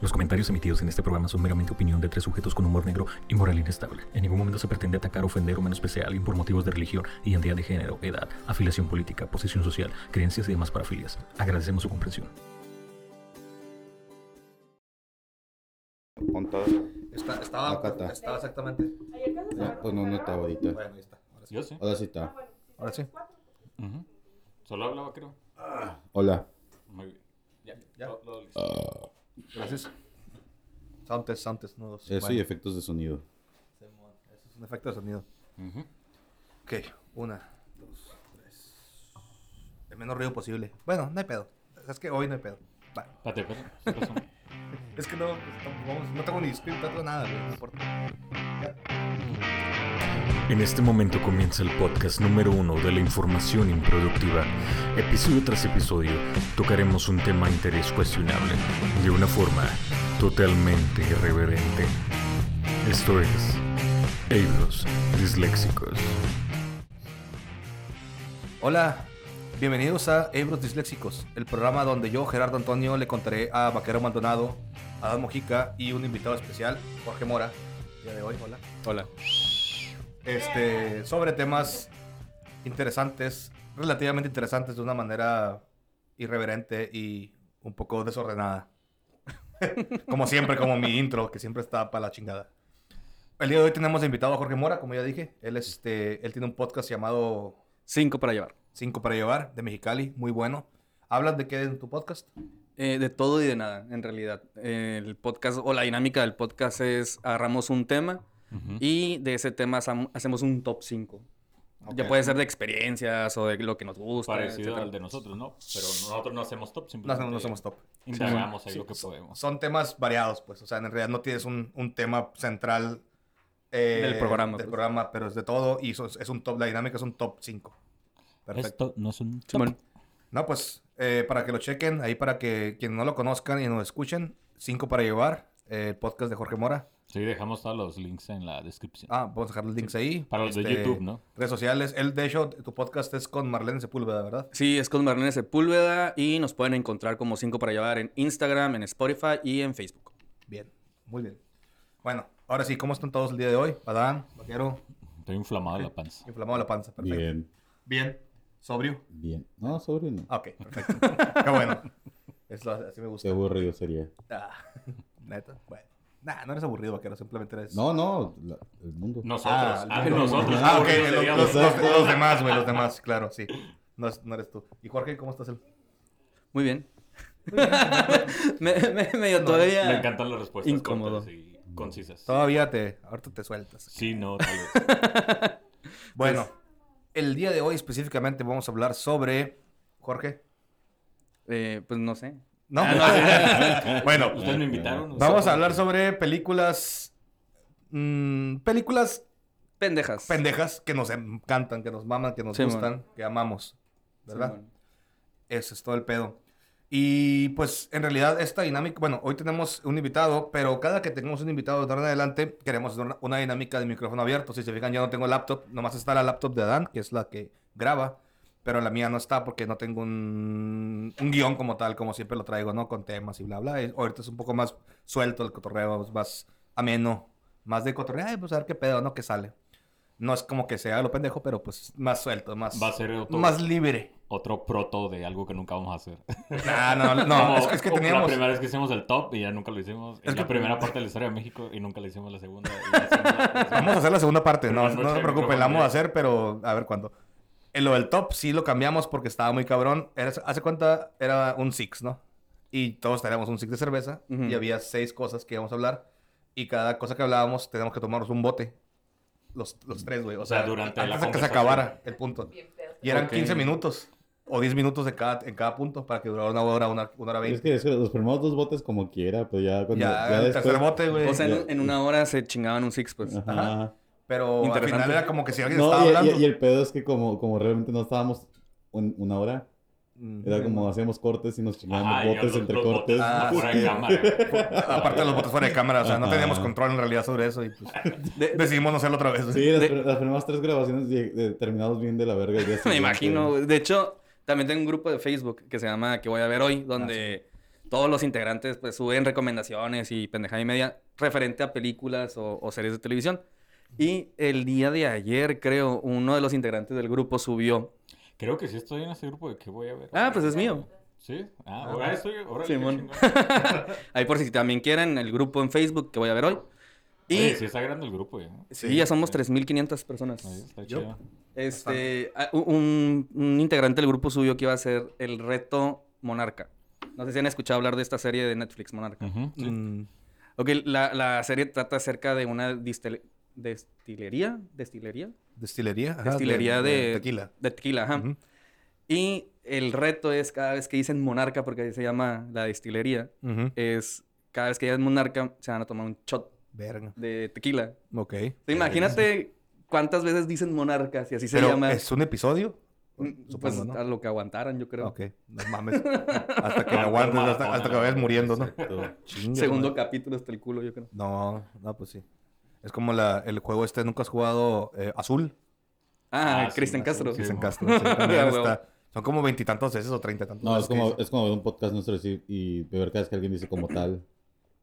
Los comentarios emitidos en este programa son meramente opinión de tres sujetos con humor negro y moral inestable. En ningún momento se pretende atacar, ofender o menospreciar a alguien por motivos de religión, identidad de género, edad, afiliación política, posición social, creencias y demás parafilias. Agradecemos su comprensión. Con todo. Está, Acá está. estaba, estaba exactamente. Ayer cuando No, cerraron pues no, no está ahorita. Bueno, ahí está. Ahora sí. Yo sí. Ahora sí está. Ahora sí. Ujú. Solo hablaba, creo. Hola. Muy bien. Ya, Ya. Lo- lo- listo. Gracias. Sound test, sound test. uno, dos. Eso y Bueno, Eh, efectos de sonido. eso es un efecto de sonido. Ujú. Ok, una, dos, tres. El menos ruido posible. Bueno, no hay pedo. Es que hoy no hay pedo. Va. Espérate, espérate. ¿Qué pasó? Es que no, pues, no, vamos, no tengo ni script, no tengo nada, güey, no importa. En este momento comienza el podcast número uno de la información improductiva. Episodio tras episodio tocaremos un tema de interés cuestionable de una forma totalmente irreverente. Esto es Eidos Disléxicos. Hola, bienvenidos a Ebros Disléxicos, el programa donde yo, Gerardo Antonio, le contaré a Vaquero Maldonado, Adán Mojica y un invitado especial, Jorge Mora, el día de hoy, hola. Hola. este, sobre temas interesantes, relativamente interesantes de una manera irreverente y un poco desordenada. como siempre, como mi intro, que siempre está para la chingada. El día de hoy tenemos de invitado a Jorge Mora, como ya dije. Él, este, él tiene un podcast llamado Cinco para llevar. Cinco para llevar, de Mexicali, muy bueno. ¿Hablas de qué en tu podcast? Eh, de todo y de nada, en realidad. Eh, el podcast o la dinámica del podcast es agarramos un tema Ujú. y de ese tema sam- hacemos un top 5. Ya Ok. puede ser de experiencias o de lo que nos gusta. Parecido etcétera. al de nosotros, ¿no? Pero nosotros no hacemos top, No, simplemente no, no somos top. indagamos ahí Sí, lo que podemos. Son temas variados, pues. O sea, en realidad no tienes un, un tema central eh, Del programa, del pues. programa, pero es de todo y so- es un top. La dinámica es un top 5. Perfecto. Esto no es un top. Simón. No, pues eh, para que lo chequen, ahí para que quienes no lo conozcan y nos escuchen, Cinco para llevar, eh, el podcast de Jorge Mora. Sí, dejamos todos los links en la descripción. Ah, vamos a dejar los links ahí. Este, Para los de YouTube, ¿no? Redes sociales. Él, de hecho, tu podcast es con Marlene Sepúlveda, ¿verdad? Sí, es con Marlene Sepúlveda y nos pueden encontrar como Cinco para llevar en Instagram, en Spotify y en Facebook. Bien, muy bien. Bueno, ahora sí, ¿cómo están todos el día de hoy? Adán, vaquero, Estoy inflamado de la panza. inflamado la panza, perfecto. Bien. Bien. Sobrio. Bien. No, sobre no. Ah, Ok, perfecto. Qué bueno. Es lo- así me gusta. Qué aburrido sería. Ah, Neta, bueno. Nah, no eres aburrido, vaquero, simplemente eres. No, no. la- el mundo. Nosotros. el Ah, mundo. nosotros. Ah, ok, aburridos los, los- seríamos. los- los demás, güey, los demás, claro, sí. No, es- no eres tú. ¿Y Jorge, cómo estás? él? Muy bien. me, me- medio todavía. Me encantan las respuestas Incómodo. cortas y concisas. Todavía te. Ahorita te sueltas. Sí, no, tal vez. Bueno, el día de hoy específicamente vamos a hablar sobre. Jorge. Eh, pues no sé. No. Ah, bueno, Ustedes me invitaron. Vamos a hablar sobre películas. mm, películas Pendejas. pendejas que nos encantan, que nos maman, que nos Simón. gustan, que amamos. ¿Verdad? Simón. Eso es todo el pedo. Y pues en realidad esta dinámica, bueno, hoy tenemos un invitado, pero cada que tengamos un invitado de ahora en adelante, queremos hacer una- una dinámica de micrófono abierto. Si se fijan, yo no tengo laptop, nomás está la laptop de Adán, que es la que graba, pero la mía no está porque no tengo un, un guión como tal, como siempre lo traigo, ¿no? Con temas y bla, bla. Y ahorita es un poco más suelto el cotorreo, es más ameno, más de cotorreo, ay, pues a ver qué pedo, ¿no? Que sale. No es como que sea lo pendejo, pero pues más suelto, más, Va a ser otro, más libre. otro proto de algo que nunca vamos a hacer. Nah, Ah, no, no, no, Como- es, que- es que como La teníamos. primera vez que hicimos el top y ya nunca lo hicimos. Es Es la que- primera parte de la historia de México y nunca lo hicimos la segunda. y la segunda, pues, la segunda. Vamos a hacer la segunda parte, no, Primera no noche se de preocupen, micrófono la vamos a abierto. hacer, pero a ver cuándo. En lo del top sí lo cambiamos porque estaba muy cabrón. Era- hace cuenta era un six, ¿no? Y todos teníamos un six de cerveza Ujú. y había seis cosas que íbamos a hablar. Y cada cosa que hablábamos teníamos que tomarnos un bote. Los, los tres, güey. O O sea, sea, durante la antes de que se conversación. acabara el punto. Bien pedo. Y eran Ok. 15 minutos o 10 minutos de cada, en cada punto para que durara una hora, una, una hora Es 20. que es que los primeros dos botes como quiera, pero ya cuando... ya, el tercer bote, güey. O sea, en, en una hora se chingaban un six, pues. Ajá. pero al Interesante. final era como que si alguien No, estaba y- y, hablando. y el pedo es que como, como realmente no estábamos un- una hora, Mm. era como hacíamos cortes y nos chingábamos Ajá, y botes los- entre los cortes. botes Ah, fuera de sí. cámara. Aparte de los botes fuera de cámara, o sea, no Ajá. teníamos control en realidad sobre eso y pues De- decidimos no hacerlo otra vez. güey. Sí, las, De- pr- las primeras tres grabaciones lleg- de- terminamos bien de la verga. el día me siguiente. Ah, imagino. güey. De hecho, también tengo un grupo de Facebook que se llama Que voy a ver hoy, donde todos los integrantes pues suben recomendaciones y pendejada y media referente a películas o, o series de televisión. Y el día de ayer, creo, uno de los integrantes del grupo subió. Creo que sí estoy en ese grupo de que voy a ver. Ah, pues es mío. Sí. Ah, ahora estoy. Ahora Simón. Ahí por si también quieren, el grupo en Facebook que voy a ver hoy. Y Y sí está grande el grupo ya. ¿no? sí, ya somos 3.500 personas. Ahí está Yo- chido. Este, a- un, un integrante del grupo subió que iba a ser el reto Monarca. No sé si han escuchado hablar de esta serie de Netflix, Monarca. Ujú, sí. Mm. Ok, la, la serie trata acerca de una distel- destilería, destilería, Destilería. ajá, destilería de, tequila. de tequila, ajá. Ujú. Y el reto es cada vez que dicen Monarca, porque así se llama la destilería, Ujú. es cada vez que digan Monarca se van a tomar un shot Verga. de tequila. Ok. Eh, O sea, imagínate cuántas veces dicen Monarca, si así se Pero, llama. ¿es un episodio? Mm, Supongo, pues ¿no? a lo que aguantaran, yo creo. Ok, no mames. Hasta que aguantes, hasta, hasta que vayas muriendo, ¿no? Chinga, Segundo madre. capítulo hasta el culo, yo creo. No, no, pues sí. Es como la, el juego este, ¿nunca has jugado eh, Azul? Ah, Ah, sí, Cristian sí, Castro. sí, Dicen mo. Castro. sí, también Ah, está- huevo. son como veintitantos veces o treinta y tantos. No, veces es como, que dicen. es como ver un podcast nuestro y, y ver cada vez que alguien dice como tal.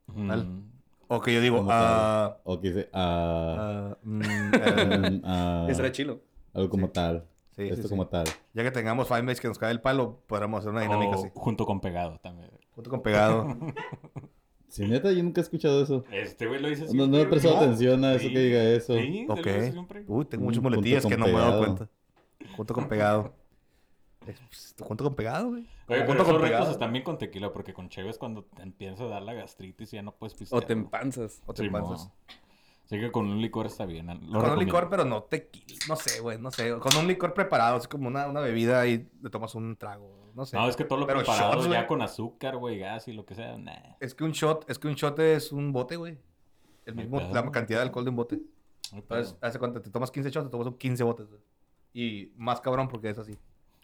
Ujú. Tal. O que yo digo, como ah, O que dice, ah, ah, mm, eh, mm, ah, Ese era chilo. algo como Sí. tal. sí, sí, esto sí. como tal. Ya que tengamos fanbase que nos cae el palo, podremos hacer una Oh. dinámica O así. Junto con pegado también. Junto con pegado. Si neta, yo nunca he escuchado eso. Este güey lo dice No, no he prestado güey. atención a eso Sí. que diga eso. Sí, él lo ok. dice siempre. Uy, tengo Mm, muchos junto muletillas que con no me he dado pegado. cuenta. Junto con pegado. Eh, pues, Junto con pegado, güey. Oye, pero Junto esos con retos pegado. están bien con tequila, porque con Cheve es cuando te empieza a dar la gastritis y ya no puedes pistear. O te ¿no? empanzas. O te Sí, empanzas. mo. Así que con un licor está bien. Lo con recomiendo. un licor, pero no tequila. No sé, güey, no sé. Con un licor preparado, así como una, una bebida y le tomas un trago. No sé. No, es que todo lo Pero preparado shots, ya güey. con azúcar, güey, gas y lo que sea, nah. Es que un shot, es que un shot es un bote, güey. El Ay, mismo, pedo. la cantidad de alcohol de un bote. No hay pedo. Entonces, hace cuánto te tomas 15 shots, te tomas un 15 botes, güey. Y más cabrón porque es así.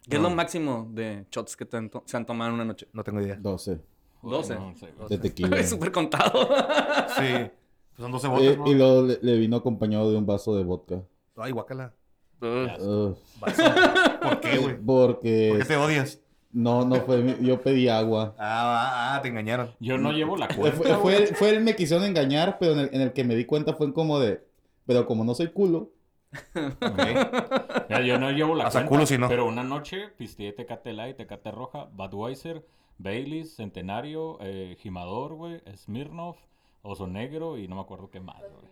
¿Qué es lo máximo de shots que te han to- se han tomado en una noche? No tengo idea. 12. Joder, 12. no sé, güey. De tequila. Es súper contado. Sí. Pues son 12 Eh, botes, ¿no? y luego le, le vino acompañado de un vaso de vodka. Ay, guácala. Ya. Ugh. Vaso. ¿Por qué, güey? ¿Por porque qué te odias? no, no fue. mi- Yo pedí agua. Ah, ah, ah, te engañaron. Yo no llevo la Fue, cuenta. fue, fue, fue el me quisieron engañar, pero en el, en el que me di cuenta fue como de. Pero como no soy culo, Ok. Ya, yo no llevo la Hasta cuenta, culo si no. Pero una noche pisteé Tecate Light, Tecate Roja, Budweiser, Baileys, Centenario, eh, Jimador, güey, Smirnoff, Oso Negro y no me acuerdo qué más, güey.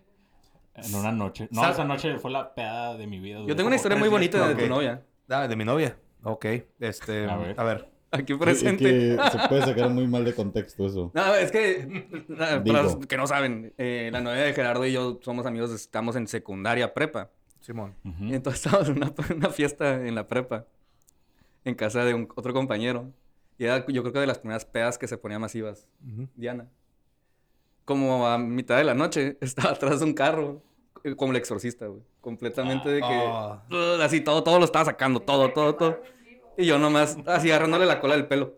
En una noche. No, Sa- esa noche fue la peda de mi vida. duré Yo tengo como una historia tres muy días bonita de con- tu novia. Ah, de mi novia. Ok. Este. A ver. A ver. Aquí es presente. que se puede sacar muy mal de contexto eso. No, es que, na- para los Digo. que no saben, eh, la novia de Gerardo y yo somos amigos, estamos en secundaria prepa. Simón. Ujú. Y entonces estábamos en una, una fiesta en la prepa, en casa de un- otro compañero. Y era, yo creo que de las primeras pedas que se ponía masivas, Ujú. Diana. Como a mitad de la noche, estaba atrás de un carro, eh, como el exorcista, güey. Completamente de que. Ah. uh, así todo, todo lo estaba sacando, todo, todo, todo. Y yo nomás, así agarrándole la cola del pelo.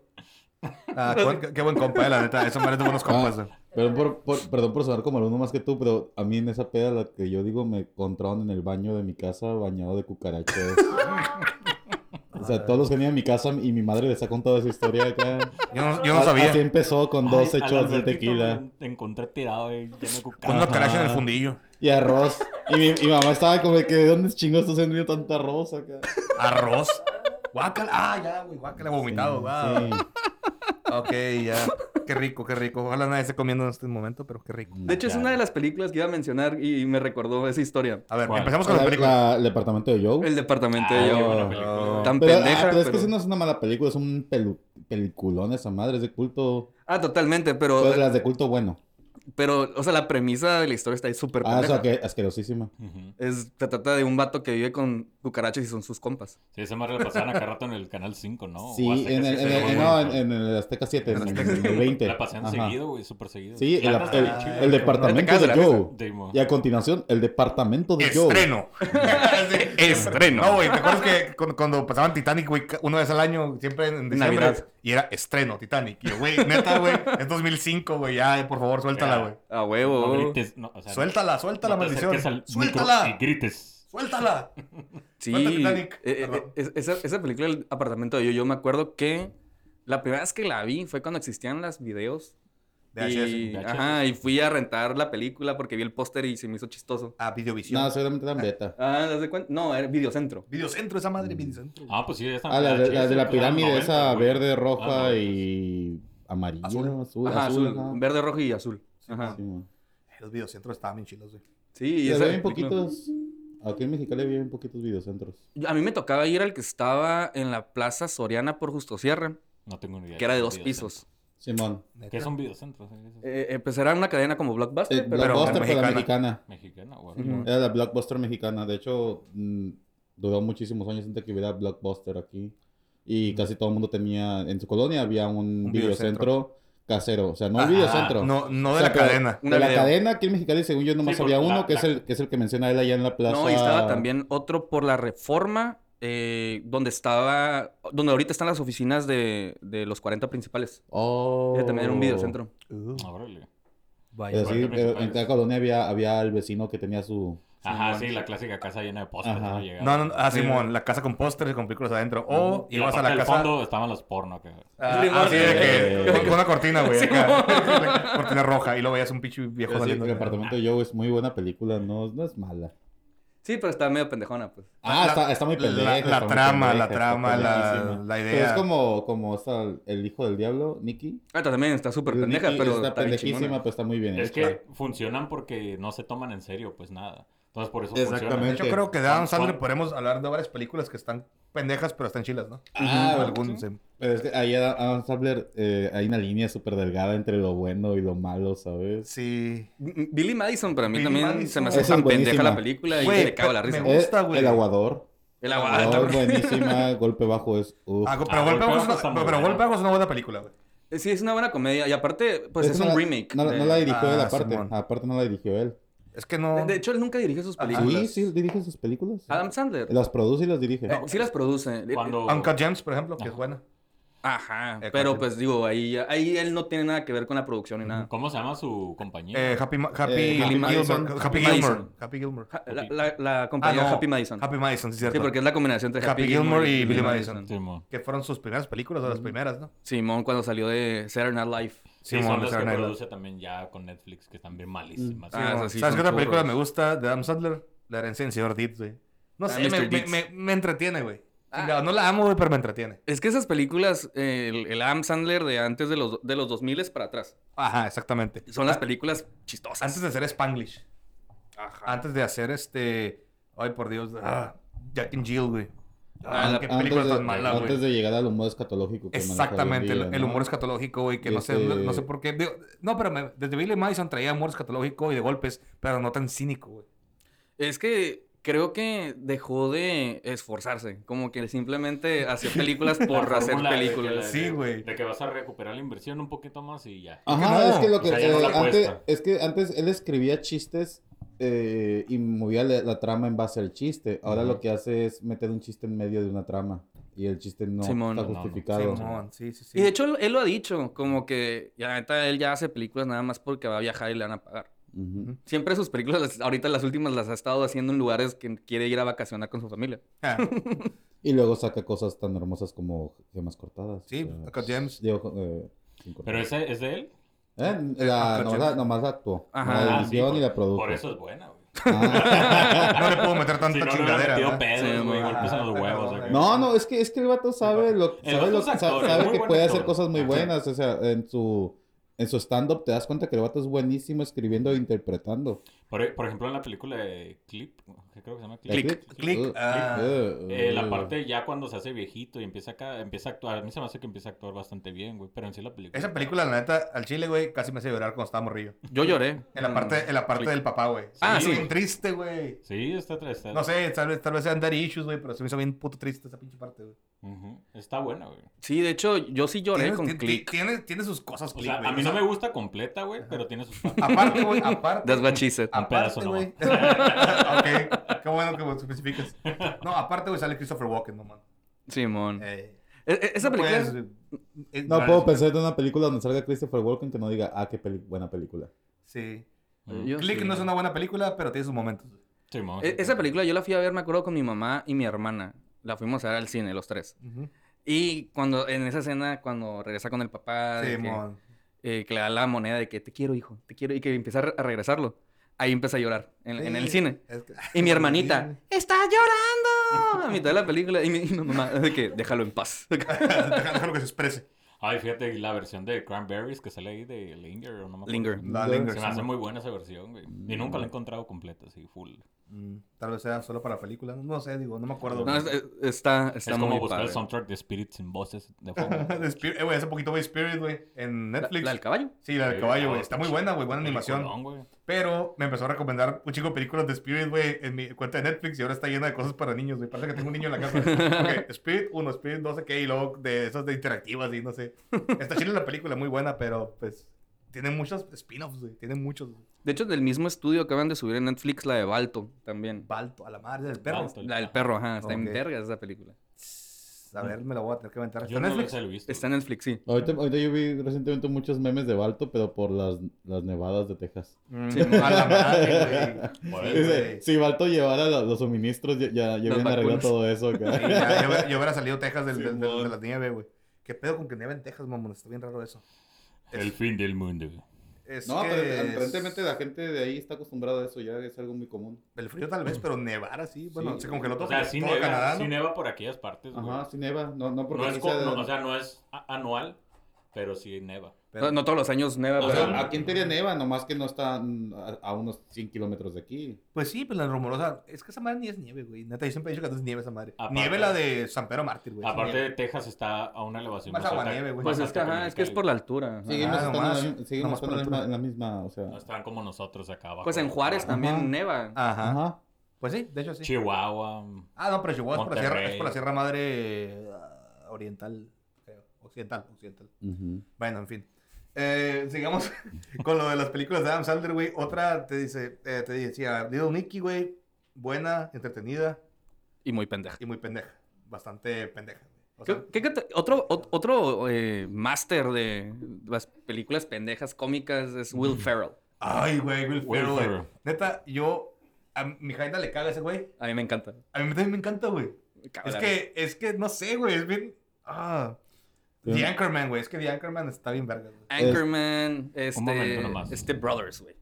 Ah, qué, buen- qué buen compa, eh, la neta. Esos mares de buenos compas. Ah, güey. pero por, por- perdón por sonar como el uno más que tú, pero a mí en esa peda la que yo digo me encontraron en el baño de mi casa bañado de cucarachas. o sea, todos los que venían a mi casa y mi madre les ha contado esa historia acá. Yo no, yo no Así sabía. empezó con Ay, 12 al shots de Albertito, tequila güey, Te encontré tirado ahí, lleno de cucarachas. Una caracha en el fundillo. y arroz. Y mi, mi mamá estaba como de que, ¿de dónde chingos estás vendiendo tanta arroz acá? Arroz. Guácala. Ah, ya, güey. Guácala, vomitado. wow. Sí. Ok, ya. Qué rico, qué rico. Ojalá nadie esté comiendo en este momento, pero qué rico. De hecho, es Ya. una de las películas que iba a mencionar y me recordó esa historia. A ver, ¿Cuál? empezamos con La- la película. la- el departamento de Joe. El departamento Ah, de qué yo. buena película. Tan Pero, ah, pendeja. pero es que pero- esa no es una mala película, es un pelu- peliculón esa madre, es de culto. Ah, totalmente, pero, Pues las de culto bueno. pero, o sea, la premisa de la historia está ahí súper Ah, o sea, pendeja. que asquerosísima. Ujú. Es, se trata de un vato que vive con cucarachas y son sus compas. Sí, esa madre la pasaban acá rato en el Canal 5, ¿no? O sí, Azteca en el, sí, en, pero el, bueno, no, ¿no? en, en el Azteca 7, en, En el el- en el 20. La pasaban Ajá. seguido, güey, súper seguido. Sí, Ya la- no el, está chido, el pero- Te departamento cagas de de la Joe. Sí, mo. Y a continuación, el departamento de Joe. Estreno. Estreno. No, güey. ¿Te acuerdas que cu- cuando pasaban Titanic, güey, ca- una vez al año, siempre en diciembre? Navidad. Y era estreno, Titanic. Y yo, güey, neta, güey. Es 2005, güey. Ya, eh, por favor, suéltala, güey. A No huevo. grites, no, o sea, Suéltala, suéltala, no te maldición. acerques al micro Suéltala. Y grites. Suéltala. sí. Suelta Titanic. Eh, eh, Perdón. es- esa, esa película, El apartamento de yo, yo me acuerdo que La primera vez que la vi fue cuando existían los videos. VHS. Y, VHS. ajá, y fui a rentar la película porque vi el póster y se me hizo chistoso. Ah, Videovisión. No, seguramente eran beta. Ah, ¿te das de cuenta? No, era Videocentro. Videocentro, esa Mm. madre, Videocentro. Ah, pues sí, ya están Ah, la, de- la de la VHS, pirámide pues, esa güey. verde, Ah, roja no, pues. y amarilla, Azul. azul, azul, Ajá, azul, ajá. verde, rojo y azul. Ajá. Sí, man. Los videocentros estaban bien chilos, güey. Sí, y Y esa había bien película- poquitos. Aquí en Mexicali había bien poquitos videocentros. Yo- A mí me tocaba ir al que estaba en la Plaza Soriana por Justo Sierra, No tengo ni idea. que era de qué dos videocentro. pisos. Simón. Neta. ¿Qué son videocentros? eh? Eso es Eh, eh, pues era una cadena como Blockbuster, Eh, pero, Blockbuster, pero la mexicana. mexicana. Mexicana, güey. Ujú. Era la Blockbuster mexicana. De hecho, mm, duró muchísimos años antes de que hubiera Blockbuster aquí. Y casi todo el mundo tenía, en su colonia había un, Un videocentro casero. O sea, no Ah, el videocentro. No, no O de sea, la pero cadena. Una de la video. cadena aquí en Mexicali, según yo, nomás Sí, había porque uno, la- que, es la- el, que es el que menciona él allá en la plaza. No, y estaba también otro por la reforma, eh, donde estaba, donde ahorita están las oficinas de, de los 40 principales. Oh. Ese también era un videocentro. Uh, Ah, Órale. Pero sí, Igual que pero en principales. cada colonia había, había el vecino que tenía su... Ajá, Simón. sí, la clásica casa llena de pósters. Ajá. No, No, no, no. Ah, Sí. Simón, la casa con pósteres y con películas adentro. O y ibas a aparte la del casa. fondo estaban los porno. Que... Ah, Simón. así de que. Eh. Con con una cortina, güey. acá. cortina roja. Y luego veías un pinche viejo Sí, saliendo. el apartamento de Joe es muy buena película, no, no es mala. Sí, pero estaba medio pendejona, pues. Ah, La- está, está muy la- pendeja. la está muy trama, la está trama, la- pendejísima. la idea. Pero es como, como está el- el hijo del diablo, Nicky. Ah, esta también está súper pendeja, Nicky pero Pues está, está bien pendejísima, chingona. pero está muy bien Es hecha. que funcionan porque no se toman en serio, pues nada. Entonces por eso De Exactamente. funcionan. hecho, creo que de Adam Son- Sandler son- podemos hablar de varias películas que están pendejas, pero están chilas, ¿no? Ah, Ujú, bueno, algún- sí. sí. Pero es que ahí Adam Adam Sandler eh, hay una línea súper delgada entre lo bueno y lo malo, ¿sabes? Sí. M- Billy Madison, para mí Billy también se Madison. me hace Esa es tan pendeja buenísima. la película y Güey, me Ah, cago en la me risa. gusta. Eh, güey. El aguador. El Aguador, aguador. buenísima. golpe bajo es... uf. Ah, pero Ah, Golpe Golpe Bajo Bajo es una- está muy pero- pero buena. Golpe Bajo es una buena película, güey. Sí, es una buena comedia. Y aparte, pues Esa es un no la- remake. No, la- de- no la dirigió él Ah, aparte. Simón. Aparte no la dirigió él. Es que no. de- de hecho, él nunca dirigió sus películas. Sí, Ah, sí, dirige sus películas. Adam Sandler. Las produce y las dirige. Eh, sí las produce. Cuando... Uncut Gems, por ejemplo, que es Ajá. buena. Ajá. Eh, Pero cuando- pues digo, ahí, ya- ahí él no tiene nada que ver con la producción ni nada. ¿Cómo se llama su compañía? Eh, Happy, Ma- Happy, Eh, Happy Billy Madison. Gilmore. Happy Madison. Gilmore. Happy Gilmore. Ja- la, la, la compañía Happy Madison. Ah, Happy Madison, sí, cierto. Sí, porque es la combinación entre Happy Happy, Gilmore y Billy Madison. Simón. Que fueron sus primeras películas, o las primeras, ¿no? Simón cuando salió de Saturday Night Live. Sí, Simón, son las que Saturday Night Live. produce también ya con Netflix, que están bien malísimas. Ah, Simón. esas sí ¿Sabes son qué otra película churros. me gusta de Adam Sandler? La herencia del señor Deeds, güey. No Ah, sé, me, Mr. me, Deeds. Ah. me, me entretiene, güey. Chingado, No la amo, güey, pero me entretiene. Es que esas películas, eh, el, el Adam Sandler de antes de los, de los 2000 para atrás, Ajá, exactamente. son las películas chistosas. Antes de hacer Spanglish. Ajá. Antes de hacer este. Ay, por Dios. ah, Jack and Jill, güey. Ah, Ah, la- qué película Antes de, tan mala, güey. antes de llegar al humor escatológico. que maneja hoy en Exactamente, el, día, el ¿no? humor escatológico, güey, que Y no sé, este- no sé por qué. digo, no, pero me- desde Billy Madison traía humor escatológico y de golpes, pero no tan cínico, güey. Es que creo que dejó de esforzarse. Como que simplemente hacía películas por La hacer fórmula de que la- películas. Sí, de- güey. De que vas a recuperar la inversión un poquito más y ya. Ajá, no, es que lo o que. sea, ya no eh, la antes, apuesta. es que antes él escribía chistes eh, y movía la, la trama en base al chiste. Ahora lo que hace es meter un chiste en medio de una trama. Y el chiste no Simón. está No, no. justificado. Simón, sí, sí, sí. Y de hecho, él- él lo ha dicho, como que ya neta, él ya hace películas nada más porque va a viajar y le van a pagar. Ujú. Siempre sus películas, las- ahorita las últimas las ha estado haciendo en lugares que quiere ir a vacacionar con su familia. Ah, Y luego saca cosas tan hermosas como gemas cortadas. Sí, o sea, Uncut Gems. digo, eh, sin cortar. Pero ese es de él. Eh, la, Uncut nomás, Gems. la- nomás la actuó. Ajá. la Ah, sí, dirigió ni por- la produjo. Por eso es buena, güey. Ah. no le puedo meter tanta Si no, no le chingadera. han metido ¿verdad? pedos, Sí, güey. güey. golpes en los huevos. acá. No, no, es que, es que el vato sabe lo, El sabe vato lo- es sa- actor, es sabe muy que buen puede actor. hacer cosas muy Ajá. buenas. O sea, en su, en su stand-up te das cuenta que el vato es buenísimo escribiendo e interpretando. Por, por ejemplo, en la película de Clip, que creo que se llama La Clip. click, uh, ah. uh, Eh, la uh. parte ya cuando se hace viejito y empieza acá, empieza a actuar. A mí se me hace que empieza a actuar bastante bien, güey. Pero en sí la película. Esa película, la neta, al chile, güey, casi me hace llorar cuando estaba morrillo. Yo lloré. En Mm. la parte, en la parte del papá, güey. Se Ah, me hizo sí. bien triste, güey. Sí, está tra- está- No sé, tal vez, tal vez sean daddy issues, güey, pero se me hizo bien puto triste esa pinche parte, güey. Ujú, Está buena, güey. Sí, de hecho, yo sí lloré Tiene, con ti- Click. tiene, tiene sus cosas, O Click, sea, güey. a mí no me gusta completa, güey, pero tiene sus partes. Aparte, güey, aparte. That's what she said. Un pedazo Aparte, nomás. güey. ok, qué bueno que lo especificas. No, aparte, güey, sale Christopher Walken, no man. Simón. Eh, E- e- esa no película... puedes, eh, No eh, puedo pensar en una película donde salga Christopher Walken que no diga, ah, qué peli- buena película. Sí. Ujú. Yo Click sí. no es una buena película, pero tiene sus momentos. güey. Sí, mo, E- sí, Esa claro. película yo la fui a ver, me acuerdo, con mi mamá y mi hermana. La fuimos a ver al cine, los tres. Y cuando en esa escena, cuando regresa con el papá, Ah, de que, Simón. eh, que le da la moneda de que te quiero, hijo, te quiero, y que empieza a re- a regresarlo, ahí empieza a llorar en, en el Sí, cine. es que- Y mi hermanita, ¡está llorando! A mitad de la película. Y mi, y mi mamá, de que déjalo en paz. Deja- Déjalo que se exprese. Ay, fíjate, y la versión de Cranberries que sale ahí de Linger o no me acuerdo. Linger. Mm, La Se me Se me hace Linger. muy buena esa versión, güey. Y nunca la he encontrado completa, así, full. Mm, Tal vez sea solo para películas. No sé, digo, no me acuerdo. No, es- es- está está es muy como buscar padre. el soundtrack de Spirit sin voces de fondo. De Spirit- eh, güey, hace poquito vi Spirit, güey, en La, Netflix. la del caballo. Sí, la del Sí, caballo, güey. ah, Está muy buena, güey. Buena animación. Peliculón, güey. Pero me empezó a recomendar un chico de películas de Spirit, güey, en mi cuenta de Netflix y ahora está llena de cosas para niños, güey. Parece que tengo un niño en la casa. Ok, Spirit 1, Spirit no sé qué, y luego de esas de interactivas y no sé. Está chida la película, muy buena, pero pues tiene muchos spin-offs, güey. Tiene muchos. De hecho, del mismo estudio acaban de subir en Netflix la de Balto también. Balto, a la madre del perro. Balto. La del perro, ajá. Está en Ok. vergas esa película. A ver, me la voy a tener que aventar. ¿Está Yo en no Netflix? las he visto. Está en Netflix, sí. Ahorita, ahorita yo vi recientemente muchos memes de Balto, pero por las, las nevadas de Texas. Mm, Sí. a la madre, güey. Por eso, Sí, Dice, güey. si Balto llevara la- los suministros, ya, ya, ya Las habían arreglado vacunas. todo eso. acá. Sí, ya, yo, yo hubiera salido Texas del, Sí, del- del- mon. de la nieve, güey. ¿Qué pedo con que nieve en Texas, mamón? Está bien raro eso. El fin del mundo. Es no, que pero es- aparentemente la gente de ahí está acostumbrada a eso, ya es algo muy común. El frío tal vez, pero nevar así. Bueno, Sí. se congeló todo, O sea, todo Mm. sí neva, Canadá, ¿no? sí neva por aquellas partes, Pues, güey. Ajá, sí neva, no, no porque no es aquí co- sea- no, o sea, no es a- anual, pero sí neva. Pero- No, no todos los años neva, O o pero- sea, aquí en teoría neva, nomás que no están a, a unos 100 kilómetros de aquí. Pues sí, pues la rumorosa. Es que esa madre ni es nieve, güey. Neta, yo siempre he dicho que no es nieve esa madre. Aparte- nieve la de San Pedro Mártir, güey. Aparte Nieve. de Texas está a una elevación Más más alta. aguanieve, güey. más pues es que, alta ajá, es que es por la altura. ajá. Seguimos Ah, estando, nomás, en, la, seguimos nomás por estando en la- altura. en la misma, o sea... No están como nosotros acá abajo. Pues en Juárez también Ajá. neva. Ajá. Ah. Ajá. Pues sí, de hecho sí. Chihuahua. Ah, no, pero Chihuahua es por, la sierra, Monterrey. es por la Sierra Madre ah, Oriental, creo. Occidental, Occidental. Ujú. Bueno, en fin. Eh, sigamos con lo de las películas de Adam Sandler, güey. Otra te dice, eh, te decía, Little Nicky, güey. Buena, entretenida Y muy pendeja. y muy pendeja. Bastante pendeja. O sea, ¿Qué- qué cate- otro ot- otro eh, máster de las películas pendejas cómicas es Will Ferrell. Ay, güey, Will Will Ferrell, güey. Ferrell. Neta, yo... A mi Jaina le caga ese güey. A mí me encanta. A mí también me encanta, güey. Cabe Es la que, es que, no sé, güey. Es bien... Ah. Sí. The Anchorman, güey. Es que The Anchorman está bien verga, güey. Anchorman, momento este, nomás. este Brothers, güey.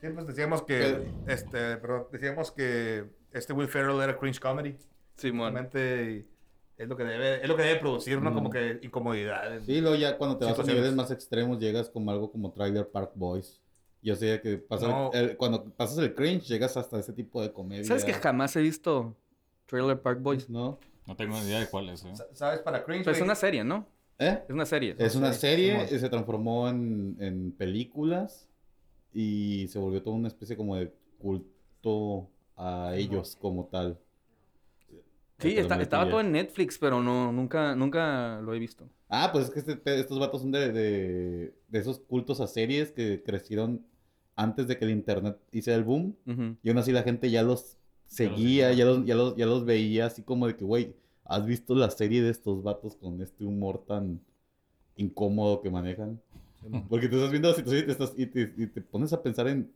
Siempre pues decíamos que... Pero- Este, perdón. Decíamos que este Will Ferrell era cringe comedy. Simón. Realmente es lo que debe, es lo que debe producir, ¿no? Mm. Como que incomodidades. Sí, luego ya cuando te vas a Situaciones. niveles más extremos llegas como algo como Trailer Park Boys. Yo sé que pasa No. el- cuando pasas el cringe llegas hasta ese tipo de comedia. ¿Sabes que jamás he visto Trailer Park Boys? ¿No? No tengo ni idea de cuál es. eh. Sa- ¿Sabes? Para cringe, Pero es güey, Pues una serie, ¿no? ¿Eh? Es una serie. Es una Sí, serie, eh, Simón. se transformó en, en películas y se volvió toda una especie como de culto a ellos como tal. Sí, Hasta está- donde estaba tú todo llegas. en Netflix, pero no, nunca, nunca lo he visto. Ah, pues es que este- te- estos vatos son de, de, de esos cultos a series que crecieron antes de que el internet hiciera el boom. Ujú. Y aún así la gente ya los Ya los seguía, seguía. ya los, ya los, ya los veía así como de que, güey, ¿has visto la serie de estos vatos con este humor tan incómodo que manejan? Porque te estás viendo la situación y te, estás, y te, y te pones a pensar en,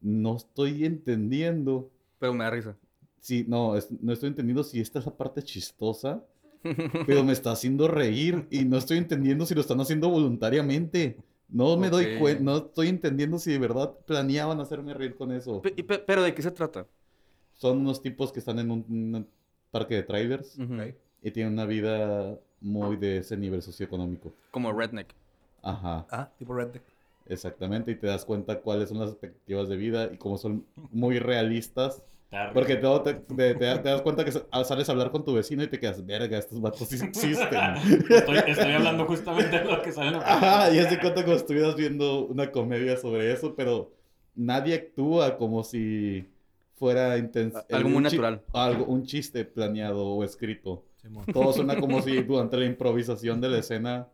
no estoy entendiendo. Pero me da risa. si no, es- no estoy entendiendo si esta es la parte chistosa, pero me está haciendo reír y no estoy entendiendo si lo están haciendo voluntariamente. No me doy Ok. cuenta, no estoy entendiendo si de verdad planeaban hacerme reír con eso Pe- y pe- pero ¿de qué se trata? son unos tipos que están en un, un parque de trailers Ujú. Ok. y tienen una vida muy de ese nivel socioeconómico. Como Redneck. Ajá, Ah, tipo Redneck. exactamente. Y te das cuenta cuáles son las expectativas de vida y cómo son muy realistas. Está Porque re- todo te, te- te da- te das cuenta que sa- sales a hablar con tu vecino y te quedas, verga, estos vatos sí existen. estoy, estoy hablando justamente de lo que sale en la Ajá, y hace cuenta como si estuvieras viendo una comedia sobre eso, pero nadie actúa como si fuera inten- A- algo muy un chi- natural. Algo, un chiste planeado o escrito. Todo suena como si durante la improvisación de la escena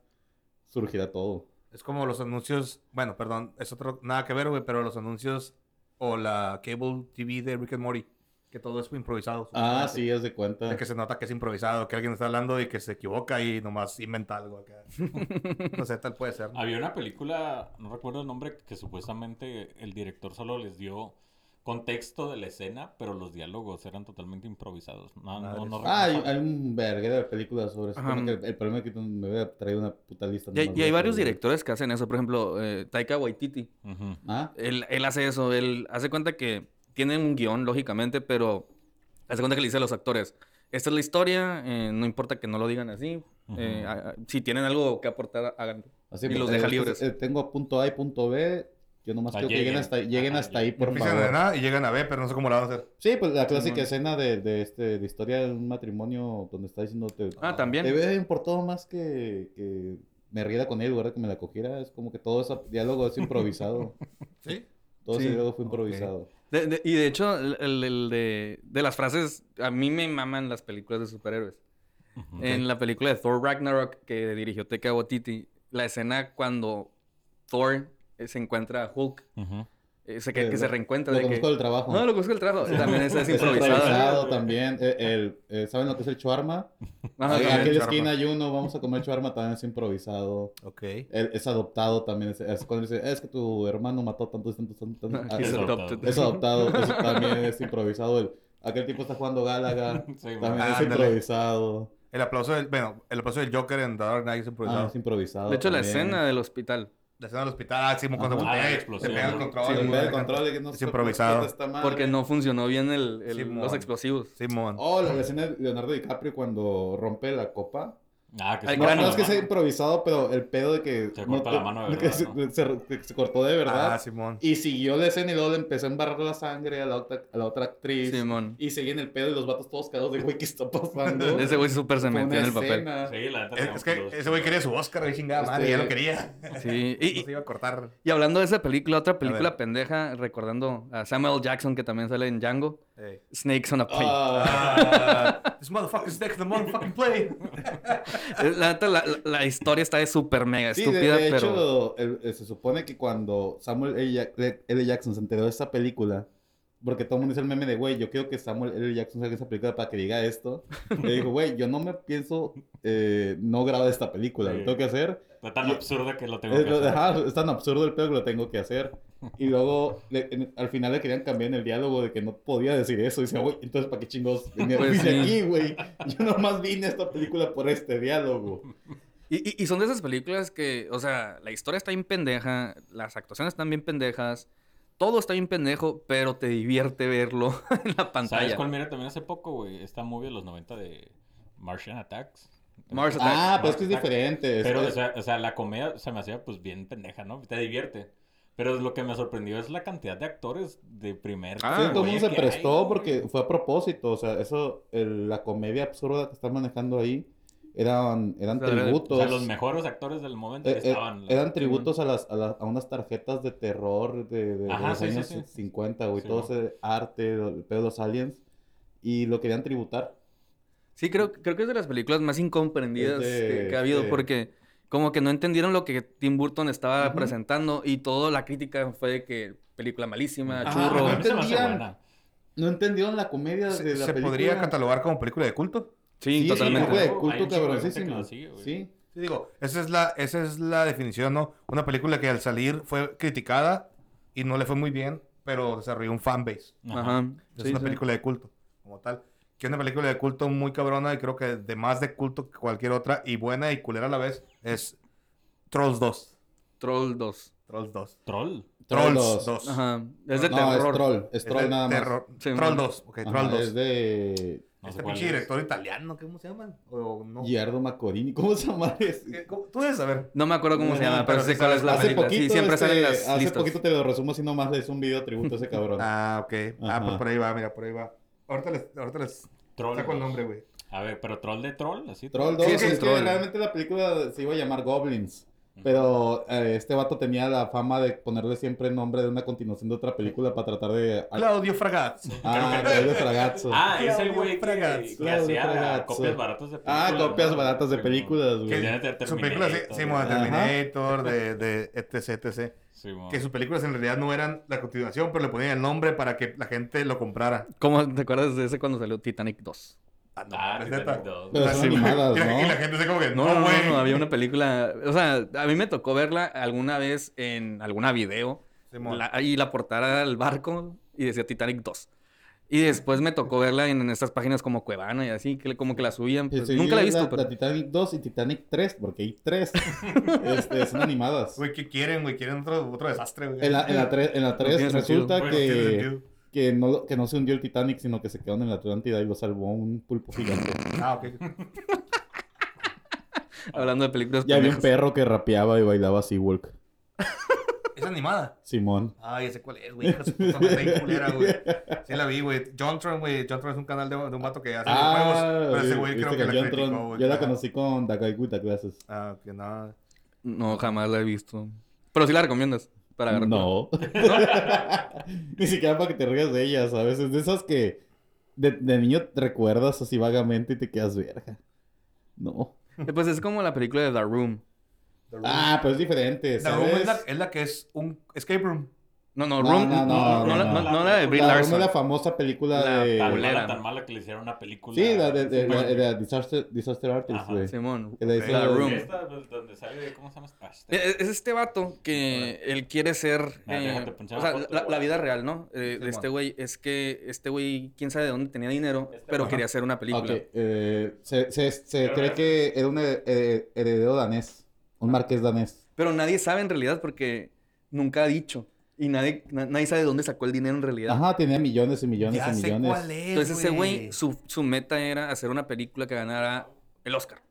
surgiera todo. Es como los anuncios, bueno, perdón, es otro, nada que ver, güey, pero los anuncios o la cable TV de Rick and Morty, que todo es improvisado. Ah, supuestamente. sí, es de O sea, cuenta. que se nota que es improvisado, que alguien está hablando y que se equivoca y nomás inventa algo acá. No sé, tal puede ser. ¿no? Había una película, no recuerdo el nombre, que supuestamente el director solo les dio contexto de la escena, pero los diálogos eran totalmente improvisados. No, no, Madres. no Ah, hay, recuerdo. hay un verguero de películas sobre eso. Ajá. Creo que El problema es que me hubiera traído una puta lista. Y, hay- nomás y de hay eso, varios güey. directores que hacen eso. Por ejemplo, eh, Taika Waititi. Ujú. Ah, Él, él hace eso. Él hace cuenta que tiene un guión, lógicamente, pero hace cuenta que le dice a los actores: Esta es la historia, eh, no importa que no lo digan así. eh, Ujú. a- a- si tienen algo que aportar, hagan. así Y pues, los eh, deja pues, libres. eh, tengo a punto A y punto B. Yo nomás Ah, quiero que lleguen lleguen. hasta, lleguen Ah, hasta ahí, por Empiezan de favor. nada y llegan a B, pero no sé cómo la van a hacer. Sí, pues la clásica Simón. escena de, de este, de historia de un matrimonio donde está diciendo te, Ah, también. te hubiera importado más que, que me riera con él en lugar de que me la cogiera. Es como que todo ese diálogo es improvisado. ¿Sí? Todo ese Sí. diálogo fue Ok. improvisado. De- de- y de hecho, el, el- el de, de las frases, a mí me maman las películas de superhéroes. Ujú. En la película de Thor Ragnarok que dirigió Taika Waititi, la escena cuando Thor eh, se encuentra a Hulk, Ujú. eh, se, que, que se reencuentra. Lo de que, conozco del trabajo. No, lo conozco el trabajo. También es, Es es improvisado. improvisado también. Eh, el, eh, ¿Saben lo que es el chuarma? Ajá, Aquí Sí, en también Ah, también. aquella shawarma. esquina hay uno, vamos a comer shawarma, también es improvisado. Ok. El- es adoptado también. Es, es cuando dice, es que tu hermano mató tantos, tantos, tantos. tantos". Ah, He's es, Eso. adopted. es adoptado, eso también es improvisado. El, aquel tipo está jugando Galaga, Sí, también bueno. es Ándale. improvisado. El aplauso del, bueno, el aplauso del Joker en The Dark Knight es Ah, improvisado. es improvisado. De hecho, la también. escena del hospital. La escena del hospital, ah, sí, Ajá. cuando se pega, Ah, la se explosión, pega el ¿no? control. Sí, y el mueve del la control cámara. es que no Es sé por qué improvisado. está mal. Porque no funcionó bien el, el- Simón. los explosivos. Simón. Oh, la escena de Leonardo DiCaprio cuando rompe la copa. Ah, que Ay, se No, corta no la es que sea mano. improvisado, pero el pedo de que. Se no corta te- la mano de que verdad, se, ¿no? se- que se cortó de verdad. Ah, Simón. Y siguió la escena y luego le empezó a embarrar la sangre a la otra, a la otra actriz. Simón. Y seguían el pedo y los vatos todos cagados de, güey, ¿qué está pasando? Ese güey súper se Fue metió una en el papel. escena. Sí, la neta, Es, sí, es que los- ese güey quería su Oscar, güey, chingada madre, Este- ya lo quería. Sí. Y, Y, se iba a cortar. y hablando de esa película, otra película ver. pendeja, recordando a Samuel Jackson, que también sale en Django, Ey. Snakes on a Plane. Ah, eh. Ah, this motherfucker's next to the motherfucking play. Eh, La, neta, la, la- la historia está de súper mega sí, de, estúpida, de pero... hecho, el- el- se supone que cuando Samuel L. Jack- L. L. Jackson se enteró de esta película, porque todo el mundo hizo el meme de, güey, yo quiero que Samuel L. Jackson salga en esa película para que diga esto. Le dijo, güey, yo no me pienso eh, no grabar esta película, lo tengo que hacer. Está tan y- absurda que lo tengo Es, que lo- hacer. ajá, es tan absurdo el pedo que lo tengo que hacer. Y luego, le- en- al final le querían cambiar en el diálogo de que no podía decir eso. Y decía, güey, entonces, ¿para qué chingos vine, Pues vine sí. aquí, güey? Yo nomás vine a esta película por este diálogo. Y, y- y son de esas películas que, o sea, la historia está bien pendeja, las actuaciones están bien pendejas, todo está bien pendejo, pero te divierte verlo en la ¿Sabes pantalla. cuál miré también hace poco, güey? Esta movie de los 90 de Martian Attacks. Mars Attack. Ah, pero es que es Attack. diferente. es- Pero, o es- sea, o sea, la comedia se me hacía pues bien pendeja, ¿no? Te divierte. Pero lo que me sorprendió es la cantidad de actores de primer. Ah, sí, todo el güey, mundo se que hay, prestó güey. porque fue a propósito. O sea, eso, el- la comedia absurda que están manejando ahí eran, eran O sea, era- O tributos. sea, los mejores actores del momento Eh, eh, estaban. la- eran tributos a, las, a, las- a unas tarjetas de terror de, de Ajá, los sí, sí, años sí. 50, güey. Sí, todo ¿no? ese arte, lo- el pedo de los aliens. Y lo querían tributar. Sí, creo, creo que es de las películas más incomprendidas Es de- que, que ha habido, sí. porque como que no entendieron lo que Tim Burton estaba Ujú. presentando y toda la crítica fue de que película malísima, Ajá, churro. a mí se me hace Entendían. buena. No entendieron la comedia de ¿Se, la se película. podría catalogar como película de culto? Sí, Sí, totalmente. güey, Hay un culto chingo de gente que cabroncísimo. lo sigue, güey. Sí. Sí, digo, esa es, la, esa es la definición, ¿no? Una película que al salir fue criticada y no le fue muy bien, pero desarrolló un fanbase. Ajá. Ajá. Es Sí, una sí. película de culto, como tal. Que una película de culto muy cabrona y creo que de más de culto que cualquier otra y buena y culera a la vez es Trolls 2. Troll 2. Trolls 2. Troll. Troll Trolls 2. Ajá. Es de no, terror. es troll. Es troll de nada más. terror. Sí, Troll man. 2. Ok, Ajá, Troll 2. Es de No sé este cuál pinche es. director italiano, ¿cómo se llaman? O no. Giardo Macorini. ¿Cómo se llama? Es- Eh, ¿cómo- Tú debes saber. No me acuerdo cómo Ajá, se llama, pero pero sí sí sé cuál es la Hace película. poquito, Sí, siempre sale en este, las hace listas. poquito te lo resumo así nomás, le hice un video tributo a ese cabrón. Ah, ok. Ah, pues Ajá. por ahí va, mira, por ahí va. Ahorita les, ahorita les Troll. saco el nombre, güey. A ver, pero troll de troll, así. Troll 2, Sí, es, sí, que Troll. realmente la película se iba a llamar Goblins. Pero eh, este vato tenía la fama de ponerle siempre el nombre de una continuación de otra película para tratar de. Claudio Fragazzo. Ah, Claudio Fragazzo. Ah, ese Claudio güey que, Fragazzo. que hacía ah, Claudio Fragazzo. copias baratas de películas. Ah, copias ¿no? baratas de Sí, películas, Que güey. ya de Su película, sí, Terminator, sí, mo, de Ajá. Terminator, de, de etc, etc. sí, mo. Que sus películas en realidad no eran la continuación, pero le ponían el nombre para que la gente lo comprara. ¿Cómo te acuerdas de ese cuando salió Titanic 2? Ah, no, Ah, es Titanic neta. dos. Pero son Sí, güey. animadas, y, la, y la ¿no? gente se como que, No, no, no, no, güey. no, había una película, o sea, a mí me tocó verla alguna vez en alguna video Sí, mo. la- y la portada al barco y y decía Titanic 2. Y después me tocó verla en, en estas páginas como Cuevana y así, que le- como que la subían. pues, Estoy nunca la he viendo visto, La, pero... Titanic 2 y Titanic 3, porque hay 3. este, son animadas. Güey, ¿qué quieren, güey? Quieren otro, otro desastre, güey. En la, en la, tre- en la 3 tiene sentido. resulta Bueno, tiene que, sentido. que, no, lo- que no se hundió el Titanic, sino que se quedó en la Atlántida y lo salvó un pulpo gigante. Ah, ok. Hablando de películas Y había un pendejas. perro que rapeaba y bailaba así, Walk. Es animada. Simón. Ah, ya sé cuál es, güey. Hija de su puta madre, bien culera, güey. Sí la vi, güey. Jontron, güey. Jontron es un canal de, de un vato que hace videojuegos. Pero ese güey Ah, viste creo que, la John criticó, Tron- güey. Yo la Ah, conocí con The Guy with the Glasses. Ah, que nada. No, jamás la he visto. Pero sí la recomiendas para agarrar. No. Ni siquiera para que te rías de ellas, a veces. De esas que de, de niño te recuerdas así vagamente y te quedas verga. No. Eh, Pues es como la película de The Room. Ah, pero es diferente. The Room es ¿sabes? la, es la que es un escape room. No, no, No, Room. no, No, no, no, no, la- no. no, no la de Brie La Room es Larson. la famosa película La de. Tan mala, Culera. tan mala que le hicieron una película. Este, Sí, la de, de- Bueno, de- de Disaster, Disaster Artist, Ajá, güey. Simón. Que le Ok. dice- La Room. esta, pues, donde sale, ¿cómo se llama esta? Eh, eh, Es este vato que él quiere ser. Nah, eh, déjate ponchar o sea, la foto, la, güey. la vida real, ¿no? Eh, Sí, de este güey. Es que este güey, quién sabe de dónde tenía dinero, Este pero güey. quería hacer una Ok, película. eh, se, se, se Pero cree es- que era un her- her- heredero danés, un marqués danés. Pero nadie sabe en realidad porque nunca ha dicho. Y nadie, na- nadie sabe de dónde sacó el dinero en realidad. Ajá, Pues. tenía millones y millones Ya y sé millones. cuál es. Entonces ese güey, su, su meta era hacer una película que ganara el Oscar.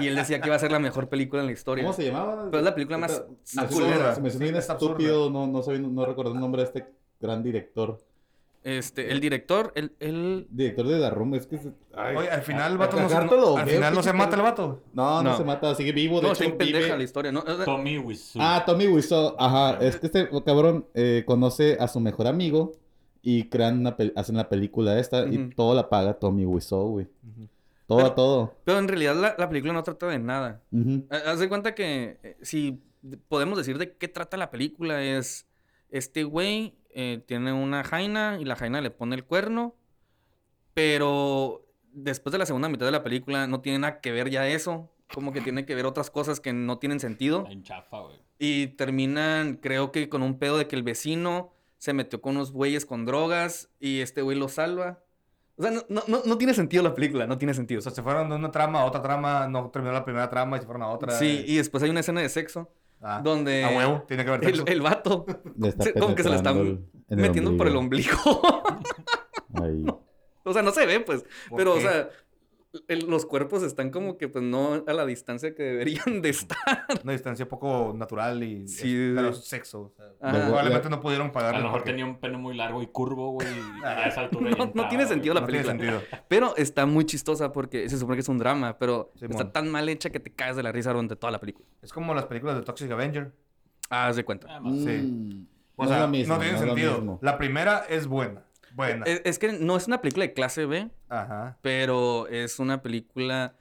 Y él decía que iba a ser la mejor película en la historia. ¿Cómo se llamaba? Pero es la película más Me culera. suena- se me suena bien Está absurda. estúpido, no, no, sabía- no recuerdo el nombre de este gran director. Este, el director, el, el- Director de Darum, es que... se- ah, ay. Oye, al final el vato a- no se, cagártelo, al veo final que no se se mata cal- el vato. No, no, No. se mata, sigue vivo, de no, hecho está bien pendeja la vive... historia, ¿no? O sea, Tommy Wiseau. Ah, Tommy Wiseau, ajá, es que este cabrón eh, conoce a su mejor amigo y crean una pel- hacen la película esta y Ujú. todo la paga Tommy Wiseau, güey. Ujú. Todo, Pero- todo. Pero en realidad la, la película no trata de nada. Ujú. Ha- Haz de cuenta que eh, si podemos decir de qué trata la película es... Este güey eh, tiene una jaina y la jaina le pone el cuerno, pero después de la segunda mitad de la película no tiene nada que ver ya eso. Como que tiene que ver otras cosas que no tienen sentido. Está en chafa, güey. Y terminan, creo que con un pedo de que el vecino se metió con unos güeyes con drogas y este güey lo salva. O sea, no, no, no, no tiene sentido la película, no tiene sentido. O sea, se fueron de una trama a otra trama, no terminó la primera trama y se fueron a otra. sí, y después hay una escena de sexo Ah, donde a huevo, tiene que haber el, sexo. el vato Le está se- como que se la están penetrando el- en el metiendo por el ombligo. ombligo. Ahí. o sea, no se ve, pues. ¿Por Pero, o qué? sea, el- los cuerpos están como que, pues, no a la distancia que deberían de estar. Una distancia poco natural y Sí. pero sexo. o sea, Ajá. Probablemente no pudieron Ah, A pagarle. lo mejor porque tenía un pene muy largo y curvo, güey. y a esa altura ya No- no entraba, tiene güey. sentido la no tiene película. sentido. Pero está muy chistosa porque se supone que es un drama, pero Simón. está tan mal hecha que te caes de la risa durante toda la película. Es como las películas de Toxic Avenger. Ah, haz de cuenta. Ah, más- Sí. Mm. O No sea, es lo mismo, no tiene no es lo sentido. mismo. La primera es buena. Buena. Eh, E, Es, es que no es una película de clase B, Ajá. pero es una película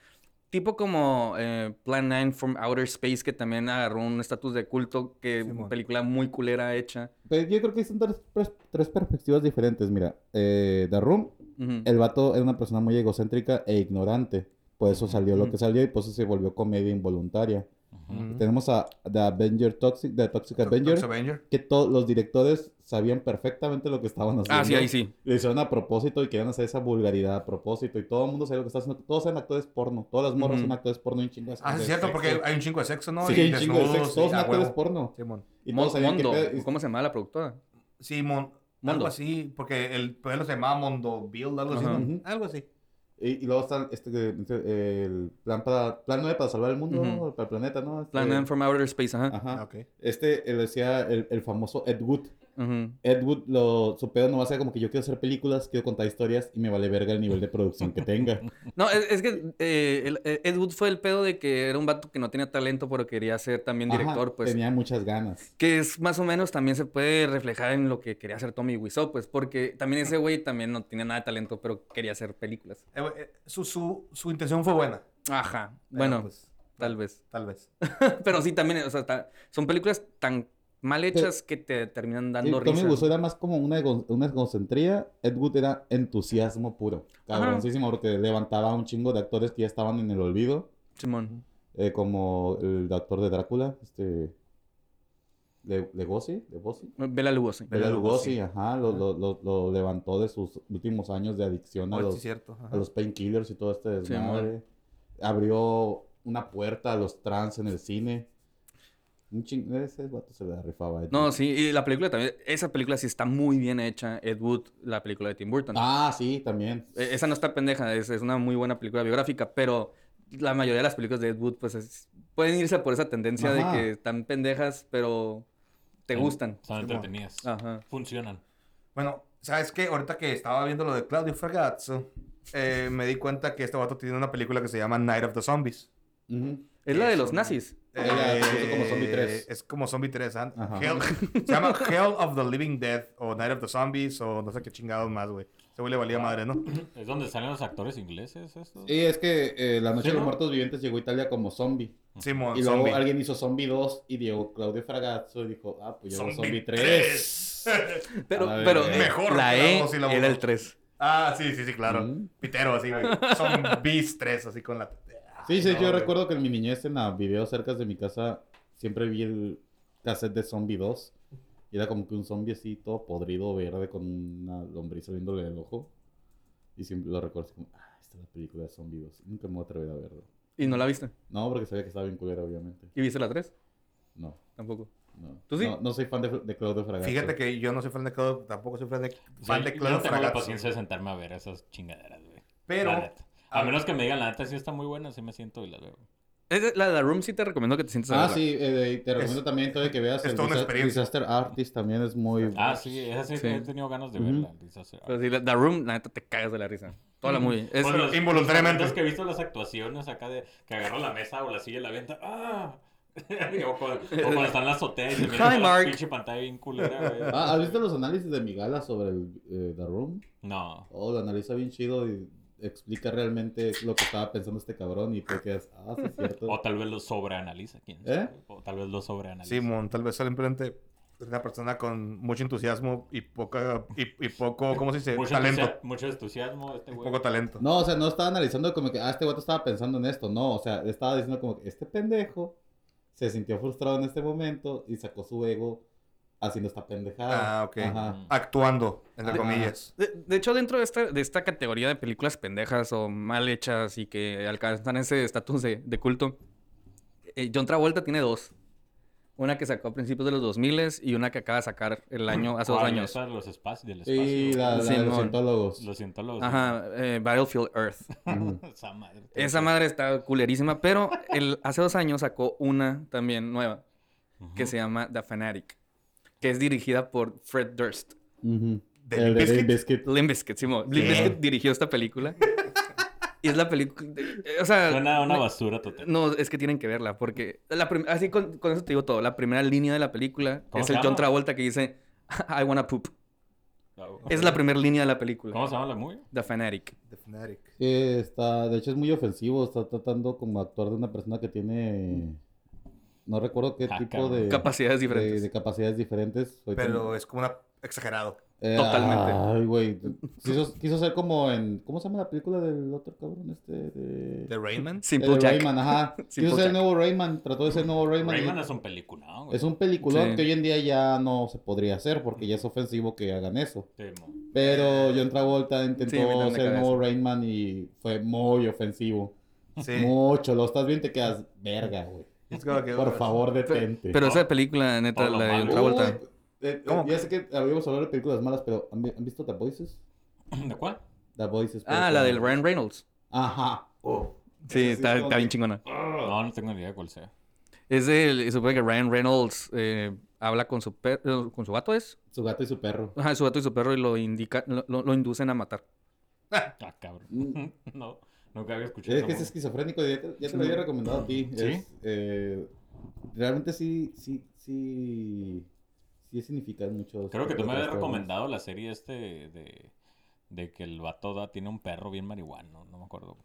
tipo como eh, Plan 9 from Outer Space, que también agarró un estatus de culto, que es Simón. una película muy culera hecha. Pero Pues yo creo que son tres, tres- tres perspectivas diferentes. Mira, eh, The Room, Ujú. el vato era una persona muy egocéntrica e ignorante. Por eso salió lo que salió y por eso se volvió comedia involuntaria. Ujú. Tenemos a The Avenger Toxic, The Toxic Toxic Avenger, Avenger. que todos los directores sabían perfectamente lo que estaban haciendo. Ah, sí, ahí sí. Lo hicieron a propósito y querían hacer esa vulgaridad a propósito. Y todo el mundo sabe lo que está haciendo. Todos eran actores porno. Todas las morras Ujú. son actores porno y un chingo de Ah, sí, es de cierto, sexo. porque hay un chingo de sexo, ¿no? Sí, Y hay un chingo de desnudos sexo. Todos y- son ah, actores huevo. porno. Simón. Y Mon- todos sabían Mondo, que... ¿cómo se llama la productora? Sí, Mon- Algo Mondo. así, porque el pueblo se llamaba Mondoville, algo así. Ajá. ¿no? Algo así. Y, y luego está este, eh, el plan para plan 9 para salvar el mundo, Ujú. ¿no? para el planeta, ¿no? Este, Plan 9 from Outer Space, ajá. Ajá. Ok. Este eh, lo decía el, el famoso Ed Wood. Ujú. Ed Wood, lo, su pedo no va a ser como que yo quiero hacer películas, quiero contar historias y me vale verga el nivel de producción que tenga. No, es, es que eh, el- eh, Ed Wood fue el pedo de que era un vato que no tenía talento, pero quería ser también Ajá, director, pues. Tenía muchas ganas. Que es más o menos también se puede reflejar en lo que quería hacer Tommy Wiseau, pues, porque también ese güey también no tenía nada de talento, pero quería hacer películas. Eh, güey, eh, su, su, su intención fue buena. Ajá, pero, bueno, pues, tal vez. tal vez. pero sí, también, o sea, ta- son películas tan mal hechas que te terminan Y dando Tommy risa. Wiseau era más como una, ego- una egocentría. Ed Wood era entusiasmo puro. Ajá. Cabroncísimo, porque levantaba a un chingo de actores que ya estaban en el olvido. Simón. eh, como el actor de Drácula, este... Le- Legosi, Legosi. Bela Lugosi. Bela Bela Lugosi, Lugosi. ajá, lo, lo- lo- lo levantó de sus últimos años de adicción a Ahorita los, sí, cierto. ajá. a los painkillers y todo este Sí, amor. desmadre. Abrió una puerta a los trans en el cine. Un ching... Ese vato se la rifaba. Ed No, Wood. sí, y la película también. Esa película sí está muy bien hecha. Ed Wood, la película de Tim Burton. Ah, sí, también. E- Esa no está pendeja, es, es una muy buena película biográfica, pero la mayoría de las películas de Ed Wood, pues es- pueden irse por esa tendencia Ajá. de que están pendejas, pero te gustan. Ah. Son entretenidas. Ajá. Funcionan. Bueno, ¿sabes qué? Ahorita que estaba viendo lo de Claudio Fragazzo, eh, me di cuenta que este vato tiene una película que se llama Night of the Zombies. Ujú. Es la de Eso. los nazis. Ah, ya, es como Zombie 3. Es como Zombie 3. ¿ah? Ajá. Hell- se llama Hell of the Living Dead o Night of the Zombies o no sé qué chingados más, güey. Se güey le valía madre, ¿no? ¿Es donde salen los actores ingleses estos? Y es que eh, La Noche Sí, de los ¿no? Muertos Vivientes llegó a Italia como zombie. Simón, Y luego Ah, Zombie. alguien hizo Zombie 2 y llegó Claudio Fragazzo y dijo, ah, pues yo hago Zombie Zombie 3. 3. Pero, A ver, pero eh, mejor la que la E dos y la era uno. el 3. Ah, sí, sí, sí, claro. Mm. Pitero, así, güey. Zombies 3, así con la. Sí, sí, No, yo güey. recuerdo que en mi niñez en la video cerca de mi casa siempre vi el cassette de Zombie 2. Y era como que un zombie así todo podrido, verde, con una lombriz saliéndole del ojo. Y siempre lo recuerdo así como, ah, esta es la película de Zombie 2. Nunca me voy a atrever a verlo. ¿Y no la viste? No, porque sabía que estaba bien culera, obviamente. ¿Y viste la 3? No, Tampoco. no. ¿Tú sí? No, no soy fan de, de Claudio Fragazzo. Fíjate que yo no soy fan de Claudio, tampoco soy fan de, O sea, fan de yo Claudio no tengo la Fragazzo. paciencia de sentarme a ver esas chingaderas, güey. La Pero. neta. A a- menos que me digan, la neta sí está muy buena, sí me siento y la veo. Es de- la de la Room sí te recomiendo que te sientes a Ah, verla. sí, eh, te recomiendo Es- también todavía que veas es el toda una Disa- experiencia. Disaster Artist también es muy... Ah, sí, esa sí, Sí. Pues he tenido ganas de Ujú. verla. Dice, sí, ah. Pero sí, la, la Room, la neta, te cagas de la risa. Toda la Mm. movie. Es- Bueno, los- involuntariamente. los momentos que he visto las actuaciones acá de que agarra la mesa o la silla y la venta. ¡Ah! o, cuando, o cuando están en la azotea y se Hi, mira la Mark. pinche pantalla bien culera, güey. Ah, ¿Has visto los análisis de Migala sobre el, eh, The Room? No. Oh, lo analiza bien chido y explica realmente lo que estaba pensando este cabrón y te quedas, ah, sí es cierto. O tal vez lo sobreanaliza, quién ¿Eh? sabe. O tal vez lo sobreanaliza. Simón, tal vez simplemente es una persona con mucho entusiasmo y poca y, y poco, ¿cómo se dice? eh, mucho, talento. entusia- mucho entusiasmo este güey. Poco talento. No, o sea, no estaba analizando como que, ah, este guato estaba pensando en esto. No, o sea, estaba diciendo como que este pendejo se sintió frustrado en este momento y sacó su ego haciendo esta pendejada. Ah, ok. Mm, Ajá. Actuando, entre Ah. comillas. De, de hecho, dentro de esta, de esta categoría de películas pendejas o mal hechas y que alcanzan ese estatus de, de culto, eh, John Travolta tiene dos. Una que sacó a principios de los 2000 y una que acaba de sacar el año, hace dos ¿Cuál? años. Esa de los espacios, del espacio. Y la, la de Simón. los cientólogos. Lo siento, los... Ajá, eh, Battlefield Earth. Ujú. Esa madre. Esa madre está culerísima, pero el, hace dos años sacó una también nueva Ujú. que se llama The Fanatic, que es dirigida por Fred Durst. Ujú. ¿De El de Limp Limp Bizkit. Limp Bizkit, Simón. Limp ¿Qué? Bizkit dirigió esta película. y es la película. eh, O sea. Suena una me- basura total. No, es que tienen que verla, porque la prim- así con, con eso te digo todo. La primera línea de la película ¿Cómo es se el John llama? Travolta que dice, I wanna poop. No. Es la primera línea de la película. ¿Cómo se llama la movie? The Fanatic. The Fanatic. Sí, está, de hecho es muy ofensivo, está tratando como actuar de una persona que tiene, no recuerdo qué Ah, tipo cabrón. de, Capacidades de- diferentes. de capacidades diferentes. Soy Pero es como una exagerado. Eh, Totalmente. Ay, güey. Quiso, quiso ser como en. ¿Cómo se llama la película del otro cabrón? Este. De... The Rainman. Simple el Jack. Rayman, ajá. Simple quiso ser Jack. el nuevo Rayman. Trató de ser el nuevo Rayman. y- Rayman es un peliculón, güey. Es un peliculón Sí. que hoy en día ya no se podría hacer porque ya es ofensivo que hagan eso. Sí, mo. Pero John Travolta intentó Sí, me dan de ser el cabeza. nuevo Rayman y fue muy ofensivo. Sí. Mucho. Lo estás viendo y te quedas verga, güey. Es como que- oh, Por favor, detente. Oh. Pero esa película, Todo neta, lo la de John malo. Travolta. Ah, Uy, eh, eh, ¿Cómo? ya sé que habíamos hablado de películas malas, pero ¿han, vi- han visto The Voices? ¿De cuál? The Voices. Ah, pero la con- del Ryan Reynolds. Ajá. oh, Esa Sí, sí está, es como está que- bien chingona. No, no tengo ni idea de cuál sea. Es el, supone que Ryan Reynolds eh, habla con su perro, con su gato es. Su gato y su perro. Ajá, su gato y su perro y lo indica, lo, lo- lo inducen a matar. Ah, cabrón. Mm. no, nunca había escuchado. Es que es esa esquizofrénico, ya te, ya te lo había recomendado a ti. ¿Sí? Es, eh, realmente sí, sí, sí, sí significa mucho. movie. Creo que este tú me habías trastorno. recomendado la serie este de, de que el vato da, tiene un perro bien marihuano, no me acuerdo.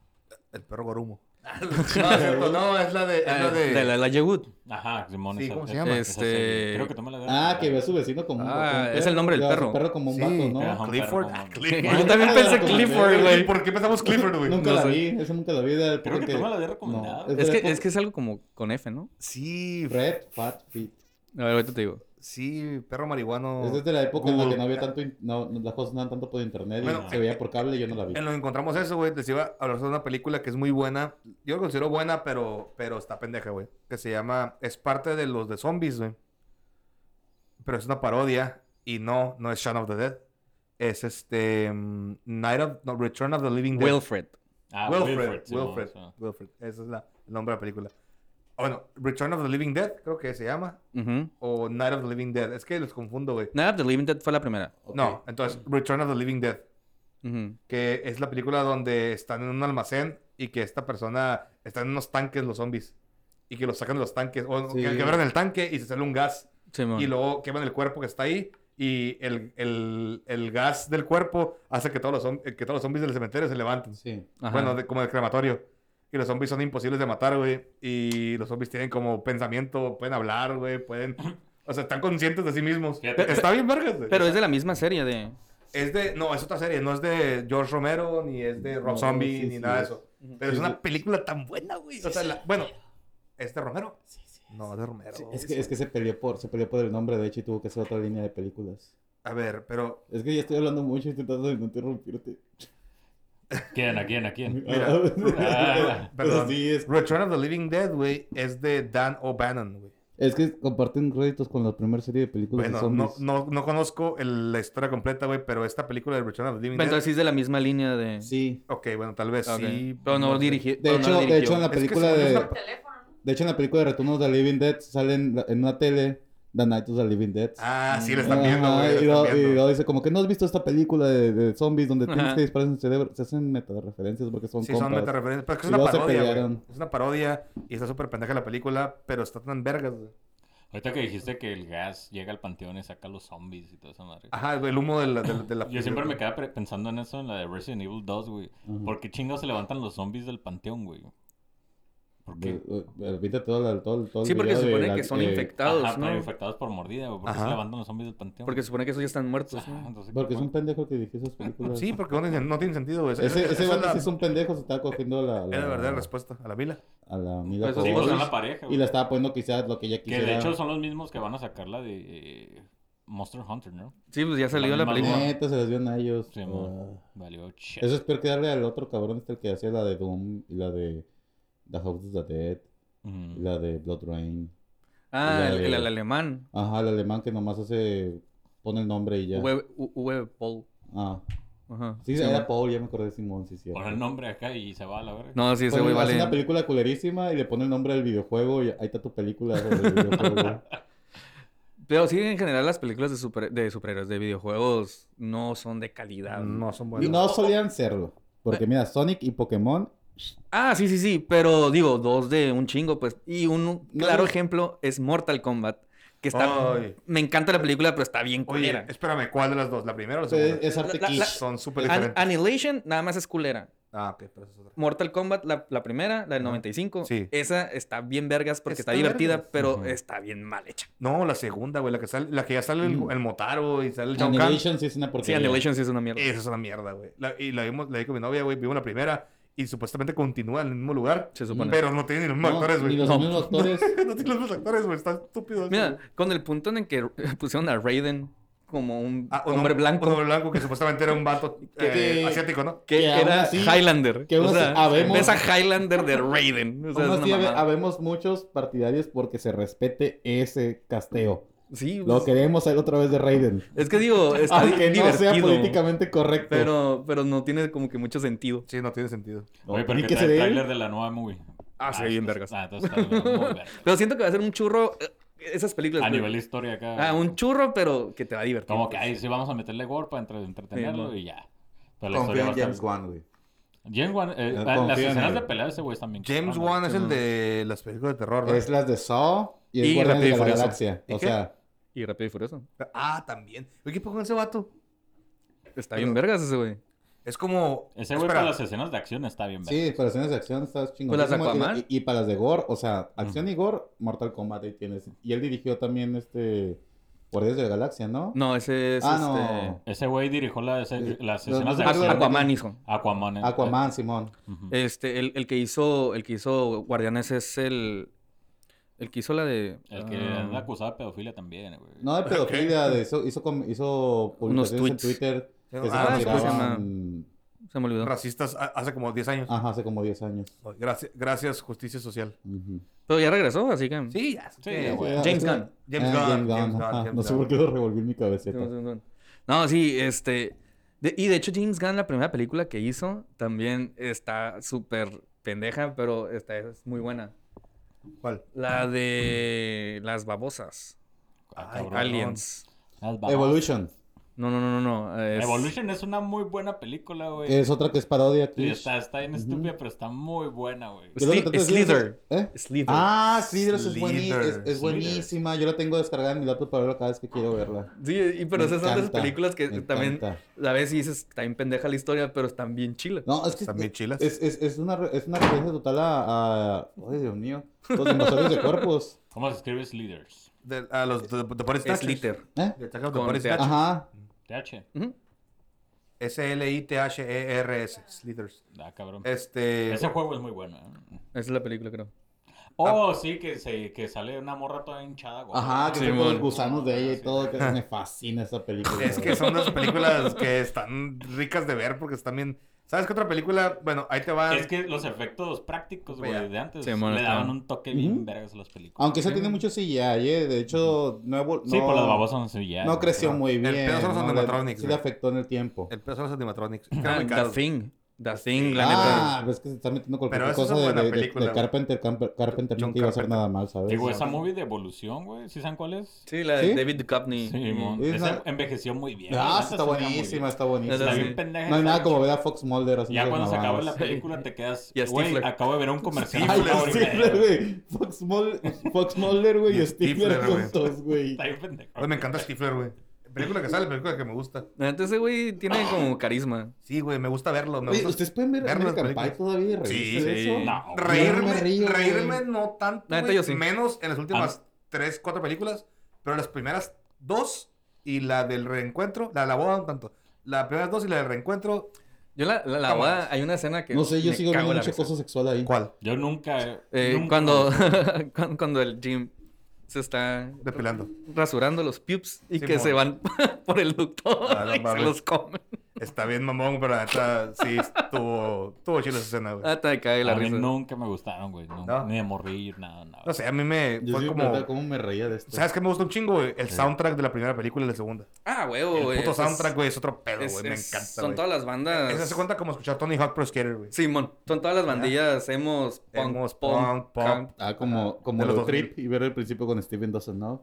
El perro Gorumo. Ah, no, es cierto, no, es la de. Es la Ah, de... la, la Yewood. Ajá, Simón. Sí, esa- ¿cómo se esa- llama? esa serie. Este- Creo que tú me la habías Ah, que ve a recomendado. su vecino como un Ah, como un es el nombre del y a su perro. perro como un Sí. vato, ¿no? Ajá, un perro Clifford. como- Yo también pensé Clifford, ¿Y güey. por qué pensamos Clifford, güey? Nunca No la sé. vi, eso nunca la vi. Creo Creo que tú me la habías recomendado. es- Es que, es que es algo como con F, ¿no? Sí. Red Fat Fit. A ver, ahorita te digo. Sí, perro marihuano. Es desde la época en la Google. que no había tanto, in- no, no- las cosas no eran tanto por internet y Bueno, se veía por cable y yo no la vi. En lo que encontramos eso, güey. Les iba a hablar de una película que es muy buena. Yo la considero buena, pero, pero está pendeja, güey. Que se llama... Es parte de los de zombies, güey. Pero es una parodia. Y no, no es Shaun of the Dead. Es este... mm, Night of... no, Return of the Living Dead. Wilfred. Ah, Wilfred. Wilfred, Wilfred. Simón, Wilfred. o sea. Ese es la- el nombre de la película. Ah, Bueno, Return of the Living Dead, creo que se llama. Ujú. O Night of the Living Dead. Es que los confundo, güey. Night of the Living Dead fue la primera. No, entonces Return of the Living Dead. Ujú. que es la película donde están en un almacén y que esta persona está en unos tanques los zombies y que los sacan de los tanques o Sí. que quebran el tanque y se sale un gas Simón. y luego queman el cuerpo que está ahí y el, el- el gas del cuerpo hace que todos los zom- que todos los zombies del cementerio se levanten Sí. Ajá. bueno de- como el crematorio y los zombies son imposibles de matar güey y los zombies tienen como pensamiento pueden hablar güey pueden o sea están conscientes de sí mismos Fíjate. está bien vergas güey. Pero es de la misma serie de... Es de. No, es otra serie. No es de George Romero, ni es de Rob No, Zombie, sí, ni sí, nada de es- eso. Pero es Sí, una sí. película tan buena, güey. O sea, la- bueno, ¿es de Romero? No, es de Romero. Es que, es que se peleó por, se peleó por el nombre, de hecho, y tuvo que hacer otra línea de películas. A ver, pero. Es que ya estoy hablando mucho intentando de no interrumpirte. ¿Quién? ¿A quién? ¿A quién? Mira. Ah, Perdón. Pues sí, es- Return of the Living Dead, güey, es de Dan O'Bannon, güey. Es que comparten créditos con la primera serie de películas de Bueno, no, zombies. no, no conozco el- la historia completa, güey, pero esta película de Return of the Living Pero Entonces Dead. sí es de la misma línea de... Sí. Ok, bueno, tal vez Ok. sí. Pero no, sé. De dirigi- pero no hecho, la de dirigió. hecho, en la Es que película según de... yo es teléfono. De hecho, en la película de Returnos de Living Dead salen la- en una tele The Night of the Living Dead. Ah, sí, la están viendo, Ajá, güey. la Y, están luego- y viendo. luego dice, como que no has visto esta película de, de zombies donde Ajá. tienes que disparar en el cerebro. Se hacen meta de referencias porque son Sí, compas. son metareferencias. Pero es que es Y una luego se parodia, güey. pelearon. Es una parodia y está súper pendeja la película, pero está tan vergas, güey. Ahorita que dijiste que el gas llega al panteón y saca a los zombies y toda esa madre. Ajá, güey, el humo de la... De, la- de la Yo siempre me quedaba pre- pensando en eso en la de Resident Evil 2, güey. Ajá. ¿Por qué chingados se levantan los zombies del panteón, güey? ¿Por qué? Eh, eh, Repite todo, la- todo, todo el Sí, porque video se de supone la- que son eh, infectados, Ajá, pero ¿no? infectados por mordida, güey. ¿Por qué se Ajá. levantan los zombies del panteón? Porque se supone que esos ya están muertos, Ajá, Ah. ¿no? entonces, Porque es un bueno, pendejo que dirigió esas películas. Sí, porque no tiene, no tiene sentido, güey. Ese, Esa ese es vato la, sí es un pendejo, se estaba cogiendo la... era la verdadera la- respuesta a la vila. A la Mila Pues, sí, Jovovich. pues son la pareja, Y güey. la estaba poniendo quizás lo que ella Que quisiera. de hecho son los mismos que van a sacar la de eh, Monster Hunter, ¿no? Sí, pues ya salió La la misma película. mamá. Neta, se las dieron a ellos. Sí, mo. Ah. Valió shit. Eso es peor que darle al otro cabrón este el que hacía la de Doom y la de The House of the Dead y Ujú. la de Blood Rain. Ah, Ya, el, ya, el- ya. el alemán. Ajá, el alemán que nomás hace... pone el nombre y ya. V, U- V. Paul. Ah. Ajá. Sí, Sí, era man. Paul, ya me acordé de Simón, sí, sí. Pon el nombre acá y se va a la verga. No, sí, ese Pone- güey hace una vale. película culerísima y le pone el nombre del videojuego y ahí está tu película sobre el videojuego. Pero sí, en general, las películas de, super, de superhéroes, de videojuegos, no son de calidad. No son Y buenas. no solían serlo. Porque mira, Sonic y Pokémon, Ah, sí, sí, sí, pero digo, dos de un chingo, pues. Y un claro ejemplo es Mortal Kombat, que está... Ay. Me encanta la película, pero está bien Oye, culera. espérame, ¿cuál de las dos? ¿La primera o la segunda? es, es arte La- la- kitsch. la- Son súper An- diferentes. Annihilation nada más es culera. Ah, ok, pero esa es otra. Mortal Kombat, la, la primera, la del 95, Sí. esa está bien vergas porque está, Está divertida, vergas. pero Ujú. está bien mal hecha. No, la segunda, güey, la que, sale, la que ya sale el, Mm. el Motaro y sale el Shao Kahn. Annihilation sí es una Sí, porquería. Annihilation sí es una mierda. Esa es una mierda, güey. La- y la vimos, la vi con mi novia, güey, vimos la primera y supuestamente continúa en el mismo lugar. Se supone. Pero no tienen los mismos No, actores, ni güey. los No. mismos actores. no tiene los mismos actores, güey. Está estúpido. eso, Mira, güey. con el punto en el que pusieron a Raiden como un Ah, un hombre blanco, Un hombre blanco que supuestamente era un vato Que- eh, asiático, ¿no? que, que aún era así- Highlander. que aún o así sea, habemos- ves a Highlander de Raiden. O sea, es Aún una así, habe- mamada. habemos muchos partidarios porque se respete ese casteo. Sí, Lo pues, queremos hacer otra vez de Raiden. es que digo, está Aunque no divertido, sea políticamente correcto. pero, pero no tiene como que mucho sentido. Sí, no tiene sentido. No, Oye, pero ni que que trae se el dé. tráiler de la nueva movie. Ah, sí, bien entonces- vergas. Ah, entonces está muy verga. Pero siento que va a ser un churro eh, esas películas. A güey. nivel historia acá. Ah, un churro, pero que te va a divertir. Como que pues. ahí sí vamos a meterle gore para entre- entretenerlo Sí, y ya. Pero la historia va a estar... Wan, güey. James Wan, eh, Confío las en escenas él. de pelea de ese güey están bien. James cabronas. Wan es el de las películas de terror, Es ¿verdad? las de Saw y es Y Guardianes Rápido y de la Furioso. Galaxia. ¿Y O qué? sea, Y Rápido y Furioso. Ah, también. Oye, ¿qué poco con ese vato? Está bien vergas ese güey. Es como. Ese güey Espera, para las escenas de acción está bien. verga. sí, para escenas de acción estás chingón. Pues las de Aquaman. Y, y para las de Gore, o sea, acción y Gore, Mortal Kombat ahí tienes. Y él dirigió también este Guardianes de la Galaxia, ¿no? No, ese es ah, no. este... Ese güey dirigió las, las Pero escenas no de se acción. Aqu- acuerda- Aquaman hizo. Aquaman. eh. Eh, Aquaman, Simón. Ujú. Este, el, el que hizo, el que hizo Guardianes es el El que hizo la de. El que ah, anda acusado de pedofilia también, güey. No de pedofilia, de eso, hizo, com- hizo publicaciones en tweets. Twitter que se Ah, ¿cómo se llama? consideraban- Se me olvidó. Racistas a- hace como 10 años. Ajá, hace como 10 años. Ah. Gracias, gracias, Justicia Social. Ujú. Pero ya regresó, así que. Sí, ya. Sí, que- güey. James Ah, Gunn. James ah, Gunn, James Gunn, ajá. James No sé Gunn. por qué lo revolví en mi Sí, cabeceta. sí, sí. No, sí, este. de- y de hecho, James Gunn, la primera película que hizo, también está súper pendeja, pero esta es muy buena. ¿Cuál? La de las babosas. Ah, Ay, cabrón. Aliens. Las babas. Evolution. No, no, no, no, no. es- Evolution es una muy buena película, güey. Es otra que es parodia. Sí, Clish. está, está bien estúpida, pero está muy buena, güey. Pues ¿Qué es lo que te Sli- estoy diciendo? Slither. ¿Eh? Slither. Ah, Slither es, bueni- Slither, es- es Slither. buenísima. Yo la tengo descargada en mi laptop para verla cada vez que quiero verla. Sí, y pero Me esas son de esas encanta, películas que me también encanta. a veces dices, también pendeja la historia, pero están bien chilas. No, es que Están bien chilas. es, es, es una, re- es una referencia total a, a- Ay, Dios mío. Los invasores de cuerpos. ¿Cómo se escribe Leaders? De, a los de, de Body Es Snatchers. Slither. ¿Eh? De Attack of the Con Body TH. Snatchers. Ajá. TH. Ujú. S-L-I-T-H-E-R-S. E Slithers. Ah, cabrón. Este. Ese juego es muy bueno. ¿eh? Esa es la película, creo. Oh, sí, que, se, que sale una morra toda hinchada, güey. Ajá, que Sí, son mon. los gusanos de ella y todo. Que me fascina esa película. Es que son las películas que están ricas de ver porque están bien. ¿Sabes qué otra película? Bueno, ahí te van. Es que los efectos prácticos, güey, de antes Sí, bueno, le está. daban un toque bien Ujú. vergas a las películas. Aunque esa tiene mucho CGI, ¿eh? De hecho, no, evol- Sí, Ah, no- por las babosas no sé ya. no güey. creció No, muy el bien. pedo son los ¿no? Le- animatronics, Sí le güey. afecto en el tiempo. El pedo son los animatronics. Ah, Eran muy The caros. Thing. The Thing, la ah, ves que se está metiendo con Pero cualquier esa es cosa de, buena de- de- película, de güey. Carpenter. Camper- Carpenter John no te iba a hacer Carpenter. nada mal, ¿sabes? Ah, Digo, esa movie de evolución, güey. ¿Sí saben cuál es? neta. Sí, la de ¿Sí? David Duchovny. Sí, mon. Es Esa una- envejeció muy bien. Ah, Esa está sí muy buenísima, bien. está buenísima. Está Sí. bien pendeja. No hay esa nada como chava. ver a Fox Mulder así. Ya cuando se acaba la la película te quedas, Y a güey, Stifler. acabo de ver un comercial. Stifler, una hora y media". Stifler, güey. Fox, Mul- Fox Mulder, güey, y Y Stifler Stifler, güey. juntos, güey. Está bien pendejo. Ay, me encanta Stifler, güey. Película que sale, película que me gusta. La neta, ese güey tiene como carisma. Sí, güey, me gusta verlo. Me Güey, gusta ¿Ustedes pueden ver ver las American Pie películas. todavía? y Sí, reírse de sí. eso? No, güey. Reírme, Yo no me río, güey. reírme no tanto, La neta, güey, yo sí. Ah. menos en las últimas tres, cuatro películas, pero las primeras dos y la del reencuentro, la de la boda un tanto. Las primeras dos y la del reencuentro, Yo la, la, la Cámaras. boda, hay una escena que No sé, yo me sigo cago viendo en la mucho risa. acoso sexual ahí. ¿cuál? Yo nunca. Eh, nunca- cuando, cuando, cuando el Jim se está Depilando. rasurando los pubes y Sí, que mon. se van por el ducto Ah, no y se mames. Pues, los comen. Está bien mamón, pero la neta sí estuvo, estuvo chila esa escena, güey. Ah, te cae la A mí risa. nunca me gustaron, güey. nunca. ¿No? Ni de morir, nada, nada. No sé, a mí me Yo fue sigo como... como... cómo me reía de esto. ¿Sabes qué me gusta un chingo, güey? El soundtrack de la primera película y la segunda. Ah, huevo, El güey. puto eso es- soundtrack, güey, es otro pedo, es- güey. Me es- encanta, Son güey. todas las bandas. Esa se cuenta como escuchar Tony Hawk Pro Skater, güey. Simón, son todas las bandillas. Hemos punk, Hemos punk, punk, punk. Ah, como, como De los los dos trip y ver el principio con Steven Dawson, ¿no?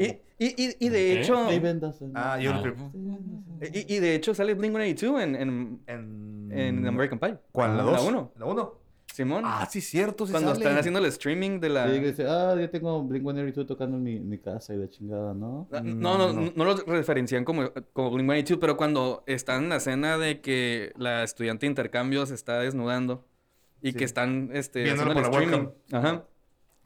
Y, y, y, y de ¿Qué? hecho, Steven Dawson. ¿no? Ah, yo Ah. lo que- y, y de hecho sale Blink 182 en, en, En... en American Pie. Mm. ¿Cuál? ¿La 2? La 1. ¿La 1? Simón, Ah, sí, cierto, sí cuando sale. están haciendo el streaming de la. Sí, que dice, ah, yo tengo Blink-182 tocando en mi, en mi casa y la chingada, ¿no? Ah, No, no, no, no los referencian como, como Blink-182, pero cuando están en la escena de que la estudiante de intercambio se está desnudando y que Sí. están este, Viéndolo haciendo por el la streaming, ajá,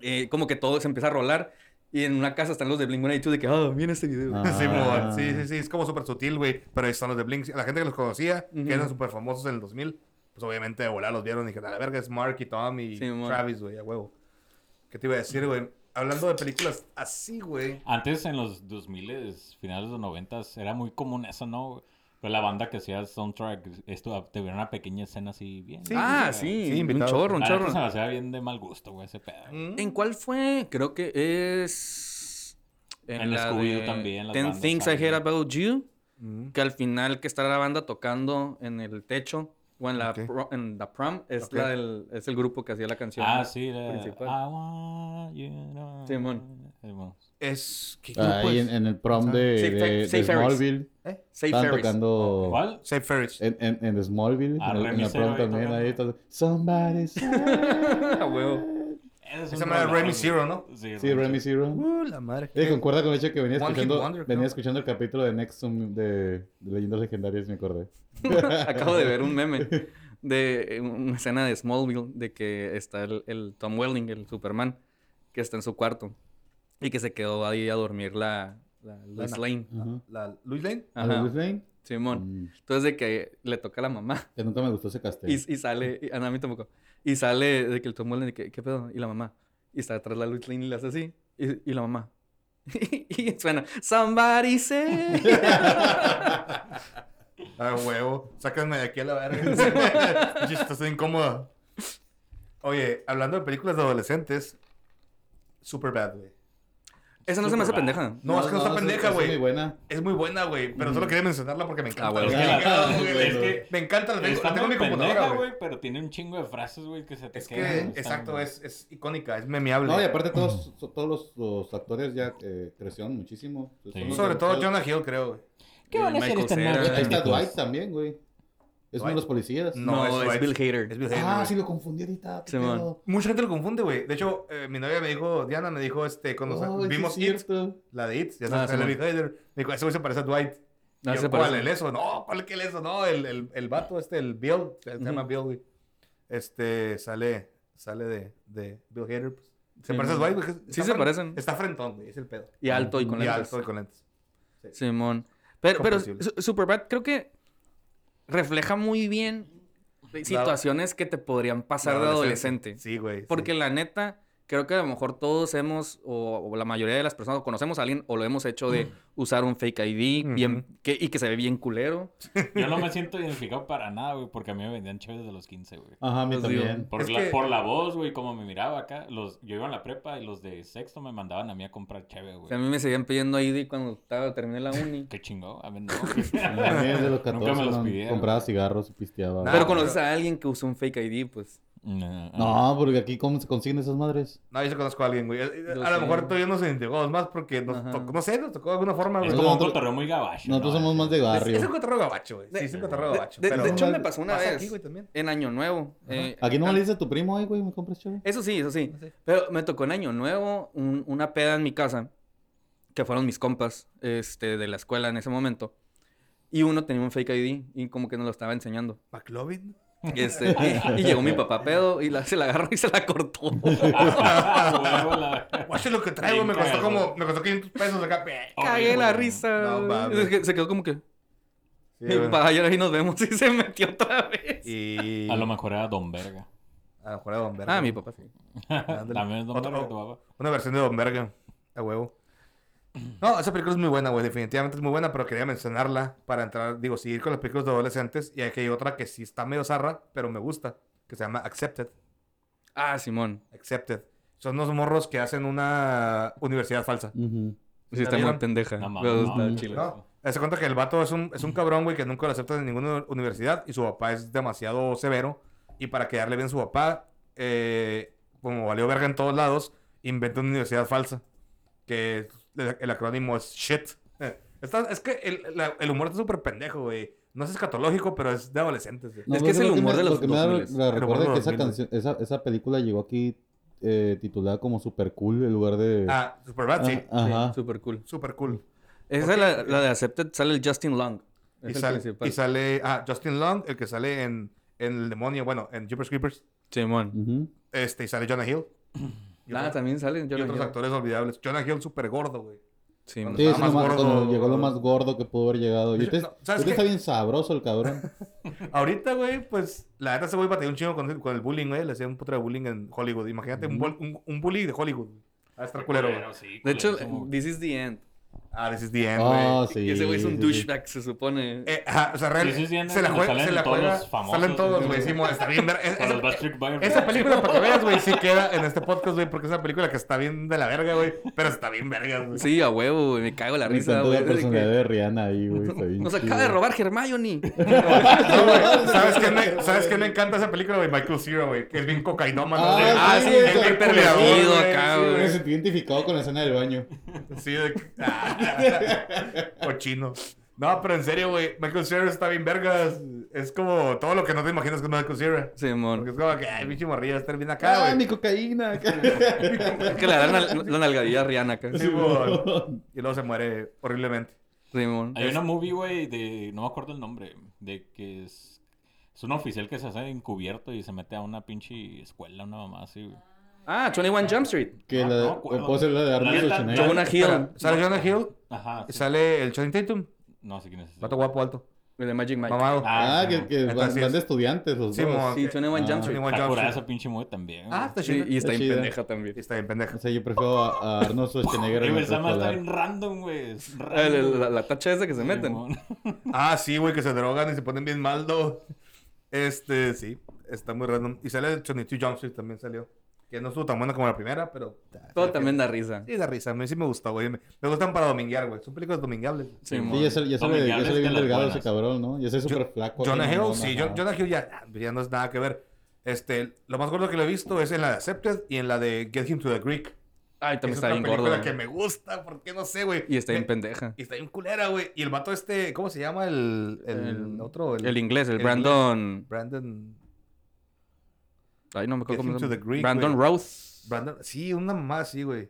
eh, como que todo se empieza a rolar y en una casa están los de Blink-182 de que, ah, mira este video. Ah. Sí, Ah. mo- sí, sí, sí, es como súper sutil, güey. Pero ahí están los de Blink. La gente que los conocía, Ujú. que eran súper famosos en el 2000, pues obviamente de volar los vieron y dijeron, a la verga es Mark y Tom y Sí, mo. Travis, güey, a huevo. ¿Qué te iba a decir, güey? Hablando de películas así, güey. Antes, en los 2000, finales de los 90, era muy común eso, ¿no? Pero la banda que hacía soundtrack, esto te hubiera una pequeña escena así bien. Sí, ah, sí, sí, sí, un invitados. chorro, un La neta chorro. se me hacía bien de mal gusto, güey, ese pedo. güey. Mm. ¿En cuál fue? Creo que es... En la Scooby-Doo de también, las Ten bandas Things I también. Hate About You. Mm. que al final que está la banda tocando en el techo o en la, Ok. pro- en la prom es, Ok. la del- es el grupo que hacía la canción. Ah, sí, la... principal. I want you to- Simón. Simón. Es... ¿Qué grupo Ahí es? en, en el prom de, Safe de- Fer- de Safe Ferris. Smallville. ¿Eh? Save Estaban Ferris. tocando... ¿Cuál? Safe Ferris. En, en, en Smallville, en, Ah, el- en la Remisero prom ahí también, tocando. ahí está. Somebody A huevo. Ese es Esa un madre rolón, Remy güey. Zero, ¿no? Sí, Sí, Remy Zero. Uh, la madre. Eh, concuerda con el hecho que venía One Hit escuchando, Wonder, venía ¿no? escuchando el capítulo de Nexum de, de Leyendas Legendarias, me acordé. Acabo de ver un meme de una escena de Smallville de que está el, el Tom Welling, el Superman, que está en su cuarto y que se quedó ahí a dormir la, la Lois Lana. Lane. Ajá. ¿La Louis Lane? ¿A la Ajá, Luis Lane? Simón. Mm, Entonces de que le toca a la mamá que nunca me gustó ese castellano. Y, y sale, y, ah, no, a mí tampoco. Y sale de que el Tom Welling, de que, ¿qué pedo? Y la mamá, Y está atrás la Luis Lane y le hace así. Y, y la mamá. y suena, somebody say. Ah, huevo. Sácame de aquí a la verga. Yo estoy incómoda. Oye, hablando de películas de adolescentes, Superbad, güey. Esa no se me hace Superbad. pendeja. No, es que no, está es- pendeja, es muy güey. buena. Es muy buena, güey. Pero Mm. solo quería mencionarla porque me encanta. Ah, güey. güey. Es que la- güey. es que- Me encanta, la tengo, Está la tengo en mi muy computadora, pendeja, güey. güey, pero tiene un chingo de frases, güey, que se te Es que, quedan, están- exacto, es, es icónica, es memeable. No, y aparte todos, so- todos los, los actores ya eh, crecieron muchísimo. Son Sí. los Sobre de- todo son- Jonah Hill, creo, güey. ¿Qué van a hacer Michael esta Cera. noche? Ahí está chicos? Dwight también, güey. Es uno de los policías. No, No, es Dwight. es, Bill Hader. Es Bill Hader, Ah, güey. sí lo confundí ahorita. qué Simón. pedo. Mucha gente lo confunde, güey. De hecho, eh, mi novia me dijo, Diana me dijo, este, cuando sa- Ay, sí es vimos It, cierto. la de It, ya Ah, sabes, sale Simón. Bill Hader. Me dijo, ese güey se parece a Dwight. Ah, Y yo, se ¿Cuál eh? parece. el eso? No, ¿cuál que el eso? No, el, el, el vato, este, el Bill, se llama Bill, güey. Este, sale, sale de, de Bill Hader, pues. ¿Se Sí, parece a güey. Dwight, güey? Sí Está se fren- parecen. Está frentón, güey, es el pedo. Y alto y con Y lentes. alto y con lentes. Simón. Pero, pero Comprensible. Su- Superbad creo que refleja muy bien situaciones que te podrían pasar de adolescente. Sí, güey. Porque sí. la neta, creo que a lo mejor todos hemos, o, o la mayoría de las personas, o conocemos a alguien, o lo hemos hecho de usar un fake ID bien, que, y que se ve bien culero. Yo no me siento identificado para nada, güey, porque a mí me vendían chéveres de los 15, güey. Ajá, a mí Los digo. también. Por, Es la, que- por la voz, güey, como me miraba acá. Los, yo iba en la prepa y los de sexto me mandaban a mí a comprar chévere, O sea, a güey. mí me seguían pidiendo ID cuando estaba, terminé la uni. Qué chingón. A mí no. A mí desde los Nunca 14 me los no, pidieron. compraba cigarros y pisteaba. Nah. pero Ah, conoces pero- a alguien que usó un fake ID, pues. No, No, porque aquí cómo se consiguen esas madres. No, yo sí conozco a alguien, güey. Eh, A Yo lo sí. mejor todavía nos identificamos más porque nos Ajá. tocó, no sé, nos tocó de alguna forma, Es güey. como un Nosotros- cotorreo muy gabacho. Nosotros ¿no? somos más de Es, es barrio. un cotorreo gabacho, güey. Sí, es un cotorreo gabacho. De, de- pero de hecho, me pasó una pasa vez. aquí, güey, también. En Año Nuevo. eh, Aquí no le dices a tu primo, eh, güey, me compras chévere. Eso sí, eso sí. Pero me tocó en Año Nuevo un- una peda en mi casa, que fueron mis compas este, de la escuela en ese momento. Y uno tenía un fake ID y como que nos lo estaba enseñando. McLovin. Este, y, y llegó mi papá pedo y la, se la agarró y se la cortó. Huevo, la- Guacha lo que traigo, Bien me costó cagado. como, me costó 500 pesos acá. Cagué Horrible. la risa. No güey. mames. Es que se quedó como que. Sí, "Mi güey. papá, ayer ahí nos vemos y se metió otra vez. Y... A lo mejor era Don Verga. A lo mejor era Don Verga. Ah, mi papá sí. Ándale. También es Don Otro- Verga, tu papá. Una versión de Don Verga. A huevo. No, esa película es muy buena, güey. Definitivamente es muy buena, pero quería mencionarla para entrar, digo, seguir con las películas de adolescentes. Y aquí hay otra que sí está medio zarra, pero me gusta, que se llama Accepted. Ah, Simón. Accepted. Son unos morros que hacen una universidad falsa. Ujú. Sí, está ¿La muy vieron? pendeja. No mames, pero no, está no, chila. ¿no? Se cuenta que el vato es un, es un cabrón, güey, que nunca lo aceptan en ninguna universidad y su papá es demasiado severo. Y para quedarle bien a su papá, eh, como valió verga en todos lados, inventa una universidad falsa. Que el, el acrónimo es shit. Eh, está- es que el, la- el humor está súper pendejo, güey. No es escatológico, pero es de adolescentes. güey. No, Es que es el lo humor me- de lo los que me da 2000s. la- El humor de recuerdo que los esa 2000s. canción, esa, esa película llegó aquí eh, titulada como Super Cool en lugar de. Ah, Superbad, sí. Ah, Ajá. Súper cool. Super cool. Esa es la, la de Accepted, sale el Justin Long. Es Y el sale, principal. y sale- ah, Justin Long, el que sale en, en El Demonio, bueno, en Jeepers Creepers. Simón. Ujú. Este, y sale Jonah Hill. Y Ah, otro- también sale. Yo y lo otros vi. actores olvidables. Jonah Hill súper gordo, güey. Sí, Cuando Sí, Estaba es más lo más- cuando gordo. llegó lo más gordo que pudo haber llegado. Y Yo- usted, no, ¿sabes usted qué? está bien sabroso el cabrón. Ahorita, güey, pues, la neta se voy batalló un chingo con, con el bullying, güey. Le hacía un puto de bullying en Hollywood. Imagínate un, bol- un, un bully de Hollywood. Ah, está culero, güey. sí, De hecho, culerísimo, güey. This is the End. Ah, this is the end, güey. Ah, sí. y ese güey es un sí, sí. douchebag, se supone. Eh, ajá, o sea, real, This is the end se la cuando juega, salen se la todos juega, los famosos. salen todos, güey, sí, mo- está bien, ver- es- Con esa- los Backstreet Boys. esa película, para que veas, güey, sí queda en este podcast, güey, porque es una película que está bien de la verga, güey, pero está bien verga, güey. Sí, a huevo, güey. Me cago en la Me risa, encantó la güey. de que personalidad de Rihanna ahí, güey. está bien Nos chido. acaba de robar Hermione. No, güey, ¿Sabes qué me, ¿sabes qué me encanta esa película, güey? Michael Cera, güey, que es bien cocainómano. Ah, güey. Ah, sí, sí, es sí, bien sí, peleador, pervertido güey, acá, sí, güey. Me sentí identificado con la escena del baño. Sí, de... que- Ah, cochino. No, pero en serio, güey, Michael Cera está bien vergas. Es como todo lo que no te imaginas que es Michael Cera. Porque Simón. es como que, ay, bicho morrillo, está bien ¡Ah, acá, mi güey. cocaína! Es que le dan la, la nalgadilla a Rihanna acá. Sí, güey. y luego se muere horriblemente. Simón. Hay una movie, güey, de. No me acuerdo el nombre. De que es. Es un oficial que se hace encubierto y se mete a una pinche escuela, una mamá así, güey. Ah, 21 Jump Street. que No, la, no me acuerdo. puedo ser la de Arnold neta, Schwarzenegger. Jonah Hill. Espera, Sale Jonah Hill, Ajá. sí. sale el Channing Tatum, No sé quién es ese. vato guapo alto. El de Magic Mike. Mamado. Ah, Ah, que, que Entonces, van, sí van es. de estudiantes los Sí, dos. mo- Sí, Ah. 21 Jump Street. Tony One Está Jump Street. curada esa pinche movie también. Ah, está Sí, chido. y está bien chida. pendeja también. Está bien pendeja. O sea, yo prefiero a, a Arnold Schwarzenegger. güey. en Güey, el esa madre está bien escolar. random, güey. es Ah, La, random. la- la tacha esa que se meten. Simón. Ah, sí, güey, que se drogan y se ponen bien maldo. Este, sí, está muy random. Y sale el 22 Jump Street también salió. Que no estuvo tan buena como la primera, pero... Todo también da risa. Sí, da risa. A mí sí me gustó, güey. Me, me gustan para dominguear, güey. Son películas domingables. Sí, Simón. Sí, ya se, ya se le, ya Dominables se le de bien las delgado ese buenas. cabrón, ¿no? Ya se ve súper flaco. Jonah así, Hill, mamón, sí. ajá. Jon- Jonah Hill ya, ah, pues ya no es nada que ver. Este, lo más gordo que lo he visto es en la de Accepted y en la de Get Him to the Greek. Ay, también es Este está otra bien película gordo. eh. que me gusta, porque no sé, güey. Y está bien Me- pendeja. Y está bien culera, güey. Y el vato este, ¿cómo se llama el, el, El- otro? El inglés, el el Brandon. Brandon... Ay, no me acuerdo Get him cómo se to llama. the Greek, Brandon güey. Routh. Brandon... Sí, una mamá, sí, güey.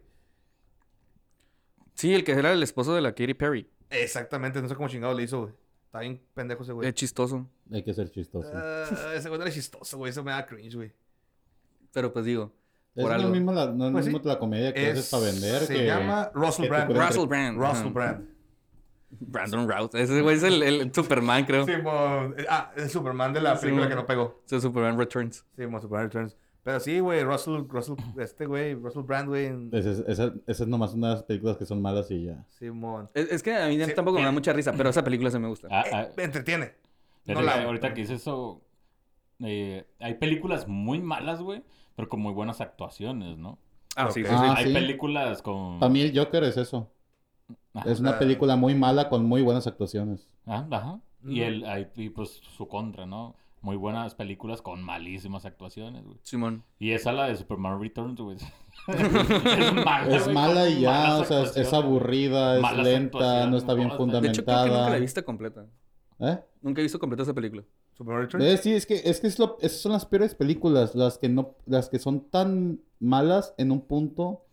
Sí, el que era el esposo de la Katy Perry. Exactamente, no sé cómo chingado le hizo, güey. Está bien pendejo ese güey. Es chistoso. Hay que ser chistoso. Ah, ese güey no era chistoso, güey. Eso me da cringe, güey. Pero pues digo, es por lo algo. mismo la, no es Pues lo sí. mismo la comedia que haces para vender. Se que... llama que Russell te Brand. pueden- Russell Brand. Russell ajá. Brand. Brandon Routh. Ese güey es el, el Superman, creo. Sí, mo- ah, el Superman de la Sí, película mo- que no pegó. Es el Superman Returns. Sí, mo, Superman Returns. Pero sí, güey, Russell, Russell, este güey, Russell Brand, güey. en- Esa es, esa, esa es nomás una de las películas que son malas y ya. Simón. Es, es que a mí Sí, tampoco me da bien. mucha risa, pero esa película se me gusta. Ah, ah, Eh, me entretiene. fíjate no la- que ahorita que dices eso, eh, hay películas muy malas, güey, pero con muy buenas actuaciones, ¿no? Ah, sí, ok. sí, sí. Ah, hay sí. películas con... Para mí el Joker es eso. Ah, Es una la- película muy mala con muy buenas actuaciones. ah, ajá. Y, Ujú. el, hay- y pues su contra, ¿no? Muy buenas películas con malísimas actuaciones, güey. Simón. Y esa la de Superman Returns, güey. Es es mala, Ah, güey, mala con y ya, malas o sea, es- es actuaciones. aburrida, es Malas lenta, no actuaciones, está bien todas, güey. De hecho, creo que nunca la fundamentada. he visto completa. ¿Eh? Nunca he visto completa esa película. Superman Returns. Eh, sí, es que, es que es lo- esas son las peores películas, las que no, las que son tan malas en un punto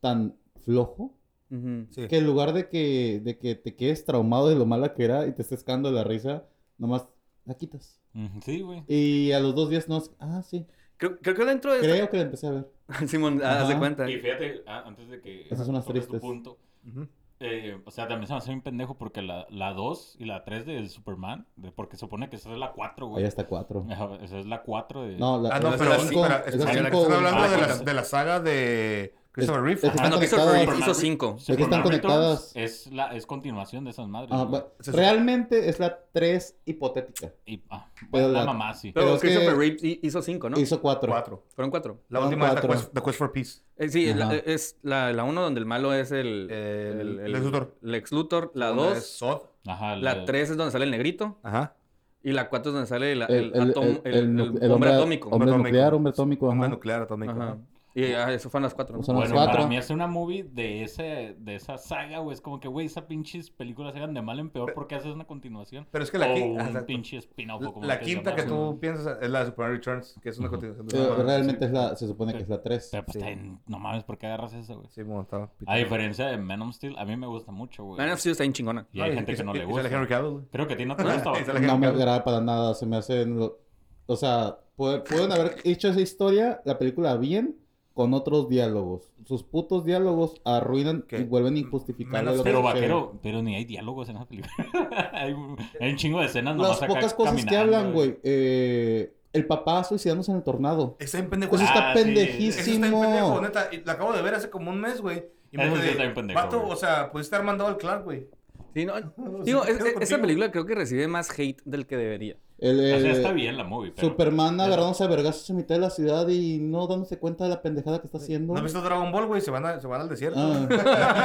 tan flojo, Ujú. Sí. que en lugar de que, de que te quedes traumado de lo mala que era y te estés cagando de la risa, nomás la quitas. Ujú, Sí, güey. Y a los dos días no es- ah, sí, Creo, creo que dentro de... creo que la empecé a ver. Simón, ah, Ajá. haz de cuenta. Y fíjate, ah, antes de que... Esas son las toques tu tristes. punto, Ujú. eh, o sea, también se me hace bien pendejo porque la, la 2 y la 3 del Superman, de- porque supone que esa es la 4, Ahí güey. hasta cuatro. Ajá, Esa es la 4 de... No, la, Ah, no, la pero sí, cinco- espera, es la espera, cinco, están güey. hablando de la, Ah, de la saga de Christopher Reeve. es que Ah, Ah, están no, conectadas. Christopher Reeve Superman hizo Re- 5. que están Superman Returns conectadas. Es, la, es continuación de esas madres. Ah, güey. va- Se- realmente es la 3 hipotética. Y, ah, Pero la la- mamá sí. Pero Pero es que- Christopher Reeve hi- hizo 5, ¿no? Hizo 4. Cuatro. Fueron 4. La Ah, última es The cuatro. Quest, The Quest for Peace. sí, Ajá. la, eh, es la 1 donde el malo es el... El- Lex Luthor. Lex Luthor. La Una es 2. Zod. Ajá, La 3 es donde sale el negrito. Ajá. Y la 4 es donde sale la- El, el, el- atom- el- el el- el nu- el hombre atómico. Hombre Hombre nuclear, atómico. hombre atómico. Bomba Ajá. nuclear atómica. Ajá. Ajá. Y ah, eso fueron las 4, ¿no? Son las Bueno, cuatro. para mí hacer una movie de ese, de esa saga, güey, es como que, güey, esas pinches películas eran de mal en peor porque haces una continuación. Pero es que la, o qui- Oh, un exacto. pinche spin-off. o como la lo quieras quinta que llamar, güey. tú piensas es la de Superman Returns, que es una continuación de Pero Superman. realmente es la, se supone que es la 3. Pero, pues, Sí. está en- no mames, ¿por qué agarras eso, güey? Sí, bueno, estaba A diferencia de Man of Steel, a mí me gusta mucho, güey. Man of Steel está bien chingona. Y hay gente que no le Sale Henry gusta. Cavill, güey. Creo que a ti no te gusta, güey. Y sale No Henry me Cavill. agrada para nada. Se me hacen. lo- O sea, pu- pueden haber hecho esa historia, la película bien, con otros diálogos. Sus putos diálogos arruinan ¿Qué? y vuelven Menos- injustificables. lo que Pero sucede. vaquero, pero ni hay diálogos en esa película. hay, un- hay un chingo de escenas nomás Las acá pocas cosas que caminando, hablan, güey. eh, el papá suicidándose en el tornado. Está bien pendejo. Eso Ah, está sí. Eso está bien pendejísimo. pendejo, neta. Y La acabo de ver hace como un mes, güey. Y me Eso sí quedé, está bien pendejo, Vato, güey. o sea, pudiste haber mandado al Clark, güey. Sí, no, No, digo, sí, es- quedo es- esa contigo. película creo que recibe más hate del que debería. El, O sea, eh, está bien la movie, pero... Superman agarrándose a vergazos en mitad de la ciudad y no dándose cuenta de la pendejada que está haciendo. ¿No has visto Dragon Ball, güey? Se van, a- se van al desierto. Ah,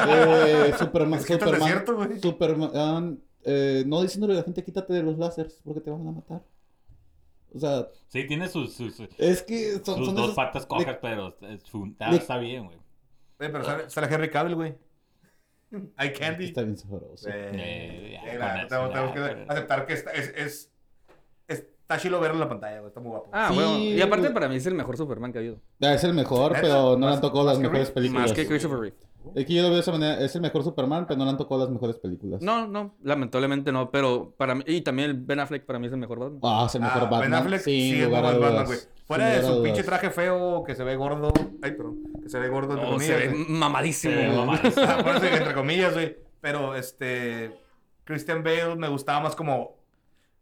eh, Superman, Es que está el Superman, desierto, güey. Superman, eh, no diciéndole a la gente quítate de los láseres porque te van a matar. O sea, Sí, tiene sus, sus, sus es que son, son dos esos- patas cojas, pero es- es un- ah, está bien, güey. Güey, pero sale, sale Henry Cavill, güey. Hay Candy. Está bien sabroso. Eh, Eh, ya, la- con eso, tenemos, ya, tenemos que pero- aceptar que está, es, es, está chilo verlo en la pantalla, güey. Está muy guapo. Ah, Sí, bueno. Y aparte güey. para mí es el mejor Superman que ha habido. Ah, Es el mejor, Neta, pero no le más- han tocado más las que mejores Rick. películas. Más que Christopher Reeve. Es que yo lo veo de esa manera. Es el mejor Superman, pero no le han tocado las mejores películas. No, no, lamentablemente no, pero para mí... Y también el Ben Affleck para mí es el mejor Batman. Ah, es el mejor Ah, Batman. Ben Affleck sin sigue lugar como a el Batman, dudas. güey. Sin Fuera de lugar a su pinche dudas. traje feo que se ve gordo. Ay, perdón. Que se ve gordo entre Oh, se comillas. ve güey. mamadísimo. Se ve güey. mamadísimo. Ah, por eso digo entre comillas, güey. Pero este. Christian Bale me gustaba más como.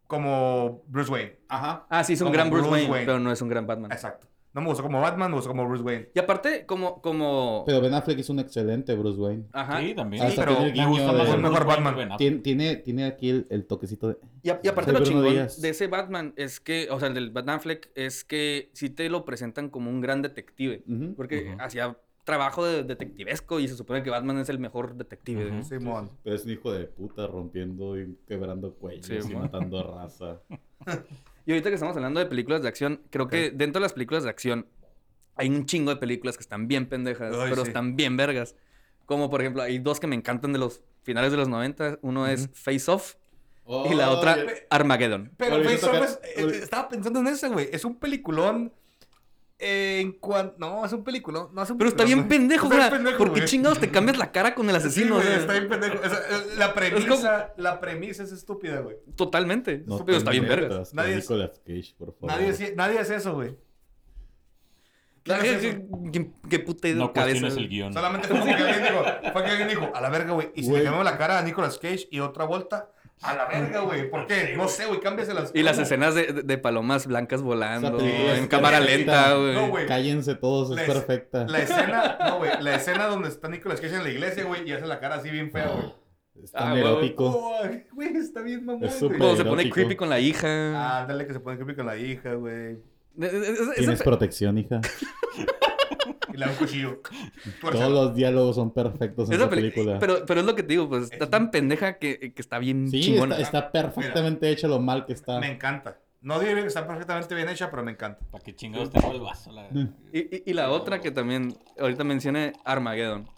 como Bruce Wayne. Ajá. Ah, sí, es un Como gran Bruce, Bruce Wayne, Wayne. pero no es un gran Batman. Exacto. No me gustó como Batman, me gustó como Bruce Wayne. Y aparte, como, como... Pero Ben Affleck es un excelente Bruce Wayne. Ajá. Sí, también. Hasta pero tiene el me guiño gusta más de- el mejor Bruce Wayne Batman. que Ben Affleck. Tiene, tiene, tiene aquí el, el toquecito de... Y, a- y aparte Sí, lo Bruno chingón Díaz. de ese Batman es que, o sea, el del Batman Fleck es que sí te lo presentan como un gran detective. Ujú. Porque Ujú. hacía trabajo de detectivesco y se supone que Batman es el mejor detective. Ujú. Simón. Pero es un hijo de puta rompiendo y quebrando cuellos Sí, y mo. matando a raza. Y ahorita que estamos hablando de películas de acción, creo que dentro de las películas de acción hay un chingo de películas que están bien pendejas, Ay, pero sí. están bien vergas. Como por ejemplo, hay dos que me encantan de los finales de los 90. Uno es Face Off y la otra Armageddon. Pero Ahorita Face Off toca- es- eh, estaba pensando en ese, güey. Es un peliculón. En cuanto. No, es un peliculón. No, es un Pero está bien peliculón, güey. pendejo, Está güey. bien pendejo, ¿Por qué güey. chingados te cambias la cara con el Sí, asesino? güey, O sea, está bien pendejo. O sea, eh, la premisa, la premisa es estúpida, güey. Totalmente. No pero está te bien vergas. metas con Nadie es- Nicolas Cage, por favor. Nadie, hace- nadie hace eso, güey. Nadie hace eso. ¿Qué, qué, qué puta No cabeza. cuestiones el guión. Solamente fue porque alguien dijo, fue que alguien dijo, a la verga, güey. Y si Güey. le cambiamos la cara a Nicolas Cage y otra vuelta, a la verga, güey. ¿Por qué? No sé, güey, cámbiaselas. Y las escenas de, de- de palomas blancas volando, Esa película en es cámara perfecta. lenta, güey. No, güey. Cállense todos, es La es- perfecta. La escena, no, güey, la escena donde está Nicolas Cage en la iglesia, güey, y hace la cara así bien fea, güey. Es tan Ah, güey, erótico. Ay, Güey, está bien mamón, Es güey. súper- Cuando se pone erótico. creepy con la hija. Ah, dale que se pone creepy con la hija, güey. Es- es- es- Tienes ese- protección, hija. Y le da un cuchillo. Todos los diálogos son perfectos en esa esa peli- película. Pero, pero es lo que te digo, pues está Eh, tan pendeja que, que está bien Sí, chingona. está, está perfectamente hecho lo mal que está. Me encanta. No diré que está perfectamente bien hecha, pero me encanta. ¿Para qué chingados tengo el vaso? La... Y, y- y la otra que también ahorita mencioné, Armageddon.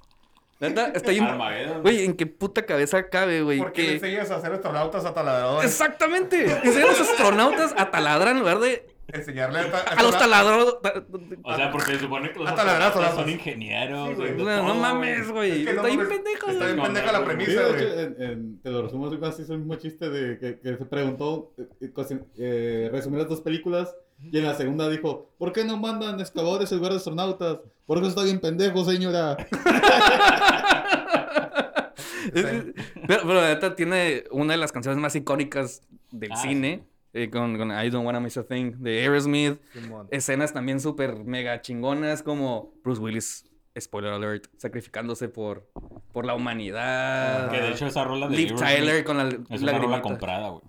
La neta, está bien. Armageddon. Güey, ¿en qué puta cabeza cabe, güey? ¿Por qué que- le enseñas a hacer astronautas a taladradores? Exactamente. Enseñan a los astronautas a taladrar en lugar de Enseñarle a, ta- a los taladros. O sea, porque se supone que los Hasta la grasa, astronautas la- son ingenieros. Sí, güey, güey. de No, no todo, mames, güey. Es que no Está bien mames, pendejo, Está güey. bien pendeja la Sí, premisa, de güey. hecho, en- en- te lo resumo algo así, es el mismo chiste de que, que se preguntó, eh, cose- eh, resumió las dos películas y en la segunda dijo, ¿por qué no mandan excavadores en lugar de astronautas? ¿Por qué está bien pendejo, señora? Es- es- Pero, pero la neta tiene una de las canciones más icónicas del Ah, cine. eh, con, con I Don't Wanna Miss a Thing de Aerosmith. Simón. Escenas también súper mega chingonas como Bruce Willis, spoiler alert, sacrificándose por, por la humanidad. Que de hecho esa rola de Liv Aerosmith Tyler con la es una rola lagrimita. comprada, güey.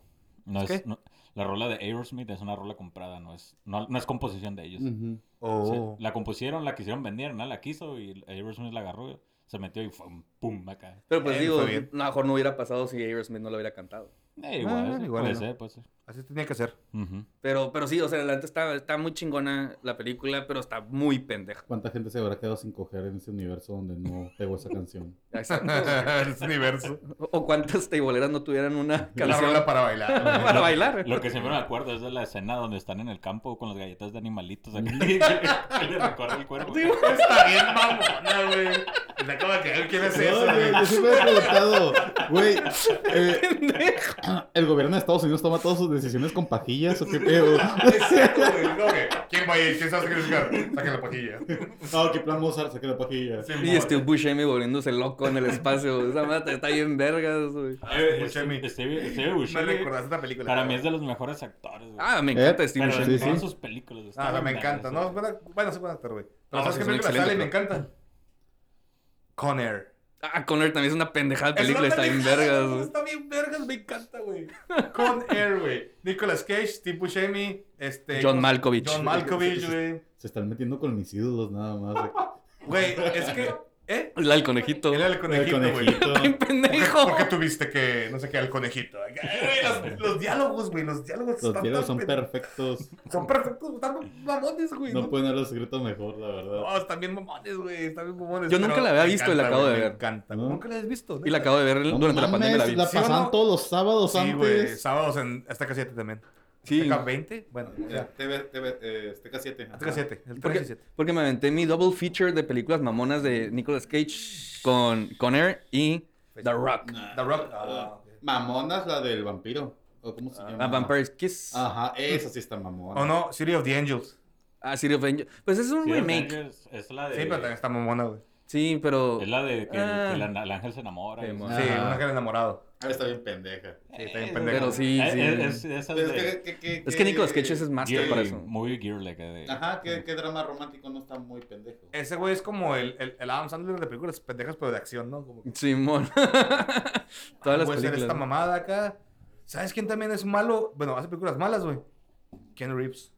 No ¿Es es, qué? no- la rola de Aerosmith es una rola comprada, no es, no, no es composición de ellos. Ujú. Oh. Sí, la compusieron, la quisieron vender, ¿no? La quiso y Aerosmith la agarró, se metió y fue un pum acá. Pero pues Eh, digo, fue bien. a lo mejor no hubiera pasado si Aerosmith no lo hubiera cantado. Eh, igual, Ah, sí, igual puede no. ser, puede ser. Así tenía que ser. Ujú. Pero, pero sí, o sea, la neta está, está muy chingona la película, pero está muy pendeja. ¿Cuánta gente se habrá quedado sin coger en ese universo donde no pegó esa canción? Exacto. es universo. o cuántas teiboleras no tuvieran una La canción rola para bailar. para bailar. Lo que siempre me acuerdo es de la escena donde están en el campo con las galletas de animalitos acá. que le recuerda el cuerpo. Está bien mamona, güey. Está como que él quiere hacer No, eso, güey, güey. yo siempre me he preguntado, güey, eh, ¿el gobierno de Estados Unidos toma todas sus decisiones con pajillas o qué pedo? Exacto, güey. No, güey. ¿Quién va a ir? ¿Quién se hace criticar? Saquen la pajilla. Ah, qué plan Mozart, saqué la pajilla. Y Steve Buscemi volviéndose loco en el espacio. Esa mata está bien vergas, güey. Steve Eh, Buscemi. Steve- Steve Me Buscemi, recordaste esta película. Para mí es de los mejores actores, güey. Ah, me encanta Eh, Steve Pero Buscemi. en sí, todas sí. sus películas. está Ah, pero me bien encanta. verga, No, sí. buena- bueno, sí, buena actor, güey. Pero No, ¿sabes sí, qué es un película excelente sale y me encanta? Con Air. Ah, Connor también es una pendejada de Es una película. Está bien pendejada, vergas, güey, güey. Está bien vergas, me encanta, güey. Con Air, güey. Nicolas Cage, Steve Buscemi, este... John Malkovich. John Malkovich, güey. Se están metiendo con mis ídolos nada más. güey. Güey, es que... ¿Eh? La del conejito. Era el conejito, güey. Bien pendejo. ¿Por qué tuviste que, no sé qué, al conejito? Ay, güey, Los, los diálogos, güey, los diálogos Los están diálogos son tan pen- perfectos. Son perfectos, están mamones, güey. No pueden haberlo escrito mejor, la verdad. No, Oh, están bien mamones, güey, están bien mamones. Yo nunca pero la había me visto y la encanta, acabo güey, de me ver. encanta. ¿No? Nunca la habías visto. Y la acabo de ver No durante la pandemia. La mames, vi. la ¿Sí o pasaban no? todos los sábados Sí, güey, antes. sábados en Azteca 7 también. Sí. Azteca 20, bueno, o sea, TV, Azteca 7. Azteca 7, el Porque, 37. porque me aventé mi double feature de películas mamonas de Nicolas Cage con Connor y The Rock. The Rock. ah, ok. Mamonas, la del vampiro. ¿O cómo se llama? A Vampire's Kiss. Ajá, esa sí está mamona. O Oh, no, City of the Angels. A City of Angels. Pues es un Sí, remake. Avengers Es la de... Sí, pero también está mamona, güey. Sí, pero. Es la de que, el- Ah. que la- el ángel se enamora. y- Simón. Sí, un ángel enamorado. Ah, está bien pendeja. Sí, está bien Eh, pendejo. Pero sí, Eh, sí. eh, Es, esas Pero de- es que, que, Es que Nicolas Cage es master Gear- para eso. Muy gear, like, de- Ajá, que, que drama romántico no está muy pendejo. Ese güey es como el, el, el Adam Sandler de películas pendejas, pero de acción, ¿no? Como que Simón. Todas las puede ser esta películas. ¿no? mamada acá. ¿Sabes quién también es malo? Bueno, hace películas malas, güey. Ken Reeves.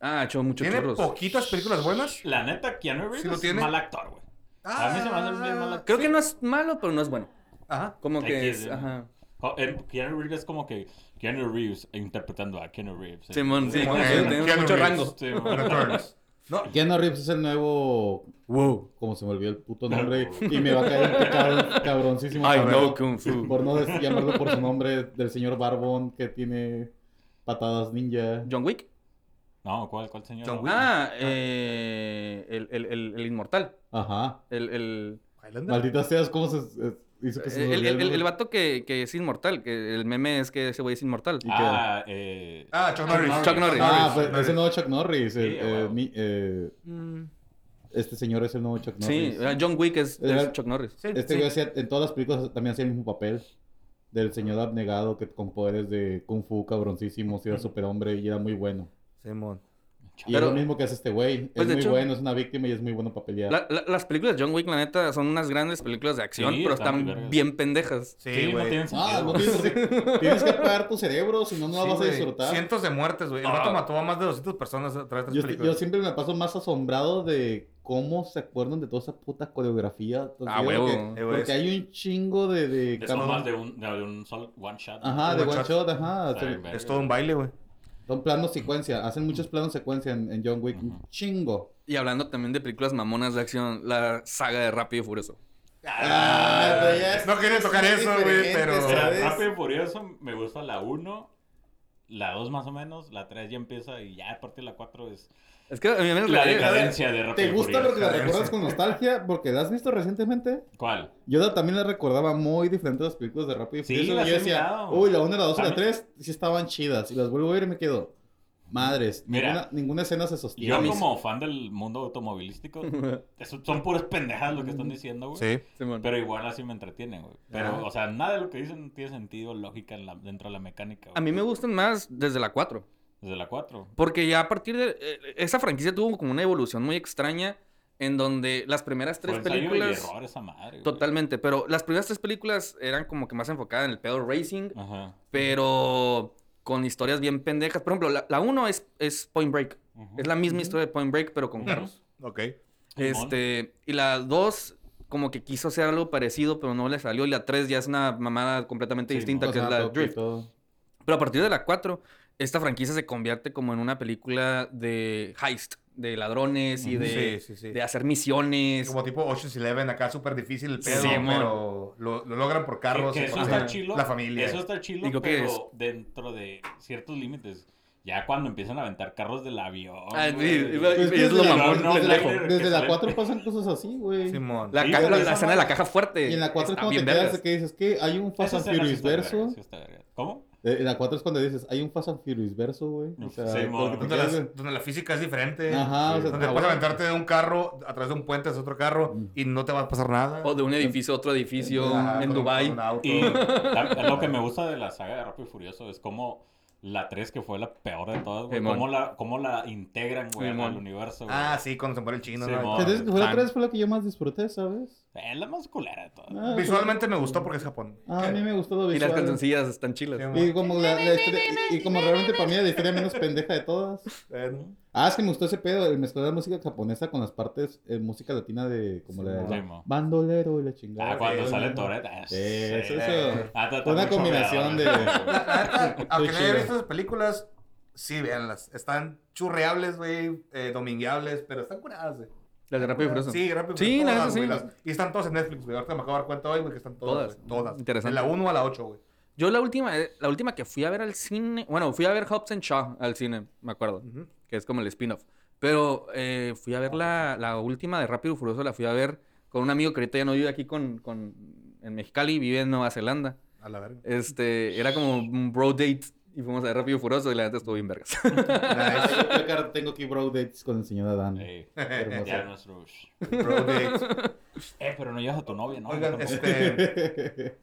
Ah, echó muchos Tiene churros. poquitas películas buenas. La neta, Keanu Reeves Sí lo es tiene. Ah. mal actor, güey. A mí se me hace bien mal actor. Creo que no es malo, pero no es bueno. Ajá. Como Hay que que es. ver. Ajá. Jo- eh, Keanu Reeves es como que Keanu Reeves interpretando a Keanu Reeves. eh. Simón, sí, Simón, como que eh, tiene Keanu mucho Reeves. rango. Sí, Returns. No, Keanu Reeves es el nuevo. Wow. Como se me olvidó el puto nombre. Y me va a caer un cabrón- cabroncísimo. I cabrón, know Kung Fu. Por no des- llamarlo por su nombre del señor Barbón que tiene patadas ninja. John Wick. No, ¿cuál, cuál señor? John No. Wick. Ah, eh, el, el, el, el inmortal. Ajá. El, el, Highlander. Maldita seas, ¿cómo se se- hizo que se el, nos el, olvidara el- el nombre? vato que, que es inmortal. Que el meme es que ese güey es inmortal. Y- Ah, eh, Ah, Chuck Norris. Chuck Norris. Ah, Norris. pues, es el nuevo Chuck Norris. el- Sí, eh, huevo. mi- eh, este señor es el nuevo Chuck Sí, ah, Norris. John Wick es, Era- es Chuck Norris. Sí, Este sí. güey hacía- en todas las películas también hacía el mismo papel. Del señor abnegado que con poderes de kung fu cabroncísimo, si era superhombre y era muy bueno. Simón. Y Pero- es lo mismo que hace este güey. Pues, es de muy hecho- bueno, es una víctima y es muy bueno para pelear. La- la- las películas de John Wick, la neta, son unas grandes películas de acción, Sí, pero están muy están vergas. bien pendejas. sí, Sí, no güey. tienen Ah, sentido, no güey. tienes, tienes que apagar tu cerebro, si no, no la Sí, vas a güey. disfrutar. Cientos de muertes, Ah. güey. El vato mató a más de 200 personas a través de Yo, estas yo películas. siempre me paso más asombrado de cómo se acuerdan de toda esa puta coreografía. Ah, Porque- huevo. Eh, güey, Porque hay un chingo de... de Es cámaras. nomás de un, de un sol, one shot. Ajá, de One one shot. Ah, shot, ajá. Está Se- bien, verga. Es todo un baile, güey. son planos secuencia. Hacen muchos planos secuencia en, en John Wick. Un chingo. Y hablando también de películas mamonas de acción, la saga de Rápido y Furioso. Ah, pero ya es- No quería tocar son eso, güey, diferentes, pero. Mira, ¿sabes? Rápido y Furioso me gusta la 1, la 2 más o menos, la 3 ya empieza y ya a partir de la 4 es Es que a mí me la regalé- decadencia de Rápido ¿Te y gusta Furioso. porque la Furioso. recuerdas con nostalgia? Porque la has visto recientemente. ¿Cuál? Yo la- también la recordaba muy diferente a las películas de Rápido y Sí, Furioso. las yo he decía, mirado. uy, la 1, la 2 y la También- 3 sí estaban chidas. Y las vuelvo a ver y me quedo, madres, Mira, ninguna, ninguna escena se sostiene. Yo como fan del mundo automovilístico, eso- son puras pendejadas lo que están diciendo, güey. Sí. Simón. Pero igual así me entretienen, güey. Pero, Ajá. o sea, nada de lo que dicen tiene sentido lógica en la- dentro de la mecánica, güey. A mí me gustan más desde la 4. Desde la 4. Porque ya a partir de... eh, Esa franquicia tuvo como una evolución muy extraña en donde las primeras Pues tres películas... Y error, esa madre, güey. Totalmente, pero las primeras tres películas eran como que más enfocadas en el pedo racing, Ajá. pero con historias bien pendejas. Por ejemplo, la 1 es, es Point Break. Ujú. Es la misma historia de Point Break, pero con carros. Ok. Simón. Este, y la 2 como que quiso hacer algo parecido, pero no le salió. Y la 3 ya es una mamada completamente Sí, distinta, O que sea, es la todo- Drift. todo. Pero a partir de la 4, esta franquicia se convierte como en una película de heist, de ladrones y Ujú. de, Sí, sí, sí. de hacer misiones. Como tipo Ocean's Eleven, acá súper difícil el pedo, Sí, mon. pero lo, lo logran por carros. Que- que y eso por está la- chilo. La familia. Eso está chilo, Digo que pero es- dentro de ciertos límites. Ya cuando empiezan a aventar carros del avión. Ah, sí, güey. iba- Pues Es que lo desde la- mamón, desde pendejo. la- Desde Sí. la 4 pasan cosas así, güey. Simón. La, Sí, ca- pero la- esa la escena de la madre- caja fuerte. Y en la 4 es está cuando te bien quedas vergas. que dices que hay un Fast Esa and escena sí Furious está verga, verso. sí está verga. ¿Cómo? Eh, En la 4 es cuando dices, hay un Fast and Furious verso, güey. O sea, Sí, mo. porque te donde, las- quedas- donde la física es diferente. Ajá, o sea, Donde ah, puedes bueno. aventarte de un carro a través de un puente hacia otro carro Mm. y no te va a pasar nada. O de un edificio a otro edificio Ajá, en con- Dubai. con un auto. Y tam- lo que me gusta de la saga de Rápido y Furioso es como la 3, que fue la peor de todas, güey. Simón. Cómo la, cómo la integran, güey, al- Simón. al universo, güey. Ah, sí, cuando se muere el chino. ¿no? Simón. Pero es que fue la Tan. 3 fue la que yo más disfruté, ¿sabes? Es la más culera de todas. Ah, Visualmente me gustó porque es Japón. Eh, Ah, a mí me gustó lo Y las visual. cancioncillas están chilas. Sí, Y como, la, la historia- y como realmente para mí era la historia menos pendeja de todas. Eh, Ah, es que me gustó ese pedo, el mezclar la música japonesa con las partes, eh, música latina de como la de Sí, mo. bandolero y la chingada. Ah, cuando Sí, sale mo. Toretto. Sí, eso, eso. Ah, está- está Una muy combinación de... chorreado, Aunque no haya chido. visto esas películas, sí, véanlas. Están churreables, güey, eh, domingueables, pero están curadas, güey. Las de Rápido y Furioso. Sí, rápido. y Sí, Furioso, la todas, neta, güey, sí. las- Y están todas en Netflix, güey. Ahorita me acabo de dar cuenta hoy, güey, que están todas. Todas. güey, Todas. Interesante. De la 1 a la 8, güey. Yo la última, eh, la última que fui a ver al cine, bueno, fui a ver Hobbs and Shaw al cine, me acuerdo, Ujú. que es como el spin-off. Pero eh, fui a ver la, la última de Rápido y Furioso, la fui a ver con un amigo que ahorita ya no vive aquí con, con- en Mexicali, vive en Nueva Zelanda. A la verga. Este, era como un bro date. Y fuimos a ver Rápido y Furioso y la neta estuvo bien vergas. Nice. Yo creo que ahora tengo aquí bro dates con el señor Adán. Ey, Hermoso. ya nuestro... Bro date. Eh, pero no llevas a tu novia, ¿no? Oigan, Tampoco. este.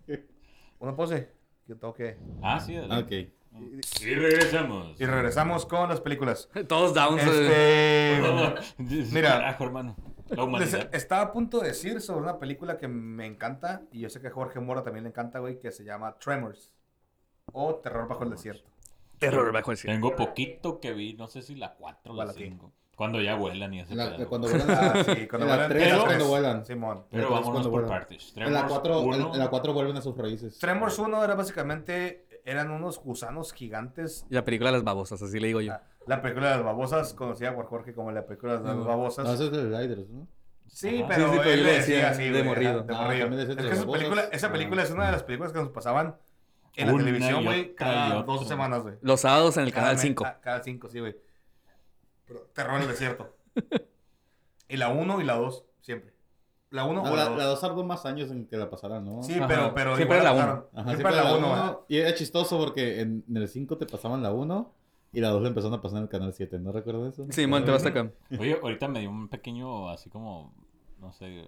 Una pose. Yo toque. Ah, sí. Ah, adelante. ok. Y regresamos. Y regresamos con las películas. Todos downs. eh. Este. Mira. Mira. Carajo, hermano. La les eh, humanidad. estaba a punto de decir sobre una película que me encanta. Y yo sé que a Jorge Mora también le encanta, güey. Que se llama Tremors. O Terror bajo el desierto. Terror bajo el cielo. Tengo poquito que vi, no sé si la 4 o ¿Cuál la la qué? 5. Cuando ya vuelan y ese La- pedo. cuando vuelan Ah, a- sí, cuando En la vuelan. tres en es la cuando tres, vuelan. Simón. Pero Entonces, vámonos cuando por vuelan. partes. En la Tremors 4 uno. en, en la cuatro vuelven a sus raíces. Tremors 1 era básicamente. Eran unos gusanos gigantes. La película de las babosas, así le digo yo. La película de las babosas, conocida por Jorge como la película de las babosas. No, eso es de Gliders, ¿no? Sí, Ajá. pero Sí, sí, pero él yo le le decía, decía así, de güey, morrido. ajá, de Ah, morrido. también le decía Es que de esa babosas. película, esa película es una de las películas que nos pasaban en la Una y televisión, güey, otra cada y otra. dos semanas, güey. Los sábados en el canal me- 5. ah, Cada cinco, sí, güey. Pero Terror en el desierto. y la uno y la dos, siempre. La uno Ah, o la la, la dos dos. tardó más años en que la pasaran, ¿no? Sí, Ajá. pero, pero Siempre igual la uno. pasaron. Ajá, Siempre la uno, ¿eh? ajá. uno. Y era chistoso porque en, en el 5 te pasaban la 1 y la 2 la empezaron a pasar en el canal 7. ¿No recuerdas eso? Sí, man, te vas acá. Oye, ahorita me dio un pequeño, así como, no sé.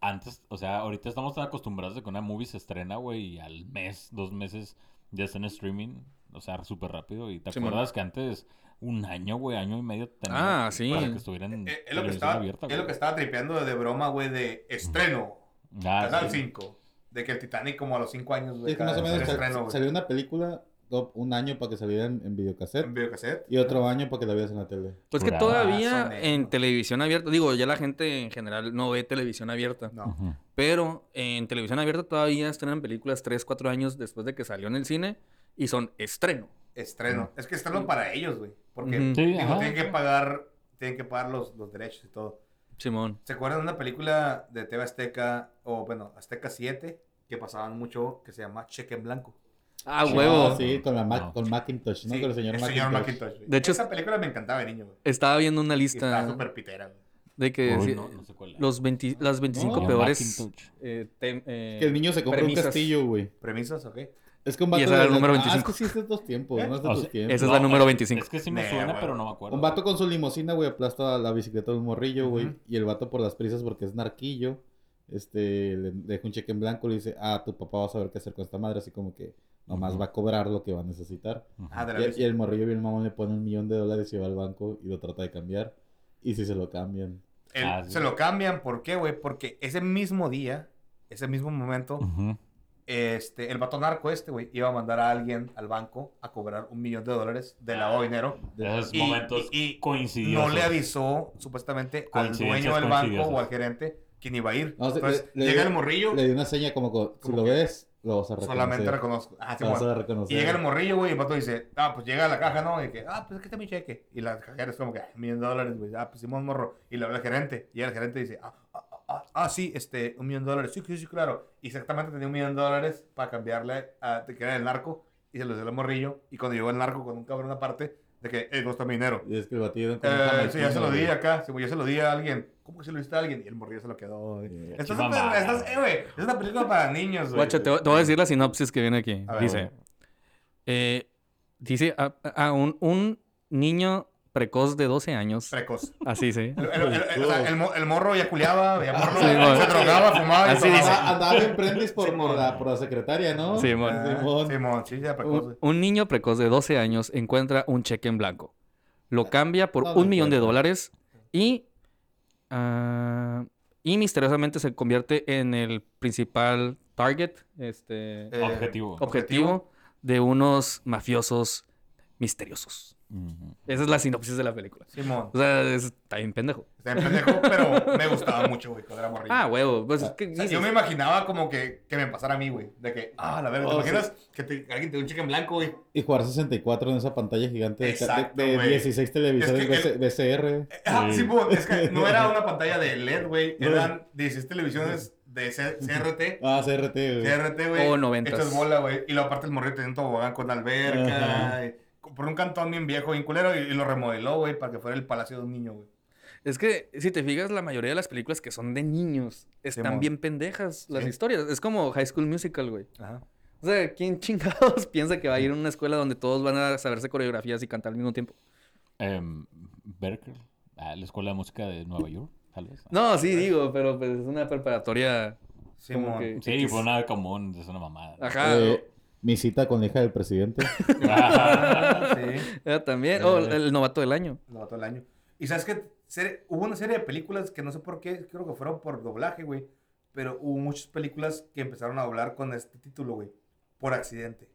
Antes, o sea, ahorita estamos tan acostumbrados de que una movie se estrena, güey, y al mes, dos meses ya está en streaming, o sea, súper rápido. Y te Sí, acuerdas que antes, un año, güey, año y medio Ah, sí. para que estuvieran en Eh, Es lo que televisión estaba, abierta, es lo que güey. estaba tripeando de broma, güey, de estreno. Ah, Canal sí. 5. De que el Titanic como a los 5 años, Sí, güey, es que más o cada- menos era sal- estreno, güey. salió una película top un año para que saliera en, en videocassette En videocassette. y otro año para que la vieras en la tele. Pues que Purazo, todavía negro. en televisión abierta, digo, ya la gente en general no ve televisión abierta, No. Ujú. pero en televisión abierta todavía estrenan películas 3, 4 años después de que salió en el cine y son estreno. Estreno. Es que estreno para ellos, güey. Porque Ujú. Sí, digo, ajá. tienen que pagar, tienen que pagar los, los derechos y todo. Simón. ¿Se acuerdan de una película de TV Azteca, o bueno, Azteca 7, que pasaban mucho, que se llama Cheque en Blanco? Ah, Sí, huevo. ah, Sí, con, la Mac- No. con Macintosh, ¿no? Sí, con el señor Macintosh. güey. De hecho, Esa película me encantaba de niño, güey. Estaba viendo una Y Estaba lista súper pitera, güey. de que Uy, sí, no, no sé cuál era. los 20 las 25 No, peores. Macintosh. eh, tem- eh, Que el niño se compra premisas. un castillo, güey. ¿Premisas? ¿Ok? Es que un Y vato... ese era el le- número Ah, es 25. que sí es de dos tiempos, ¿Eh? no es de O tus sea, tiempos. Esa es la número 25. Es que sí me Nah, suena, güey. pero no me acuerdo. Un vato con su limusina, güey, aplasta la bicicleta de un morrillo, güey. Ujú. Y el vato por las prisas porque es narquillo. Este, le deja un cheque en blanco y le dice, ah, tu papá va a saber qué hacer con esta madre, así como que nomás Ujú. va a cobrar lo que va a necesitar. Ujú. Ah, de la Y, y bici. el morrillo bien mamón le pone un millón de dólares y va al banco y lo trata de cambiar. Y si se lo cambian. Él- Ah, sí. Se lo cambian, ¿por qué, güey? Porque ese mismo día, ese mismo momento, Ujú. este, el vato narco este, güey, iba a mandar a alguien al banco a cobrar un millón de dólares de lavado de dinero. Esos Y- momentos y- y coincidiosos. No le avisó, supuestamente, al Coincidencias dueño del banco coincidencias. o al gerente quién iba a ir. No, se- Entonces, le- le- llega el morrillo, Le di una seña como, co- si Como lo que ves, lo vas a reconocer. solamente reconozco. Ah, sí, Lo vas bueno. a reconocer. Y llega el morrillo, güey, y el vato dice, ah, pues llega a la caja, ¿no? Y que, ah, pues aquí está mi cheque. Y la cajera es como que, "Ah, millón de dólares, güey. Ah, pues Simón Morro. Y le habla al gerente. Y el gerente dice, ah, ah, ah, ah, ah, sí, este, un millón de dólares. Sí, sí, sí, claro. Y exactamente tenía un millón de dólares para cambiarle a, de que era el narco. Y se los dio al morrillo. Y cuando llegó el narco con un cabrón aparte, de que, eh, no está mi dinero. Y es que el batido... con un Eh, sí, ya se jamaiquino, lo di güey. acá. Sí, güey, ya se lo di a alguien. ¿Cómo que se lo diste a alguien? Y el morrillo se lo quedó. güey. Sí. Estás, Mamá. estás- eh, güey, es una película para niños, güey. Guacha, te, voy- te voy a decir la sinopsis que viene aquí. A ver, dice, eh, dice a, a un, un niño precoz de 12 años, Precoz. así sí. El, el- el- el- o sea, el mo- el morro ya culeaba, ya morro, Sí, güey. se drogaba, fumaba y Así tomaba. dice. Andaba andaba bien prendis por, Simón. por la, por la secretaria, ¿no? Sí, mon. Ah, Simón. Simón, sí, ya precoz, Un, güey. un niño precoz de 12 años encuentra un cheque en blanco. Lo cambia por no me un millón de acuerdo. dólares y, ah, y misteriosamente se convierte en el principal target, este, Eh, Objetivo. objetivo de unos mafiosos misteriosos. Ujú. Esa es la sinopsis de la película. Simón. O sea, es- está bien pendejo. Está bien pendejo, pero me gustaba mucho, güey, cuando era morrillo. Ah, huevo. Pues es que O sea, dices, yo me imaginaba como que, que me pasara a mí, güey. De que, ah, la verga, ¿te Oh, imaginas que te- alguien te dé un cheque en blanco, güey? Y jugar 64 en esa pantalla gigante de, Exacto, de- de güey. 16 televisores Es BC- que BCR. Ah, Sí. Simón, es que no era una pantalla de LED, güey. Eran 16 televisiones de C- CRT. Ah, CRT, güey. CRT, güey. O noventas. Esto es bola, güey. Y luego aparte el morrito tenía un tobogán con alberca. Ajá. y- por un cantón bien viejo, bien culero. Y, y lo remodeló, güey, para que fuera el palacio de un niño, güey. es que si te fijas, la mayoría de las películas que son de niños están Simón. bien pendejas las Sí. historias. Es como High School Musical, güey. Ajá. O O sea, ¿quién chingados piensa que va a ir a una escuela donde todos van a saberse coreografías y cantar al mismo tiempo? Em, Berkeley, ah, la Escuela de Música de Nueva York, tal vez. No, sí, digo, pero pues es una preparatoria. Simón. que- Sí, fue una común, es una Ah, mamada. Ajá. Eh, mi cita con la hija del presidente. Sí, Era también. Oh, el novato del año. lo mató el año. Y sabes que hubo una serie de películas que no sé por qué, creo que fueron por doblaje, güey. Pero hubo muchas películas que empezaron a doblar con este título, güey. Por accidente.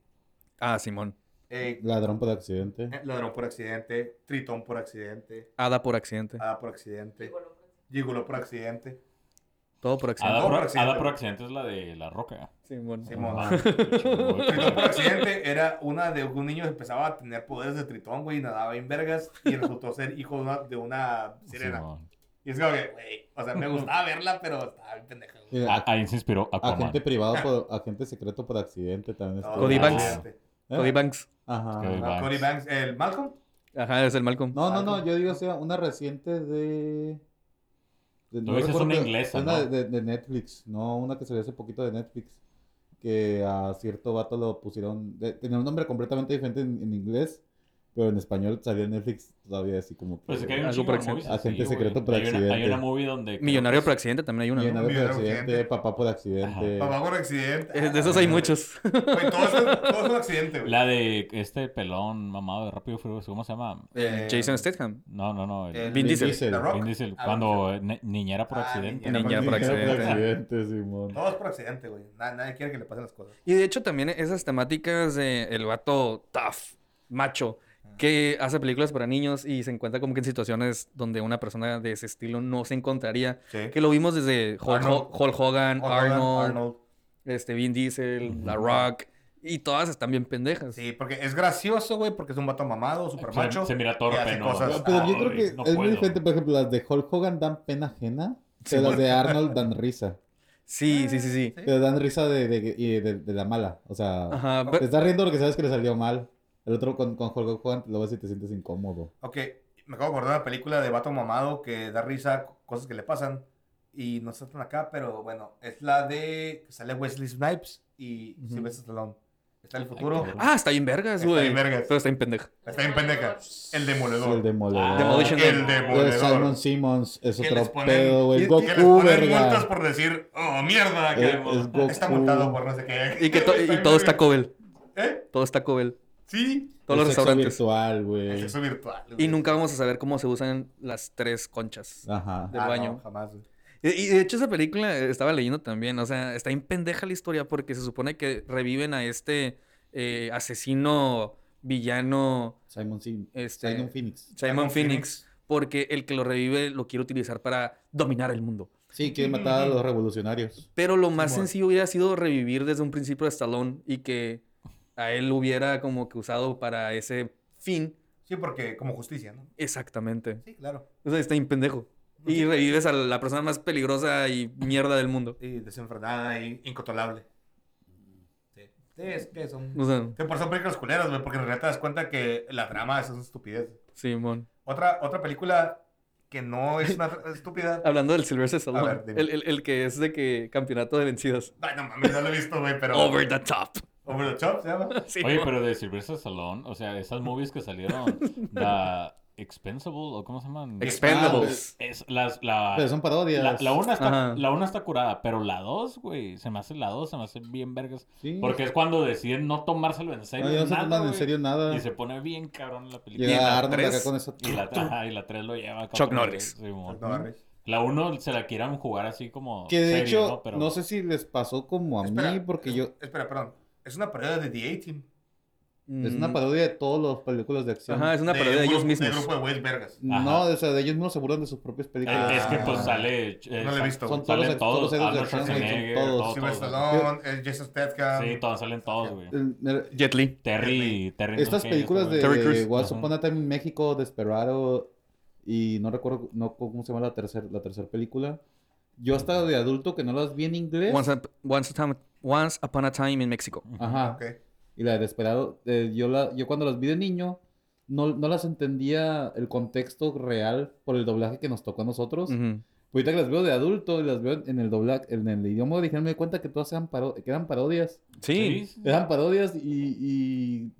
Ah, Simón. Eh, Ladrón por accidente. Ladrón por accidente, Tritón por accidente, Ada por accidente. Ada por accidente, Gigolo por accidente. Todo por Ada accidente. por por, accidente. Ada por accidente es la de La Roca. Simón. Simón. Ah, chingón. Tritón por accidente era una de un niño que empezaba a tener poderes de Tritón, güey, y nadaba en vergas y resultó ser hijo de una, de una sirena. Simón. Y es como que, güey, o sea, me gustaba verla, pero estaba bien pendeja, güey. Eh, Ah, Ahí se inspiró Aquaman. agente privado por agente secreto por accidente también. No, estuvo. Cody no, Banks. accidente. ¿Eh? Cody Banks. Ajá. Cody No, Banks. Cody Banks, el Malcolm. Ajá, es el Malcolm. No, no, no, yo digo o sea, una reciente de... de- Tú dices recuerdo una que- inglesa, Una ¿no? de, de Netflix, no, una que salió hace poquito de Netflix, que a cierto vato lo pusieron, de- tenía un nombre completamente diferente en, en inglés, pero en español salió en Netflix todavía así como que... Pues es que hay un Algo chingo por de accidente. movies así, Agente güey. secreto por hay una, Hay accidente. una movie donde... creo Millonario que por accidente también hay una. ¿no? Millonario por Millonario por accidente, accidente. papá por accidente. Papá por accidente. Eh, De esos hay muchos. Güey, todo, es, todo es un accidente, güey. La de este pelón mamado de Rápido y Furioso, ¿cómo se llama? Eh, Jason Statham. No, no, no. el- El- Vin Diesel. The Rock. Vin Diesel, Ah, cuando eh, ni- niñera por Ah, accidente. niñera. Niña por Por accidente. accidente, Simón. Todo es por accidente, güey. Na- nadie quiere que le pasen las cosas. Y de hecho también esas temáticas de el vato tough, macho, que hace películas para niños y se encuentra como que en situaciones donde una persona de ese estilo no se encontraría. Sí. Que lo vimos desde Hulk, Arnold. Ho- Hulk Hogan, Arnold, Arnold. este Vin Diesel, La Rock. Y todas están bien pendejas. Sí, porque es gracioso, güey, porque es un vato mamado, super Se- macho. se mira y torpe, hace ¿no? cosas- Pero yo Ay, creo que no es muy puedo. diferente, por ejemplo, las de Hulk Hogan dan pena ajena, pero las de Arnold dan risa. Sí, sí, sí, sí. Te dan risa de, de- y de- de la mala. O sea, Ah, Ajá, te pero- estás riendo porque sabes que le salió mal. El otro con, con Hulk Hogan lo ves y te sientes incómodo. Ok, me acabo de acordar de una película de vato mamado que da risa, cosas que le pasan. Y no está tan acá, pero bueno, es la de. que Sale Wesley Snipes y Sylvester Stallone. Está en el futuro. cabrón. Ah, está bien vergas, Está güey. bien vergas. Pero está bien pendeja. Está en pendeja. El demoledor. El demoledor. Ah, Demolition Man. El De Simon demoledor. Simmons es Que otro les ponen- pedo, güey. y- Es y que les Goku, ponen multas verga. por decir, oh, mierda, que Es- es Goku. está multado por no sé qué. Y, que to- y todo es Taco Bell. ¿Eh? Todo es Taco Bell. Sí. Todos los El sexo restaurantes. virtual, El güey. sexo virtual. Y güey. nunca vamos a saber cómo se usan las tres conchas. Ajá. del Ah, no, baño. jamás, güey. Y- Y de hecho esa película eh, estaba leyendo también, o sea, está en pendeja la historia porque se supone que reviven a este eh, asesino villano Simon Simmons. Este- Simon Phoenix. Simon, Ah, Phoenix, porque el que lo revive lo quiere utilizar para dominar el mundo. Sí, quiere matar a los revolucionarios. Pero lo más Simón. sencillo hubiera sido revivir desde un principio a Stallone y que a él lo hubiera como que usado para ese fin. Sí, porque como justicia, ¿no? Exactamente. Sí, claro. O sea, está en pendejo. Y revives a la persona más peligrosa y mierda del mundo. Y desenfrenada y incontrolable. Sí. Sí, es que son... O sea, Sí, por eso son películas culeras, güey, porque en realidad te das cuenta que la trama es una estupidez. Simón. Otra, otra película que no es una tra- estúpida... Hablando del Silver A Stallone, ver, dime. el, el- el que es de que campeonato de vencidas. Ay, no mames, no lo he visto, güey, pero... Over the top. Over the Top, ¿se llama? Sí, Oye, mo- pero de Sylvester Stallone, o sea, esas movies que salieron, The Expensable, ¿o cómo se llaman? Expendables. Es, las, Ah, la, Pero son parodias. la, la una Ajá. está, la una está curada, pero la dos, güey, se me hace la dos, se me hace bien vergas. Sí. Porque es cuando deciden no tomárselo en serio. No, ya no se nada, toman en güey, serio nada. Y se pone bien cabrón la película. Llega la Arnold acá tres- con esa... Y la, ajá, y la 3 lo lleva. Chuck contra- Norris. sí, mo- No, Barry. La 1 se la quieran jugar así como. Que de serio, hecho, ¿no? Pero- no sé si les pasó como a mí, porque yo... Espera, perdón. Es una parodia de The A-Team. Es una Mm, parodia de todas las películas de acción. Ajá, es una parodia de, un ellos grupo- De mismos. grupo de güeyes vergas. No, Ajá. o sea, de ellos mismos se burlan de sus propias Eh, películas. es que pues Ah. sale. eh, No lo he sa- visto. Son Salen todos, todos, todos, ellos de Arnold acción, güey, Schwarzenegger, son todo, todos. todo. Silver Stallone, el Jason Statham. Oh, Sí, todos salen todos, güey. El- el- Jet Li. Terry, Terry. estas no sé qué, películas de, este güey. Terry Crews. Once Ajá. Upon a Time en México, Desperado y no recuerdo no, cómo se llama la tercera la tercer película. Yo hasta de adulto que no las vi en inglés. Once, up- once time- Once upon a time in Mexico. Ajá. Ok. Y la de Desperado, eh, yo, la, yo cuando las vi de niño, no, no las entendía el contexto real por el doblaje que nos tocó a nosotros. Ujú. Pues Ahorita que las veo de adulto y las veo en el doblaje, en el idioma original, me doy cuenta que todas eran, paro- que eran parodias. Sí. sí, sí. Eran parodias y, y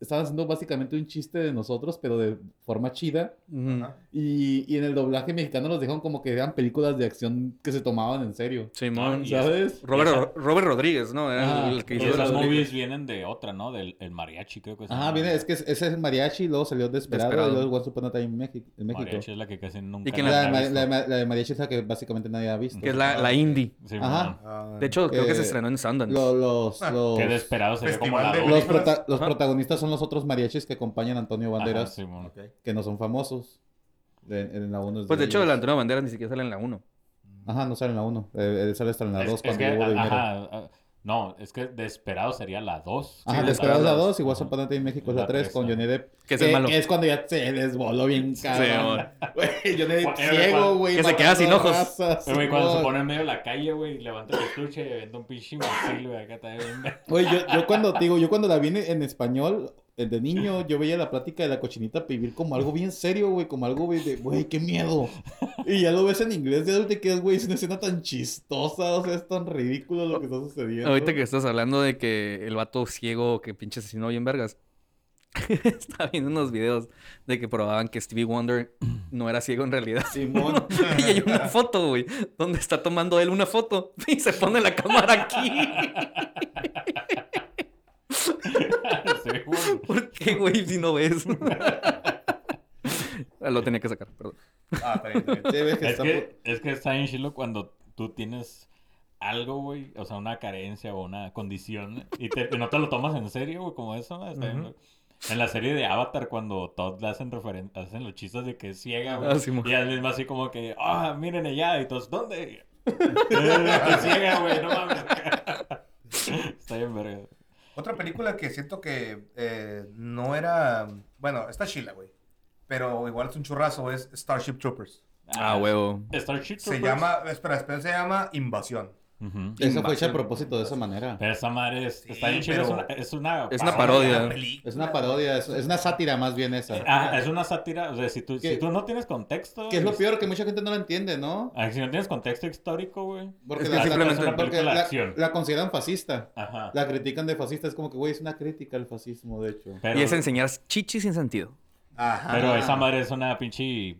estaban haciendo básicamente un chiste de nosotros, pero de forma chida. Ujú. Y, y en el doblaje mexicano los dejaron como que eran películas de acción que se tomaban en serio. Simón. Y ¿Sabes? Robert, esa- Robert Rodríguez, ¿no? Era Ah, el que Y hizo Robert esas las- Rodríguez. movies vienen de otra, ¿no? Del el mariachi, creo que se Ajá, llama. viene, es que ese es el mariachi, luego salió Desperado, Desperado. y luego Once Upon a Time en México. En México. Mariachi es la que casi nunca. Y que La, de nadie ha ma- la de visto. ma- la de mariachi es la que básicamente nadie ha visto. que es la, la indie. Sí, Ajá. bueno. De hecho, creo que se Eh, estrenó en Sundance. Lo- los, Ah, los, Qué desesperado se ve como Festival la de- doble. los Ajá, prota- los Ajá. protagonistas son los otros mariachis que acompañan a Antonio Banderas, sí, bueno. que no son famosos. En, en la 1 Pues de hecho, el Antonio Banderas ni siquiera sale en la 1. Ajá, no sale en la 1. él sale hasta en la Es- 2 es cuando que, hubo a- dinero. Ajá, ajá, a- no, es que desesperado sería la 2. Desesperados la las- 2 y WhatsApp Panate en México es la la 3 tres, con ajá. Johnny Depp. Que es el malo. Eh, Es cuando ya se desboló bien cabrón. ahora. Güey, Johnny Depp Cu- eh, ciego, cuando- güey. que se queda sin matando ojos. razas, Pero, güey, cuando se güey. pone en medio de la calle, güey, levanta el estuche y vende un pinche mochil, güey, acá está bien. Güey, yo, yo cuando te digo, yo cuando la vi en, en español, eh, de niño, yo veía la plática de la cochinita vivir como algo bien serio, güey, como algo güey, de, güey, qué miedo. Y ya lo ves en inglés, ya te quedas, güey, es una escena tan chistosa, o sea, es tan ridículo lo que está sucediendo. Ahorita que estás hablando de que el vato ciego que pinche asesinó bien vergas. Estaba viendo unos videos de que probaban que Stevie Wonder no era ciego en realidad. Simón. y hay una foto, güey, donde está tomando él una foto y se pone la cámara aquí. Sí, güey. ¿Por qué, güey, si no ves? Ah, Lo tenía que sacar, perdón. Ah, está bien, Sí, ves está bien. que Es está que, es que está en chilo cuando tú tienes algo, güey, o sea, una carencia o una condición y, te- y no te lo tomas en serio, güey, como eso, ¿no? está bien, Ujú. güey. En la serie de Avatar, cuando todos le hacen referen- hacen los chistes de que es ciega, güey. Ah, sí, mo- y al mismo así como que, ah, miren allá, y todos, ¿dónde? Estoy ciega, güey, no mames. está bien, verga. Otra película que siento que eh, no era. Bueno, está chila, güey. Pero igual es un churrazo, es Starship Troopers. Ah, huevo. Starship Se Troopers. llama. Espera, espera, se llama Invasión. Ujú. Esa fue hecha Invasión. a propósito de esa manera. Pero esa madre es- Sí, está bien chila, pero- es una... Es una parodia. Ah, Una película. Es una parodia, es, es una sátira más bien esa. Ah, es una sátira, o sea, si tú, ¿Qué? si tú no tienes contexto... Que es lo es- peor, que mucha gente no la entiende, ¿no? Ah, si no tienes contexto histórico, güey. Porque, Es que la, simplemente- la- porque Es una película de la- acción. la consideran fascista. Ajá. La critican de fascista, es como que, güey, es una crítica al fascismo, de hecho. Pero, Y es Ah. enseñar chichi sin sentido. Ajá. pero esa madre es una pinche...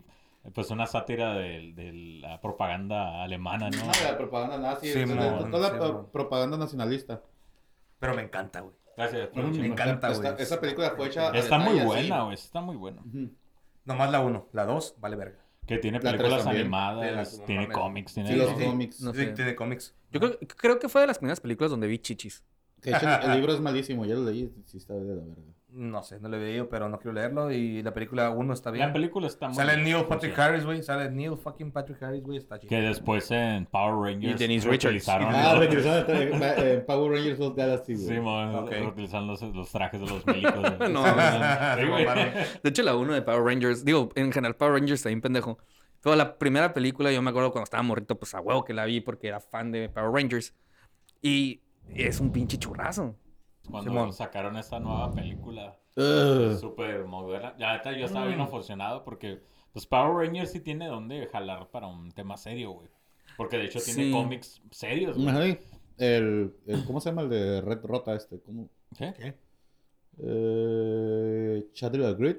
Pues una sátira de, de la propaganda alemana, Ah, ¿no? No, de la propaganda nazi, Sí, de- de- mon, de- toda la sí, pro- mon. propaganda nacionalista. Pero me encanta, güey. Gracias. pero Me chingón. encanta, Esta- güey. esa película fue hecha- Está Ay, muy así. buena, güey. Está muy buena. Ujú. Nomás la uno. La dos, vale verga. Que tiene La tres películas también. De la- animadas, no tiene mames. cómics, tiene... Sí, los todo. cómics. No Sí, sé. tiene cómics. Yo creo, creo que fue de las primeras películas donde vi chichis. Que de hecho, el libro es malísimo, ya lo leí, sí está de la verga. No sé, no lo he leído, pero no quiero leerlo. Y la película uno está La bien. película está muy Sale bien, Neil o sea, Patrick Harris, güey. Sale Neil fucking Patrick Harris, güey. Está chido. Que después en Power Rangers... Y Denise Richards. reutilizaron Ah, los- regresaron en eh, Power Rangers Lost Galaxy, güey. Sí, mo, Ok. reutilizan los, los trajes de los milicos. güey. No, Ah, Sí, no, güey. no, mamaron. De hecho, la 1 de Power Rangers, digo, en general Power Rangers está bien pendejo. Pero la primera película, yo me acuerdo cuando estaba morrito, pues a huevo que la vi porque era fan de Power Rangers. Y es un pinche churrazo. Cuando Simón. sacaron esta nueva película, Ugh. súper moderna. Ya ahorita yo estaba Mm. bien aficionado porque pues Power Rangers sí tiene donde jalar para un tema serio, güey. Porque de hecho tiene Sí. cómics serios, güey. Ajá, y El, el- ¿Cómo se llama el de Red Rota este? ¿Cómo? ¿Qué? Eh, Shadow of the Grid.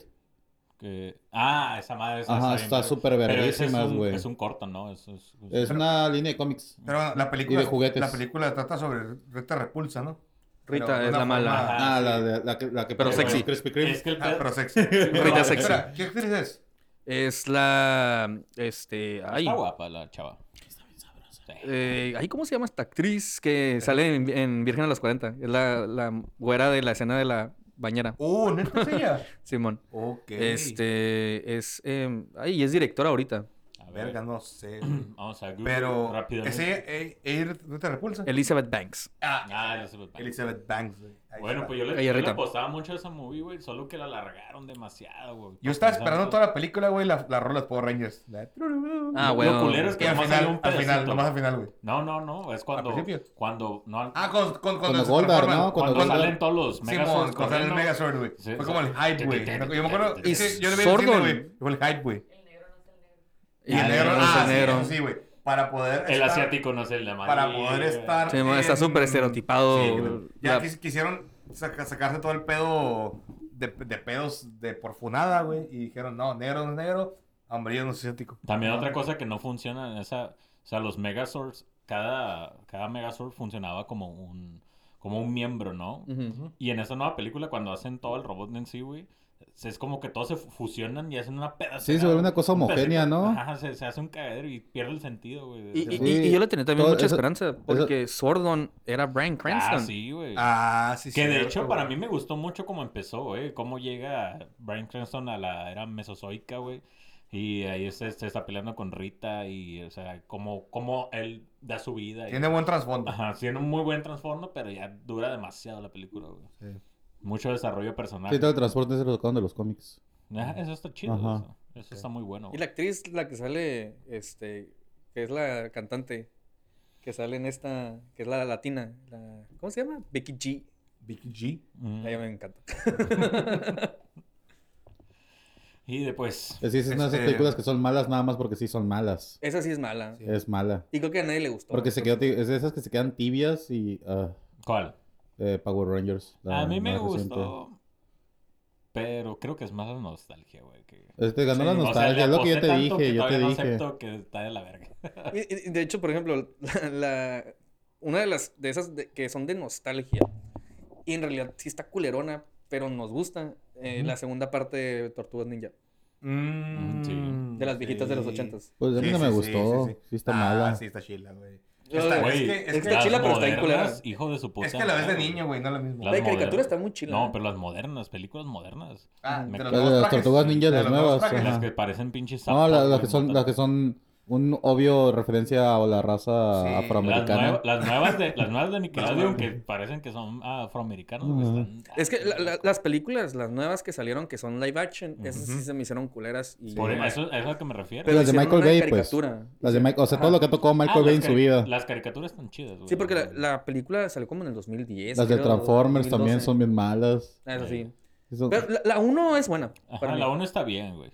Que- Ah, esa madre esa Ajá, bien, está pero- súper pero ese es verguísimas, un- güey. Es un corto, ¿no? Es, es- es- Es una línea de cómics. Pero bueno, la película. Y de juguetes. La película trata sobre Rita Repulsa, ¿no? Rita Pero de es una la mala. forma- Ah, Ah, sí. la, de- la que, la que Pero parece sexy. Krispy Kreme. Es que el Ah, pedo- pero sexy. Rita sexy. Espera, ¿qué actriz es? Es la. Este. Ay, Está guapa la chava. Está bien sabrosa. eh, ay, ¿cómo se llama esta actriz que sale en, en Virgen a los 40? Es la, la güera de la escena de la bañera, Oh, ¿neta es ella? Simón. Ok. Este. Es. eh, ay, es directora ahorita. A ver, Verga, no sé. vamos a Google Pero. ¿Es rápidamente. ella, eh, ella Rita Repulsa? Elizabeth Banks. Ah, ya se me- Elizabeth Banks, güey. Ahí Bueno, está. pues yo le, Ahí yo le Rita. apostaba mucho a esa movie, güey, solo que la alargaron demasiado, güey. Yo estaba Pensando- esperando toda la película, güey, la, la rola de Power Rangers. La- Ah, Lo güey. culero es Y que al nomás sale final, un al final, pedacito. nomás al final, güey. No, no, no, es cuando... Al principio. Cuando, no, Ah, con, con, cuando Cuando se Goldar, transforman. ¿no? cuando, cuando Goldar- salen todos los Sí, Megazords mon, cuando sale el corriendo. Megazord, güey. Sí, Fue sí. como el hype, güey. Yo me acuerdo. Y sí, Yo le vi el Sordon. cine, güey. Fue el hype, güey. Y Ah, el negro, el ah, sí, negro. eso sí, güey. Para poder. El estar- asiático no es el de amarillo. Para poder güey. estar. Sí, no, está en- súper estereotipado. Sí, güey. ya La- quis- quisieron saca- sacarse todo el pedo de, de pedos de por funada, güey. Y dijeron, no, negro no es negro, amarillo no es asiático. También otra cosa que no funciona en esa... O sea, los Megazords, cada, cada Megazord funcionaba como un, como un miembro, ¿no? Ujú. Y en esa nueva película, cuando hacen todo el robot en sí, güey, se- es como que todos se fu- fusionan y hacen una pedazo. Sí, se vuelve una cosa homogénea, ¿no? Ajá, se, se hace un cagadero y pierde el sentido, güey. Y, y- Se- Sí. y- y yo le tenía también Todo mucha eso- esperanza, porque Sordon era Brian Cranston. Ah, sí, güey. Ah, sí, que de cierto, hecho, güey. para mí me gustó mucho cómo empezó, güey. Cómo llega Brian Cranston a la era mesozoica, güey. Y ahí se, se está peleando con Rita y, o sea, cómo, cómo él da su vida. y- Tiene buen trasfondo. Ajá, tiene un muy buen trasfondo, pero ya dura demasiado la película, güey. Sí. Mucho desarrollo personal. Sí, todo el transporte se lo sacaron de los cómics. Ah, Eso está chido, Ajá. eso. Eso está muy bueno. Y güey. la actriz, la que sale, este, que es la cantante, que sale en esta, que es la latina, la- ¿cómo se llama? Becky G. Vicky G. Mm. A ella me encanta. Y pues, después, Es decir, es una de esas Este- películas que son malas nada más porque sí son malas. Esa sí es mala. Sí. Es mala. Y creo que a nadie le gustó. Porque se quedó, ti- es de esas que se quedan tibias y ah, ¿cuál? eh, Power Rangers. la a mí me más reciente. gustó. Pero creo que es más la nostalgia, güey. Que... Este ganó la O sea, nostalgia, le es lo que yo aposté te tanto que dije, yo te todavía no dije. acepto que está de la verga. Y- y- y de hecho, por ejemplo, la, la- una de las de esas de- que son de nostalgia y en realidad sí está culerona, pero nos gusta eh, Ujú. la segunda parte de Tortugas Ninja, Mm, Sí. de las viejitas de los ochentas. Pues a mí Sí, no me sí, sí, gustó, sí, sí, sí. está Ah, mala. Sí, está chila, güey. Yo- Está- Güey, es que, es está que- las chila, pero está bien modernas, culera. hijo de su puta es que la ves de madre, güey. niño, güey, no es lo mismo. La- La de caricatura modernas. está muy chila. No, pero las modernas, películas modernas. Ah, Me- los Las de nuevos las trajes. tortugas ninja, De las los nuevos nuevas, trajes. Las Ajá. que parecen pinches No, la- sapos, las güey, que son, montan- las que son un obvio referencia a la raza Sí. Las, afroamericana. nuev- las nuevas de, las nuevas de Nickelodeon nuevas. que parecen que son afroamericanos. güey, Ujú. están- Es que la- la- las películas, las nuevas que salieron, que son live action, esas sí Ujú. se me hicieron culeras. Y Por eso, eso es a lo que me refiero. Pero las de hicieron Michael una Bay, pues. caricatura. Las de Michael, o sea, todo lo que tocó Ah, Michael las Bay en su cari- vida. Las caricaturas están chidas, güey. Sí, porque la, la película salió como en el 2010. Las de creo, Transformers también 2012. son bien malas. Ah, Eso sí. Sí, son- Pero la- la 1 es buena. Ajá, para mí. la 1 está bien, güey.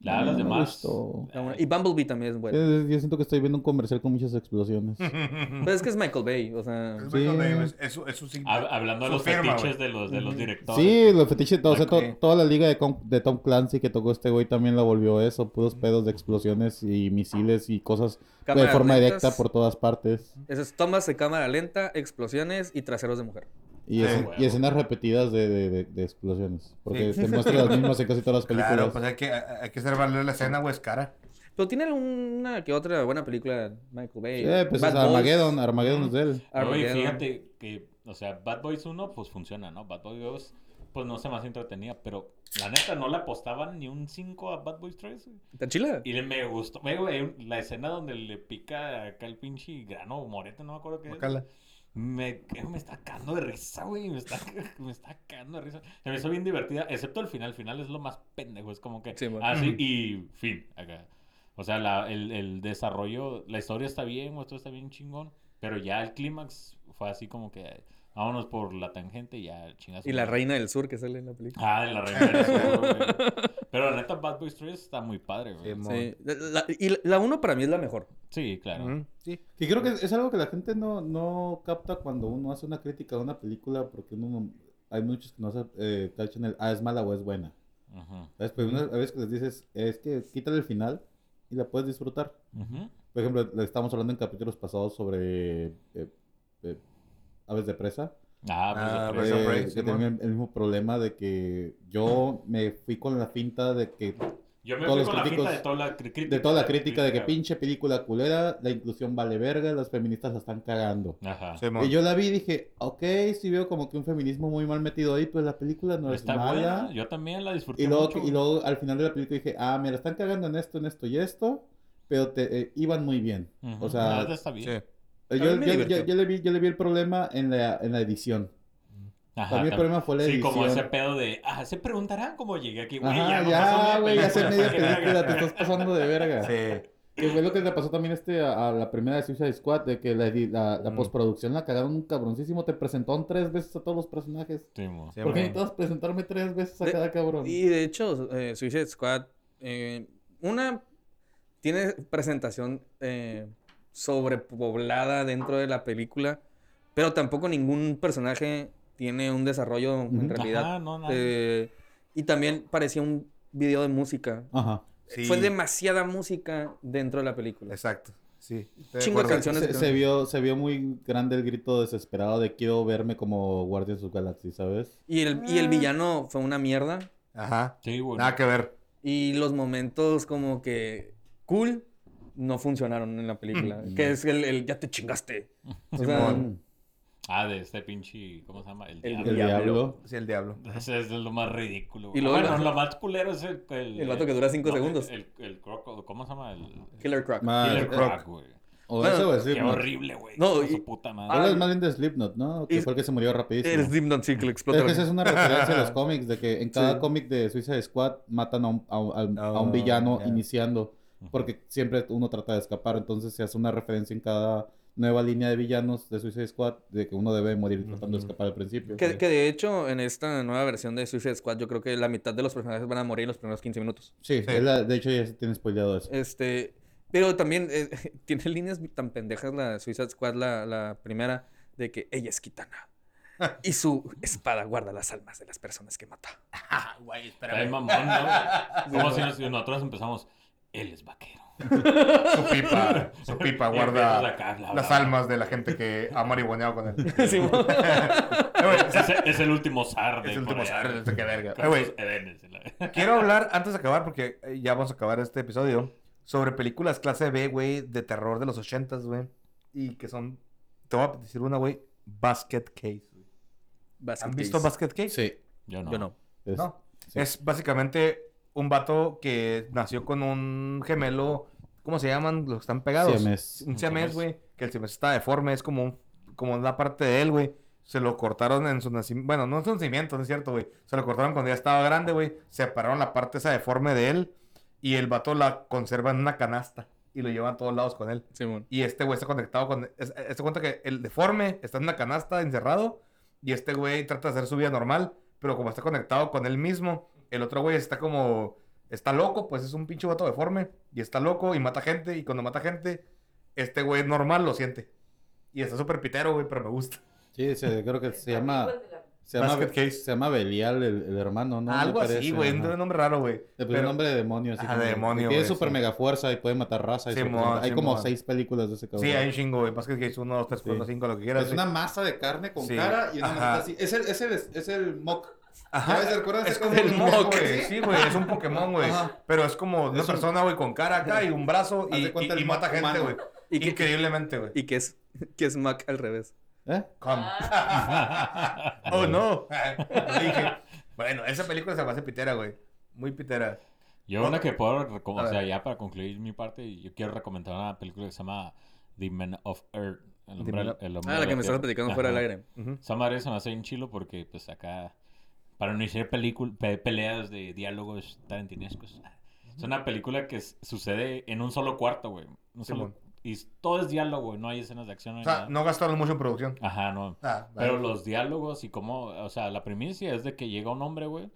La No, las no me demás. gustó. La uno. Y Bumblebee también es buena. Eh, Yo siento que estoy viendo un comercial con muchas explosiones. Pero es que es Michael Bay, o sea. Es Sí. Michael Bay, güey, Es, es un signo. Hab- hablando de Su los firma, fetiches güey. de los, de los Ujú. directores. Sí, los fetiches, todo, o sea, to- Ok. toda la liga de, Com- de Tom Clancy que tocó este güey también la volvió eso, puros pedos de explosiones y misiles y cosas de cámaras forma lentas. directa por todas partes. Eso es tomas de cámara lenta, explosiones y traseros de mujer. Y, Sí. escen- y escenas repetidas de, de- de- de explosiones. Porque Sí. te muestran las mismas en casi todas las películas. Claro, pues hay que, hay que ser valer la escena, güey, es cara. Pero tiene una que otra buena película de Michael Bay. Eh, pues Bad es Boys, Armageddon, Armageddon es de él. Oye, Armageddon. fíjate que, o sea, Bad Boys 1 pues funciona, ¿no? Bad Boys 2 pues no se me hace entretenida, pero la neta no le apostaban ni un 5 a Bad Boys 3. güey. ¿Está chila? Y le, me gustó, güey, güey, la escena donde le pica acá el pinche grano o morete, no me acuerdo qué es. Guacala. Me, que me está cagando de risa, güey. Me está, me está cagando de risa. Se me hizo bien divertida, excepto el final. El final es lo más pendejo. Es como que. Sí, bueno. ah, sí, y fin. Acá. O sea, la- el, el desarrollo, la historia está bien, güey, todo está bien chingón. Pero ya el clímax fue así como que. Vámonos por la tangente y ya chingas. Y la reina del sur que sale en la película. Ah, la reina. del sur, güey. Pero la neta, Bad Boys 3 está muy padre, güey. Sí, Sí. La- la- y la 1 para mí es la mejor. Sí, claro. Ujú, Sí. Que creo que es algo que la gente no, no capta cuando uno hace una crítica de una película, porque uno no- hay muchos que no se eh, cachan el, ah, es mala o es buena. Ajá. ¿Sabes? Pero pues, una vez que les dices, es que quítale el final y la puedes disfrutar. Ujú. Por ejemplo, le estamos hablando en capítulos pasados sobre eh, eh, aves de presa. Ah, Ah, pues, Birds of eh, Prey, que Simón. tenía el, el mismo problema de que yo me fui con la finta de que Yo me todos fui los con la críticos- pinta de toda la cri- crítica. de toda la crítica de que güey. pinche película culera, la inclusión vale verga, las feministas la están cagando. Ajá. Simón. Y yo la vi y dije, ok, sí veo como que un feminismo muy mal metido ahí, pero la película no es Está mala. buena. Yo también la disfruté Y luego, mucho. y luego al final de la película dije, ah, me la están cagando en esto, en esto y esto, pero te eh, iban muy bien. Ujú, O sea, la neta está bien. Sí. eh, A yo, mí me yo- divirtió. yo- yo le vi, yo le vi el problema en la, en la edición. Ajá, Para mí el tam- problema fue la Ah, Sí, edición. como ese pedo de, ah, se preguntarán cómo llegué aquí, güey. Ajá, no ya, pasó güey, ya se película, media para que película, haga. te estás pasando de verga. Sí. Que fue lo que le pasó también este a, a la primera de Suicide Squad, de que la, edi- la, la Mm. postproducción la cagaron un cabroncísimo, te presentaron tres veces a todos los personajes. Sí, mo. Sí, ¿Por qué güey. necesitas presentarme tres veces a De- cada cabrón? Y de hecho, eh, Suicide Squad, eh, una tiene presentación eh, sobrepoblada dentro de la película, pero tampoco ningún personaje tiene un desarrollo en Ujú. realidad. Ajá, no, nada. Eh, y también parecía un video de música. Ajá. Sí, Fue demasiada música dentro de la película. Exacto. Sí. estoy de Chingo de acuerdo. canciones. Se, que- se vio, se vio muy grande el grito desesperado de quiero verme como Guardians of the Galaxy, ¿sabes? Y el, y el villano fue una mierda. Ajá. Sí, güey. Nada que ver. Y los momentos como que cool no funcionaron en la película. Que es el, el ya te chingaste. O sea, Mm. Simón. Ah, de este pinche. ¿Cómo se llama? El, diablo. El diablo. Sí, el diablo. Ese es lo más ridículo. Y Y luego bueno, la- lo más culero es el. El, El vato que dura cinco segundos. El, el croco, ¿cómo se llama? El. Killer Croc. Ma- Killer eh, Croc, güey. O Bueno, eso, o Qué Slipknot. horrible, güey. No, No, y- su puta Hablas madre. Ah, más bien de Slipknot, ¿no? Que Es- fue el que se murió rapidísimo. El Slim Dance Cycle explota. Es que esa es una referencia a los cómics, de que en cada Sí. cómic de Suicide Squad matan a un, a un- a un- a un Oh, villano ya. iniciando, porque siempre uno trata de escapar, entonces se hace una referencia en cada nueva línea de villanos de Suicide Squad, de que uno debe morir tratando de escapar al principio. Que, que de hecho, en esta nueva versión de Suicide Squad, yo creo que la mitad de los personajes van a morir en los primeros 15 minutos. Sí, es la- de hecho ya se tiene spoileado eso. Este, pero también eh, tiene líneas tan pendejas la Suicide Squad, la, la primera, de que ella es gitana. Y su espada guarda las almas de las personas que mata. Ah, Está bien mamón, ¿no? Como si nos- nosotros empezamos. Él es vaquero. Su pipa, su pipa Y guarda empiezas acá, bla, bla, las bla. almas de la gente que ha marihuaneado con él. Sí, mo- Eh, güey, Es, es el último zar de Es el último Corea, zar, güey. este, qué verga. Con Eh, güey. sus edenes y la- Quiero hablar, antes de acabar, porque eh, ya vamos a acabar este episodio, sobre películas clase B, güey, de terror de los ochentas, güey. Y que son, te voy a decir una, güey, Basket Case. güey. Basket ¿Han visto case. Basket Case? Sí. Yo no. Yo Oh, no. es- No. sí. Es básicamente un vato que nació con un gemelo, ¿cómo se llaman? Los que están pegados. Siamés. Un Un siamés, siamés. güey. Que el siamés está deforme, es como, un- como una parte de él, güey. Se lo cortaron en su nacimiento. Bueno, no en su nacimiento, no es cierto, güey. Se lo cortaron cuando ya estaba grande, güey. Separaron la parte esa deforme de él. Y el vato la conserva en una canasta. Y lo lleva a todos lados con él. Simón. Y este güey está conectado con. es- es- Se cuenta que el deforme está en una canasta encerrado. Y este güey trata de hacer su vida normal. Pero como está conectado con él mismo, el otro güey está como. Está loco, pues es un pinche vato deforme. Y está loco y mata gente. Y cuando mata gente, este güey normal lo siente. Y está súper pitero, güey, pero me gusta. Sí, se- creo que se llama... Se llama, Basket Case. se llama Belial, el, el hermano, ¿no? Algo Me así, parece, güey. Un ajá. nombre raro, güey. Le puso Pero- nombre de demonio. Así Ah, de como- demonio, Tiene güey, super sí. mega fuerza y puede matar raza. y se Simón, presenta- hay como Simón. seis películas de ese cabrón. Sí, hay un chingo, güey. Basket Case 1, 2, 3, 4, Sí. 5, lo que quieras. Es güey. una masa de carne con Sí. cara y una Ajá. masa así. Es el, es el, es el mock. Ajá. ¿Ya ves? ¿Te acuerdas? Es Es como como el un moco, moco, güey. ¿sí? Sí, güey. Es un Pokémon, güey. Ajá. Pero es como una Es un- persona, güey, con cara acá y un brazo y, Haz de cuenta y- el y mata moco gente, güey. humano. ¿Y qué- Increíblemente, güey. Y que es, que es Mac al revés. ¿Eh? Come. Ah. oh, no. Dije, bueno, esa película se me hace pitera, güey. Muy pitera. Yo una que puedo, reco- A o sea, ver. ya para concluir mi parte, yo quiero recomendar una película que se llama The Man of Earth. El hombre, Man of- el hombre Ah, de la que me Tierra. estabas platicando fuera del Ajá. aire. Esa madre se me hace bien chilo porque, pues, acá, para no iniciar pelicul- pe- peleas de diálogos tarantinescos, es una película que s- sucede en un solo cuarto, güey. Un solo- Simón. y s- todo es diálogo, güey, no hay escenas de acción. no O hay sea, nada. no gastaron mucho en producción. Ajá, no. Ah, vale. Pero los diálogos y cómo, o sea, la primicia es de que llega un hombre, güey,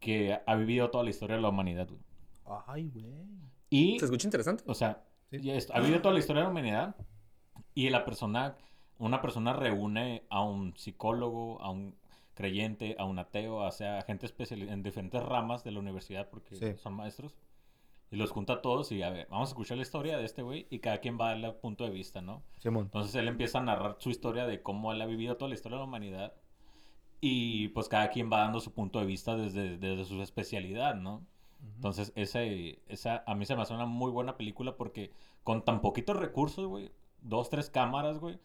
que ha vivido toda la historia de la humanidad, güey. Ay, güey. Y ¿Se escucha interesante? o sea, Sí. ya es- ha habido toda la historia de la humanidad y la persona, una persona reúne a un psicólogo, a un creyente, a un ateo, o sea, a gente especial en diferentes ramas de la universidad porque Sí. son maestros. Y los junta a todos y a ver, vamos a escuchar la historia de este güey y cada quien va a darle un punto de vista, ¿no? Simón. Entonces él empieza a narrar su historia de cómo él ha vivido toda la historia de la humanidad. Y pues cada quien va dando su punto de vista desde, desde su especialidad, ¿no? Entonces, ese, esa a mí se me hace una muy buena película porque con tan poquitos recursos, güey, dos, tres cámaras, güey,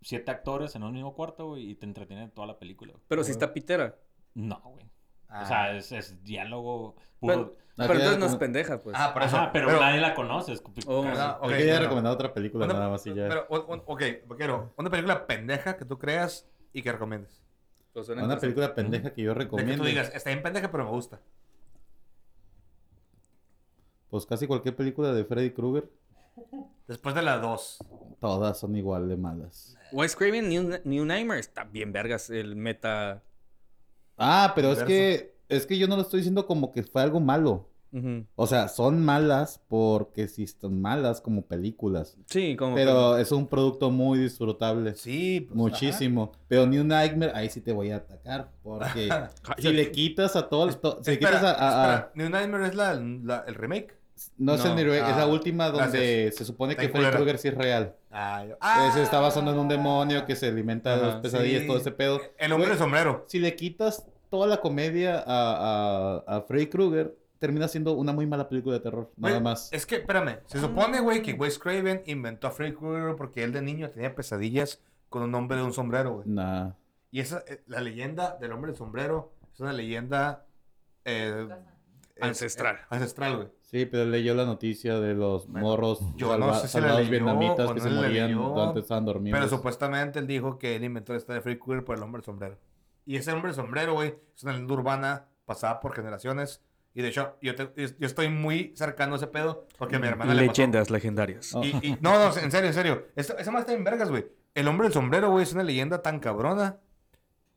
siete actores en un mismo cuarto, güey, y te entretiene toda la película. güey. Pero si está pitera. No, güey. Ah. O sea, es, es diálogo Pero, puro. Ah, pero que entonces ya no es como- pendeja, pues. Ah, por eso. Ajá, pero, pero- nadie la conoce. es- Oh, casi- Ah, ok, Hay que ya bueno. recomendado otra película Una- nada más y ya. Pero, un- un- ok, vaquero, una película pendeja que tú creas y que recomiendes. Pues suena Una interesante. película pendeja que yo De que tú recomiendo. digas, está bien pendeja, pero me gusta. Pues casi cualquier película de Freddy Krueger, Después de las dos. todas son igual de malas. Wes Craven, New, New Nightmare, está bien vergas el meta. Ah, pero es Verso. que, es que yo no lo estoy diciendo como que fue algo malo. Ujú. O sea, son malas porque sí están malas como películas. Sí, como. Pero es un producto muy disfrutable. Sí, pues, Muchísimo. Pero New Nightmare, ahí sí te voy a atacar. Porque si le quitas a todos. to- si le Ah, Espera, quitas a. a- a- espera. New Nightmare es la, la- el remake. no, es el No, Nightmare, es la ah, última donde gracias. se supone Está que en Freddy culera. Krueger sí es real. Ah, yo- Eh, se está basando en un demonio que se alimenta de Ajá, las pesadillas, Ah, sí. todo ese pedo. El hombre Güey, de sombrero. Si le quitas toda la comedia a, a, a Freddy Krueger, termina siendo una muy mala película de terror. Nada Güey, más. Es que, espérame, se supone, güey, que Wes Craven inventó a Freddy Krueger porque él de niño tenía pesadillas con un hombre de un sombrero, güey. Nah. Y esa, eh, la leyenda del hombre de sombrero es una leyenda... eh, es- Ancestral. eh, ancestral, güey. Sí, pero leyó la noticia de los Bueno, morros yo salva- no sé si la salvados leyó vietnamitas o que no se la morían leyó, durante estaban dormidos. Pero supuestamente él dijo que él inventó la historia de Freddy Krueger por el hombre del sombrero. Y ese hombre del sombrero, güey, es una leyenda urbana pasada por generaciones. Y de hecho, yo, te- yo estoy muy cercano a ese pedo porque a mi hermana le pasó. Leyendas legendarias. Oh. Y- y- no, no, en serio, en serio. Esto, esa más está en vergas, güey. El hombre del sombrero, güey, es una leyenda tan cabrona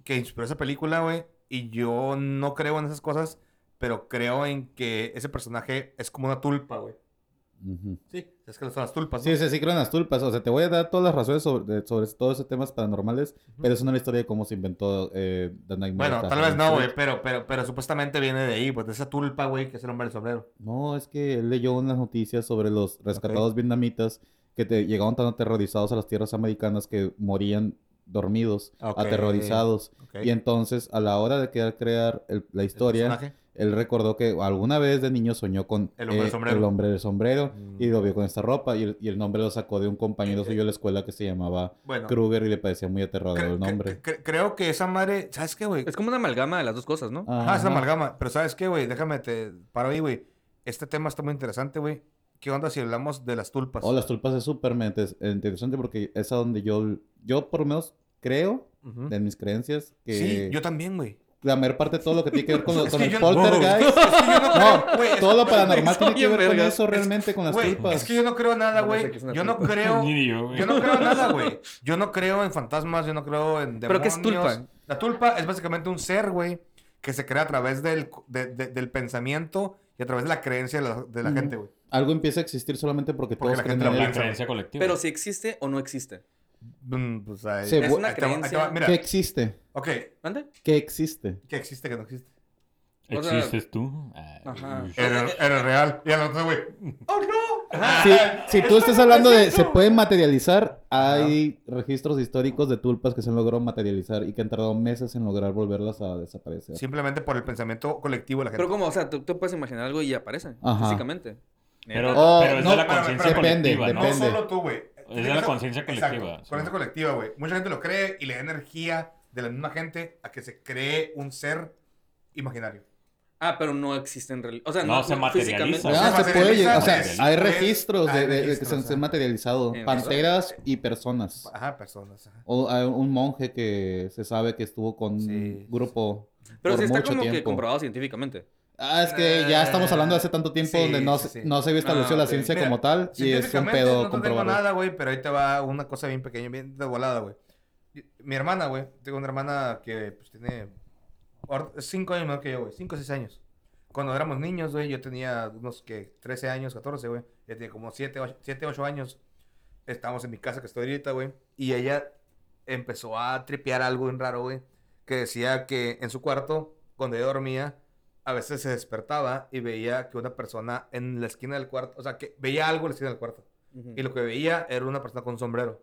que inspiró esa película, güey. Y yo no creo en esas cosas, pero creo en que ese personaje es como una tulpa, güey. Ujú. Sí, es que son las tulpas. ¿no? Sí, se sí, creo en las tulpas. O sea, te voy a dar todas las razones sobre, de- sobre todos esos temas paranormales, pero es una historia de cómo se inventó eh, The Nightmare. Bueno, Before tal vez no, Christmas. güey, pero, pero, pero supuestamente viene de ahí, pues de esa tulpa, güey, que es el hombre del sombrero. No, es que él leyó unas noticias sobre los rescatados vietnamitas que te, llegaron tan aterrorizados a las tierras americanas que morían dormidos, Ok. aterrorizados. Ok. Y entonces, a la hora de querer crear el- la ¿El historia... personaje? Él recordó que alguna vez de niño soñó con eh, El hombre del sombrero. el hombre del sombrero Mm. y lo vio con esta ropa y el, y el nombre lo sacó de un compañero Eh, suyo de la escuela que se llamaba Bueno, Kruger y le parecía muy aterrador cre- el nombre. cre- cre- creo que esa madre, ¿sabes qué, güey? Es como una amalgama de las dos cosas, ¿no? Ah, es una Ajá. amalgama. Pero ¿sabes qué, güey? Déjame, te paro ahí, güey. Este tema está muy interesante, güey. ¿Qué onda si hablamos de las tulpas? Oh, las tulpas es súper mente- interesante porque es a donde yo, yo por lo menos creo, Ujú. de mis creencias, que Sí, yo también, güey. la mayor parte de todo lo que tiene que ver con, lo- Es con que el yo no- poltergeist, Es que yo no creo, No, güey, es- todo lo paranormal tiene que bien ver con vergas. eso realmente, con las güey, tulpas. es que yo no creo nada, No, no sé güey. qué es una Yo no tulpa. creo... Ni yo, güey. Yo no creo nada, güey. Yo no creo en fantasmas, yo no creo en demonios. ¿Pero qué es tulpa? La tulpa es básicamente un ser, güey, que se crea a través del, de- de- del pensamiento y a través de la creencia de la, de la gente, güey. Algo empieza a existir solamente porque, Porque todos la creen gente en lo él. La piensa, creencia colectiva. Pero si existe o no existe. Mm, Pues ahí- Sí, ahí bu- te Es va- una ahí te va- creencia. ¿Qué Mira, existe? ok, ¿Mande? ¿Qué existe? que existe, que no existe. o sea- ¿Existes tú? Ay, Ajá. uy. Era, era real. Y al otro, güey. ¡Oh, no! Si, si tú estás hablando de se pueden materializar, hay registros históricos de tulpas que se han logrado materializar y que han tardado meses en lograr volverlas a desaparecer. Simplemente por el pensamiento colectivo de la gente. Pero como, o sea, tú, tú puedes imaginar algo y aparece Ajá. físicamente. Pero, Oh, pero es no, de la pero- conciencia pero- colectiva, depende, ¿no? No depende. solo tú, güey. Es de la conciencia colectiva, Exacto, sí. conciencia colectiva, güey. Mucha gente lo cree y le da energía de la misma gente a que se cree un ser imaginario. Ah, pero no existe en realidad. O sea, No, no, se no, materializa. físicamente. Ah, se se puede llegar- o sea, materializa. hay registros de, Hay de- de que registros, se, se han ajá. materializado. En Panteras y personas. Ajá, personas. ajá. O hay un monje que se sabe que estuvo con Sí. un grupo Pero por sí está mucho como que tiempo. comprobado científicamente. Ah, es que ya estamos hablando de hace tanto tiempo Sí, donde no, sí, se- sí. no se había establecido Ah, la ok. ciencia Mira, como tal y es un científicamente pedo no te tengo comprobarlo. nada, güey, pero ahí te va una cosa bien pequeña, bien de volada, güey. Mi hermana, güey, tengo una hermana que pues, tiene 5 años menor que yo, güey, 5 o 6 años. Cuando éramos niños, güey, yo tenía unos que 13 años, 14, güey. Ella tenía como 7, 8 años. Estábamos en mi casa que estoy ahorita, güey. Y ella empezó a tripear algo bien raro, güey. Que decía que en su cuarto, cuando ella dormía, a veces se despertaba y veía que una persona en la esquina del cuarto, o sea, que veía algo en la esquina del cuarto. Y lo que veía era una persona con sombrero.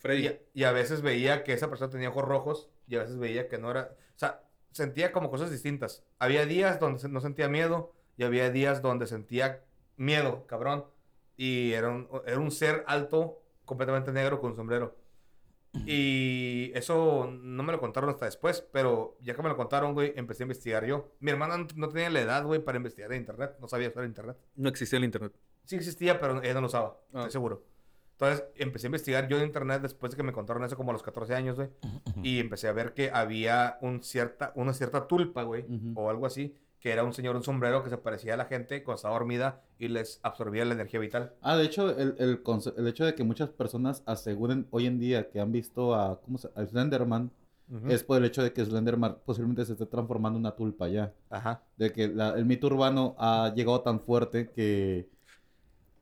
Freddy. Y, y a veces veía que esa persona tenía ojos rojos y a veces veía que no era... O sea, sentía como cosas distintas. Había días donde se- no sentía miedo y había días donde sentía miedo, cabrón. Y era un, era un ser alto, completamente negro, con sombrero. Y eso no me lo contaron hasta después, pero ya que me lo contaron, güey, empecé a investigar yo. Mi hermana no- no tenía la edad, güey, para investigar en internet. No sabía usar internet. No existía el internet. Sí existía, pero ella no lo usaba, Ah. estoy seguro. Entonces empecé a investigar yo en internet después de que me contaron eso como a los 14 años, güey. Y empecé a ver que había un cierta, una cierta tulpa, güey, Ujú. o algo así, que era un señor, un sombrero que se parecía a la gente cuando estaba dormida y les absorbía la energía vital. Ah, de hecho, el, el, conce- el hecho de que muchas personas aseguren hoy en día que han visto a, ¿cómo se, a Slenderman Ujú. es por el hecho de que Slenderman posiblemente se esté transformando en una tulpa ya. Ajá. De que la- el mito urbano ha llegado tan fuerte que,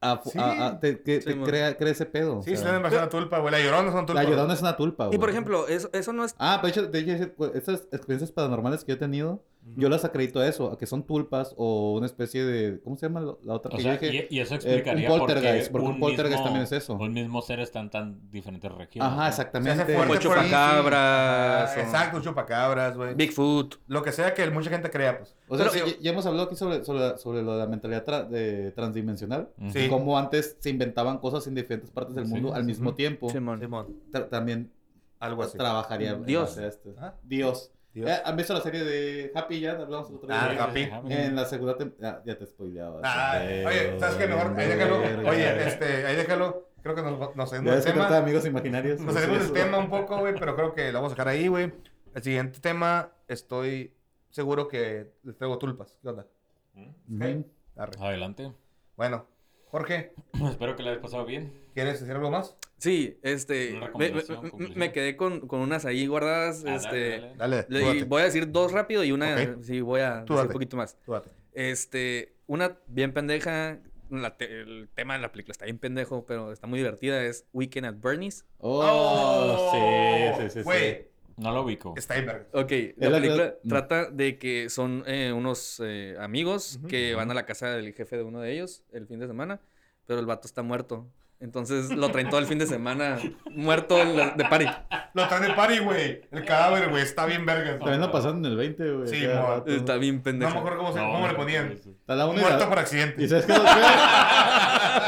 a- Sí. a- a- te, que- Sí, te mon. crea, crea ese pedo. o Sí, sea, se le dan una tulpa, güey. La llorona es una tulpa. la güey. Llorona es una tulpa, Y por güey. ejemplo, eso, eso no es. Ah, de hecho, de hecho, ese- pues, estas experiencias paranormales que yo he tenido, yo las acredito a eso, a que son tulpas o una especie de... ¿Cómo se llama la- la otra? O que sea, yo dije? y, y eso explicaría por qué poltergeist, porque un poltergeist mismo- también es eso. Un mismo ser está en tan diferentes regiones. Ajá, ¿no? Se exactamente. hace fuerte Como por ahí, sí. chupacabras, Ah, o- Exacto, chupacabras, güey. Bigfoot. Lo que sea que mucha gente crea, pues. O sea, Pero- sí, ya, ya hemos hablado aquí sobre, sobre, la- sobre lo de la mentalidad tra- de- transdimensional. Ujú. Sí. Cómo antes se inventaban cosas en diferentes partes del Sí, mundo al sí, mismo ujú. tiempo. Simón. Simón, Tra- también pues, algo así. trabajaría en Dios. base a esto. Pues Ah. Dios. Dios. Eh, ¿Han visto la serie de Happy ya? Hablamos el otro día. Ah, Sí, Happy. sí, sí, En la segunda temporada. ya te spoileaba. Ah, oye, ¿sabes qué? Mejor, ahí déjalo. Oye, este, ahí déjalo. Creo que nos, nos salimos Ya del ves que trata de tema. amigos imaginarios. Nos salimos Sí, del tema un poco, güey, pero creo que lo vamos a dejar ahí, güey. El siguiente tema, estoy seguro que les traigo tulpas. ¿Qué onda? Ujú. Arre. Adelante. Bueno, Jorge, Espero que la hayas pasado bien. ¿quieres decir algo más? Sí, este. Una Me, me- recomendación, me- conclusión. me quedé con, con unas ahí guardadas. Ah, este. dale, dale. Dale, le- tú date, voy a decir dos rápido y una. Ok. Sí, voy a Tú decir date. un poquito más. tú date. Este, una bien pendeja, la te- el tema de la película está bien pendejo, pero está muy divertida, es Weekend at Bernie's. Oh, sí, sí, sí, sí. Güey, No lo ubico. está ahí, verga. Ok, Es la la- película la- trata de que son eh, unos eh, amigos que van a la casa del jefe de uno de ellos el fin de semana, pero el vato está muerto. Entonces lo traen todo el fin de semana muerto en la- de party. Lo traen de party, güey. El cadáver, güey, está bien, verga. También lo pasaron en el 20, güey. Sí, cada mo- rato. Está bien No me pendejo. acuerdo cómo, se, No, cómo le no, ponían. sí. Está la Un una y muerto la- por ¿Y accidente. sabes qué es lo peor?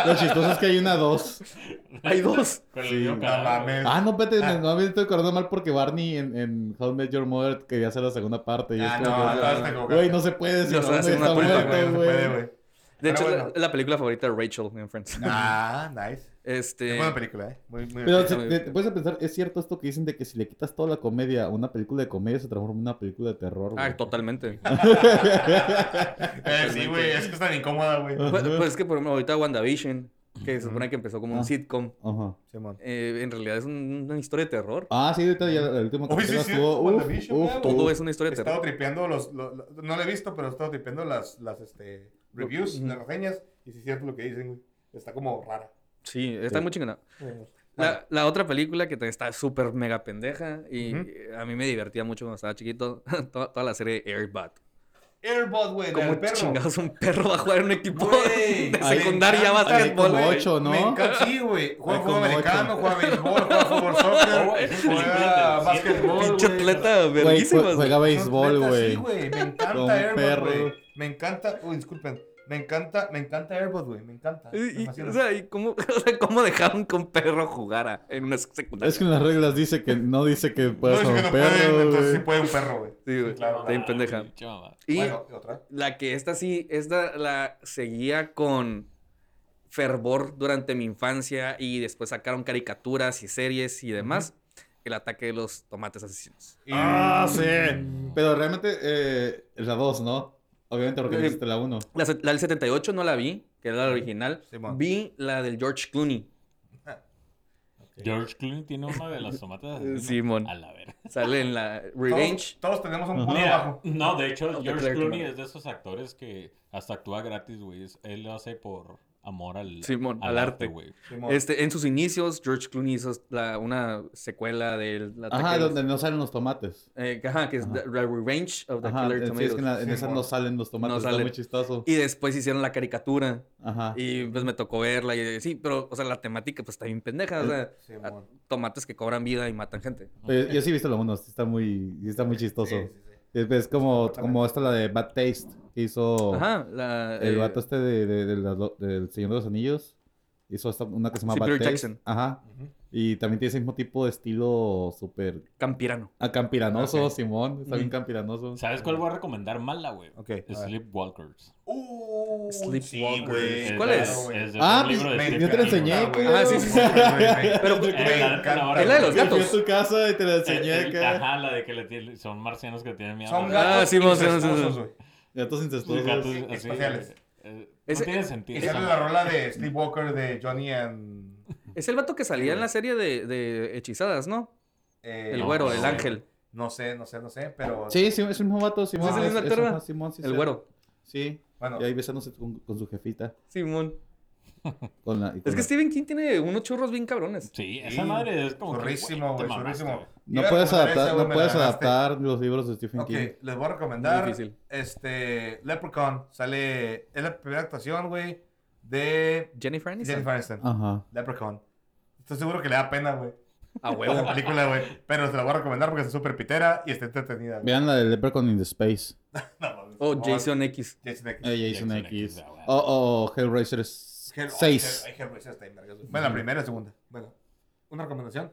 Lo chistoso es que hay una dos. Hay dos. Pero Sí, el video no No cadáver. mames. Ah, no, espérate, me- no me estoy acordando mal porque Barney en, en How I Met Your Mother quería hacer la segunda parte. Y Ah, es no, como, que, no, no, no, güey, no se puede. Si No no, se hace está una No se culpa, muerto, puede, güey, no se puede, güey. güey. De Pero hecho, es la- bueno. la, película favorita de Rachel en Friends. Ah, nice. Este, Es buena película, ¿eh? Muy, muy Pero bien. si- te, te puedes pensar, es cierto esto que dicen de que si le quitas toda la comedia a una película de comedia se transforma en una película de terror. güey. ah, totalmente. Eh, sí, güey, es que es tan incómoda, güey. Pues, pues es que por ejemplo, ahorita WandaVision, que se supone que empezó como Ah. un sitcom, Ajá. Simón. eh, en realidad es un- una historia de terror. Ah, sí, ahorita ya el último Uy, sí, capítulo sí, estuvo. como Uf, The Vision, uf, ¿no? Todo uf. es una He historia de estado terror. tripeando los, lo- lo- No lo he visto, pero he estado tripeando las, las este, reviews, Ujú. las reseñas. Y sí es cierto lo que dicen, güey. Está como rara. Sí, está Sí. muy chingona. Bueno, La, la otra película que también está súper mega pendeja y Ujú. eh, a mí me divertía mucho cuando estaba chiquito, toda, toda la serie de Airbud. Airbot, güey, la Como del perro. chingados un perro va a jugar en un equipo Güey, de me secundaria encanta, básquetbol. como güey. ocho. ¿no? Me encanta, sí, güey. Juega Hay fútbol como americano, ocho. juega béisbol, juega fútbol soccer, es película juega del básquetbol. Pinche güey. atleta Güey, jue- verguísimas. güey. juega béisbol, Neta, güey. Sí, güey. Me Con encanta Airbot, perro. güey. Me encanta. Uy, disculpen. Me encanta, me encanta Airbot, güey. Me encanta. Y- Me y- fascina. o sea, ¿y cómo, o sea, cómo dejaron que un perro jugara en una secundaria? Es que en las reglas dice que no dice que no puedas dice que romper. no pueden, entonces sí güey. puede un perro, güey. Sí, güey, claro. está bien pendeja. Pinche mamá. Y Bueno, ¿y otra? la que esta sí, esta la seguía con fervor durante mi infancia y después sacaron caricaturas y series y demás. El ataque de los tomates asesinos. Y- Ah, sí. Pero realmente eh, la 2, ¿no? Obviamente porque no Sí. existe la 1. La, se- la del 78 no la vi, que era la original. Simón. vi la del George Clooney. George Clooney tiene una de las tomatas. asesinas. Eh, Simón. A la verga. Sale en la Todos- Revenge. Todos, tenemos un punto Mira, bajo. no, de hecho, No, te George creo que Clooney no. es de esos actores que hasta actúa gratis, güey. Es- Él lo hace por amor al, Simón, al arte. güey. Simón. Este, en sus inicios, George Clooney hizo la- una secuela del ataque Ajá, de los- donde no salen los tomates. eh, ajá, que es The The Revenge of the Ajá, eh, Killer sí, Tomatoes. es que en, la- en Sí, esa mon. no salen los tomates, No está salen. muy chistoso. Y después hicieron la caricatura. Ajá. Y pues me tocó verla y eh, sí, pero, o sea, la temática pues está bien pendeja, o Eh, sea, a- Simón. tomates que cobran vida y matan gente. Oye, yo sí he visto la 1, sí está muy, sí está muy chistoso. Sí, sí, sí. Es, es como, como esta la de Bad Taste que hizo Ajá, la... Oh. el eh, vato este de, de- de las do- del Señor de los Anillos. Hizo esta- una que se llama Sí, Bad Peter Taste. Jackson. Ajá. Ujú. Y también tiene ese mismo tipo de estilo súper Campirano. acampiranoso, Ok. Simón. Está bien Ujú. campiranoso. ¿Sabes cuál voy a recomendar mala, güey? Ok, a ver. Sleepwalkers. Uh, Sleepwalkers. güey. ¿Cuál de- es? Es de Ah, un pues, libro de me- Stephen yo te lo King, enseñé, güey. güey. Ah, sí, sí, sí. Pero Pero, pues, Eh, la neta, la es la de Yo verdad, los fui gatos. a tu casa y te la El- enseñé el- acá. Eh, Ajá, la de que le tiene- son marcianos que tienen miedo. Son a- gatos Ah, sí, vamos, sí, vamos, sí, incestuosos, sí. güey. Gatos Los incestuosos. gatos sí, así. espaciales. eh, No Ese- tiene Y sentido. sale la rola de Sleepwalker de Johnny and... Es el vato que salía en la serie de, de Hechizadas, ¿no? eh, El no, güero, no el sé. ángel. No sé, no sé, no sé, pero. Sí, sí, es el mismo vato, Simón. ¿Es el mismo actor, ajá, va? Simón, sí, El sí. güero. Sí, Bueno, y ahí besándose con, con su jefita. Simón. Con la, y con Es que la- Stephen King tiene unos churros bien cabrones. Sí, Sí, esa madre es como. que, güey, churrísimo, te güey, mamaste, churrísimo. güey. No Iba a puedes, recomendar adaptar, esa, no güey, me la puedes ganaste. adaptar los libros de Stephen Ok, King. les voy a recomendar. Muy difícil. Este. Leprechaun. Sale. Es la primera actuación, güey. De Jennifer Aniston. Jennifer Aniston. Ajá. Leprechaun. Estoy seguro que le da pena, güey. A Esa huevo. película, güey. Pero se la voy a recomendar porque es súper pitera y está entretenida. güey. Vean la de Leprechaun in the Space. No, mames. O No, Oh, Jason X. Jason X. Eh, Jason, Jason X. X, ah, bueno. O oh, oh, Hellraiser s- Hell- oh, 6. Hell- Hellraiser está en vergas, güey. Bueno, la primera y segunda. Bueno, una recomendación.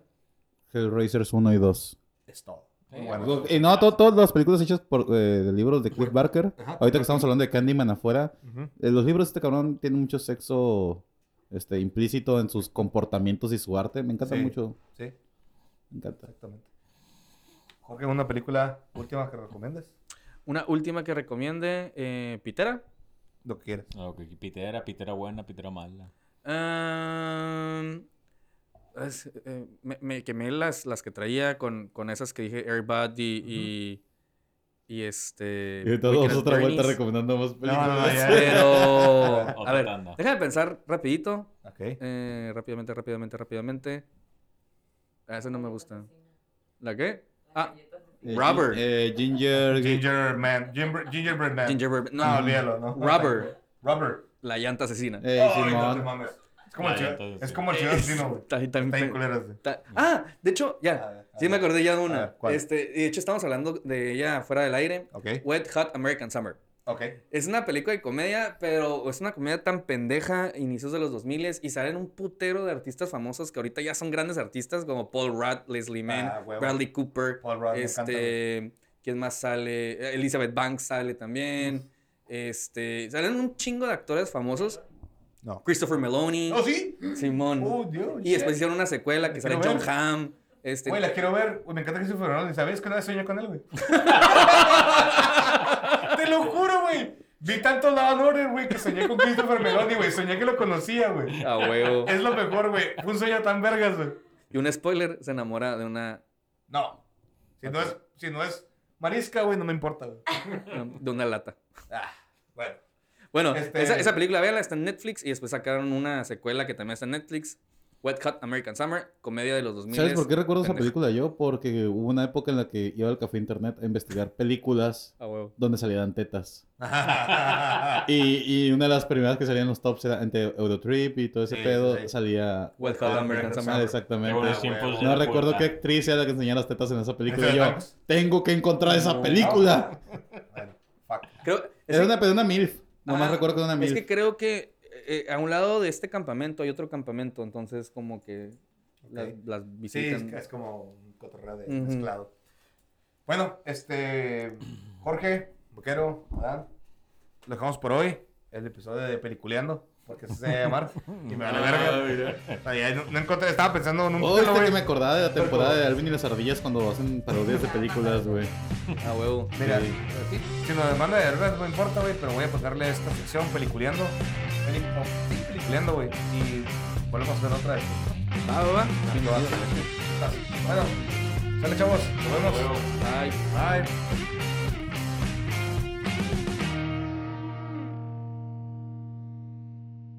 Hellraisers 1 y 2. Es todo. Sí, Muy bueno. algo- Y no, to- todas las películas hechas por eh, de libros de Cliff Barker. Ajá. Ahorita que estamos hablando de Candyman afuera. Ujú. eh, los libros de este cabrón tienen mucho sexo este, implícito en sus comportamientos y su arte. Me encanta Sí. mucho. Sí, Me encanta. exactamente. Jorge, una película última que recomiendes. Una última que recomiende, eh, Pitera. Lo que quieras. Ah, ok, Pitera, pitera buena, pitera mala. Am, es, eh, me, me quemé las, las que traía con, con esas que dije Airbud y, y, y este. Y todos Wicked otra vuelta Attorneys. recomendando más No, películas. no, no, ya. Pero. A Otra ver, tanda. déjame pensar rapidito. Ok. Eh, rápidamente, rápidamente, rápidamente. A esa no me gusta. ¿La qué? Ah, Eh, gin- Rubber. eh, Ginger. Ginger Man. Ginger, Gingerbread Man. Gingerbread. No, No, Ah, olvídalo, ¿no? Rubber. Rubber. La llanta asesina. eh, Ay, no te Simón. mames. Es como el Ah, chivo- entonces es sí. como el chivo chino, güey. Está- está bien Está bien pe- culero ese. Ta- Ah, de hecho, A ver, ya. a Sí me ver. acordé ya de A una. ver, ah, ¿cuál? este, de hecho, estamos hablando de ella fuera del aire. Ok. Wet Hot American Summer. Ok. Es una película de comedia, pero es una comedia tan pendeja, inicios de los 2000 y salen un putero de artistas famosos que ahorita ya son grandes artistas como Paul Rudd, Leslie Mann, Ah, huevo. Bradley Cooper, Paul Rudd, me encanta, este, ¿quién más sale? Eh, Elizabeth Banks sale también. Este, salen un chingo de actores famosos. No. Christopher Meloni, ¿Oh, sí? Simón. Oh, Dios. y después hicieron una secuela que Quiero sale John ver. Hamm. Este, Güey, la quiero ver. Güey, Me encanta que se fueron. ¿Y sabías que no soñé con él, güey? Te lo juro, güey. Vi tanto Law and Order, güey, que soñé con Christopher Meloni, güey. Soñé que lo conocía, güey. a huevo. Es lo mejor, güey. Fue un sueño tan vergas, güey. Y un spoiler, se enamora de una, No. Si no es, si no es marisca, güey, no me importa, güey. de una lata. Ah, bueno. Bueno, Este- esa, esa película, véala, está en Netflix y después sacaron una secuela que también está en Netflix. Wet Hot American Summer, comedia de los 2000. ¿Sabes por qué recuerdo esa Pendeja. película yo? Porque hubo una época en la que iba al café internet a investigar películas A huevo. donde salían tetas. Y, y una de las primeras que salían en los tops era entre Eurotrip y todo ese Sí, pedo sí, sí. salía... Wet Hot American Ah, Summer. exactamente. Qué buenos Ah, tiempos huevo. de No la recuerdo puerta. qué actriz era la que enseñaba las tetas en esa película. Esa y Yo, es tengo que encontrar esa No. película. Bueno, fuck. Creo, es, Era que- una, pero una MILF. Nomás Ajá. recuerdo que era una es MILF. que creo que eh, a un lado de este campamento hay otro campamento, entonces como que las, Ok. las Sí, visitan. es, es como un cotorreo de Ujú. mezclado. Bueno, este. Jorge, Boquero, Adán, lo dejamos por hoy. El episodio de Peliculeando, porque así se va a llamar. y me vale verga. O sea, ya no, no encontré, estaba pensando en un. Oh, título, ahorita güey. que me acordaba de la temporada de Alvin y las ardillas cuando hacen parodias de películas, güey. A huevo. Mira, sí, si nos demanda de verdad, no importa, güey, pero voy a pasarle esta sección Peliculeando. Peli- no, sí, peliculeando, güey. Y volvemos a hacer otra vez. Va, va, va. Bienvenido. Bueno, sale, chavos. Nos vemos. Bye. Bye.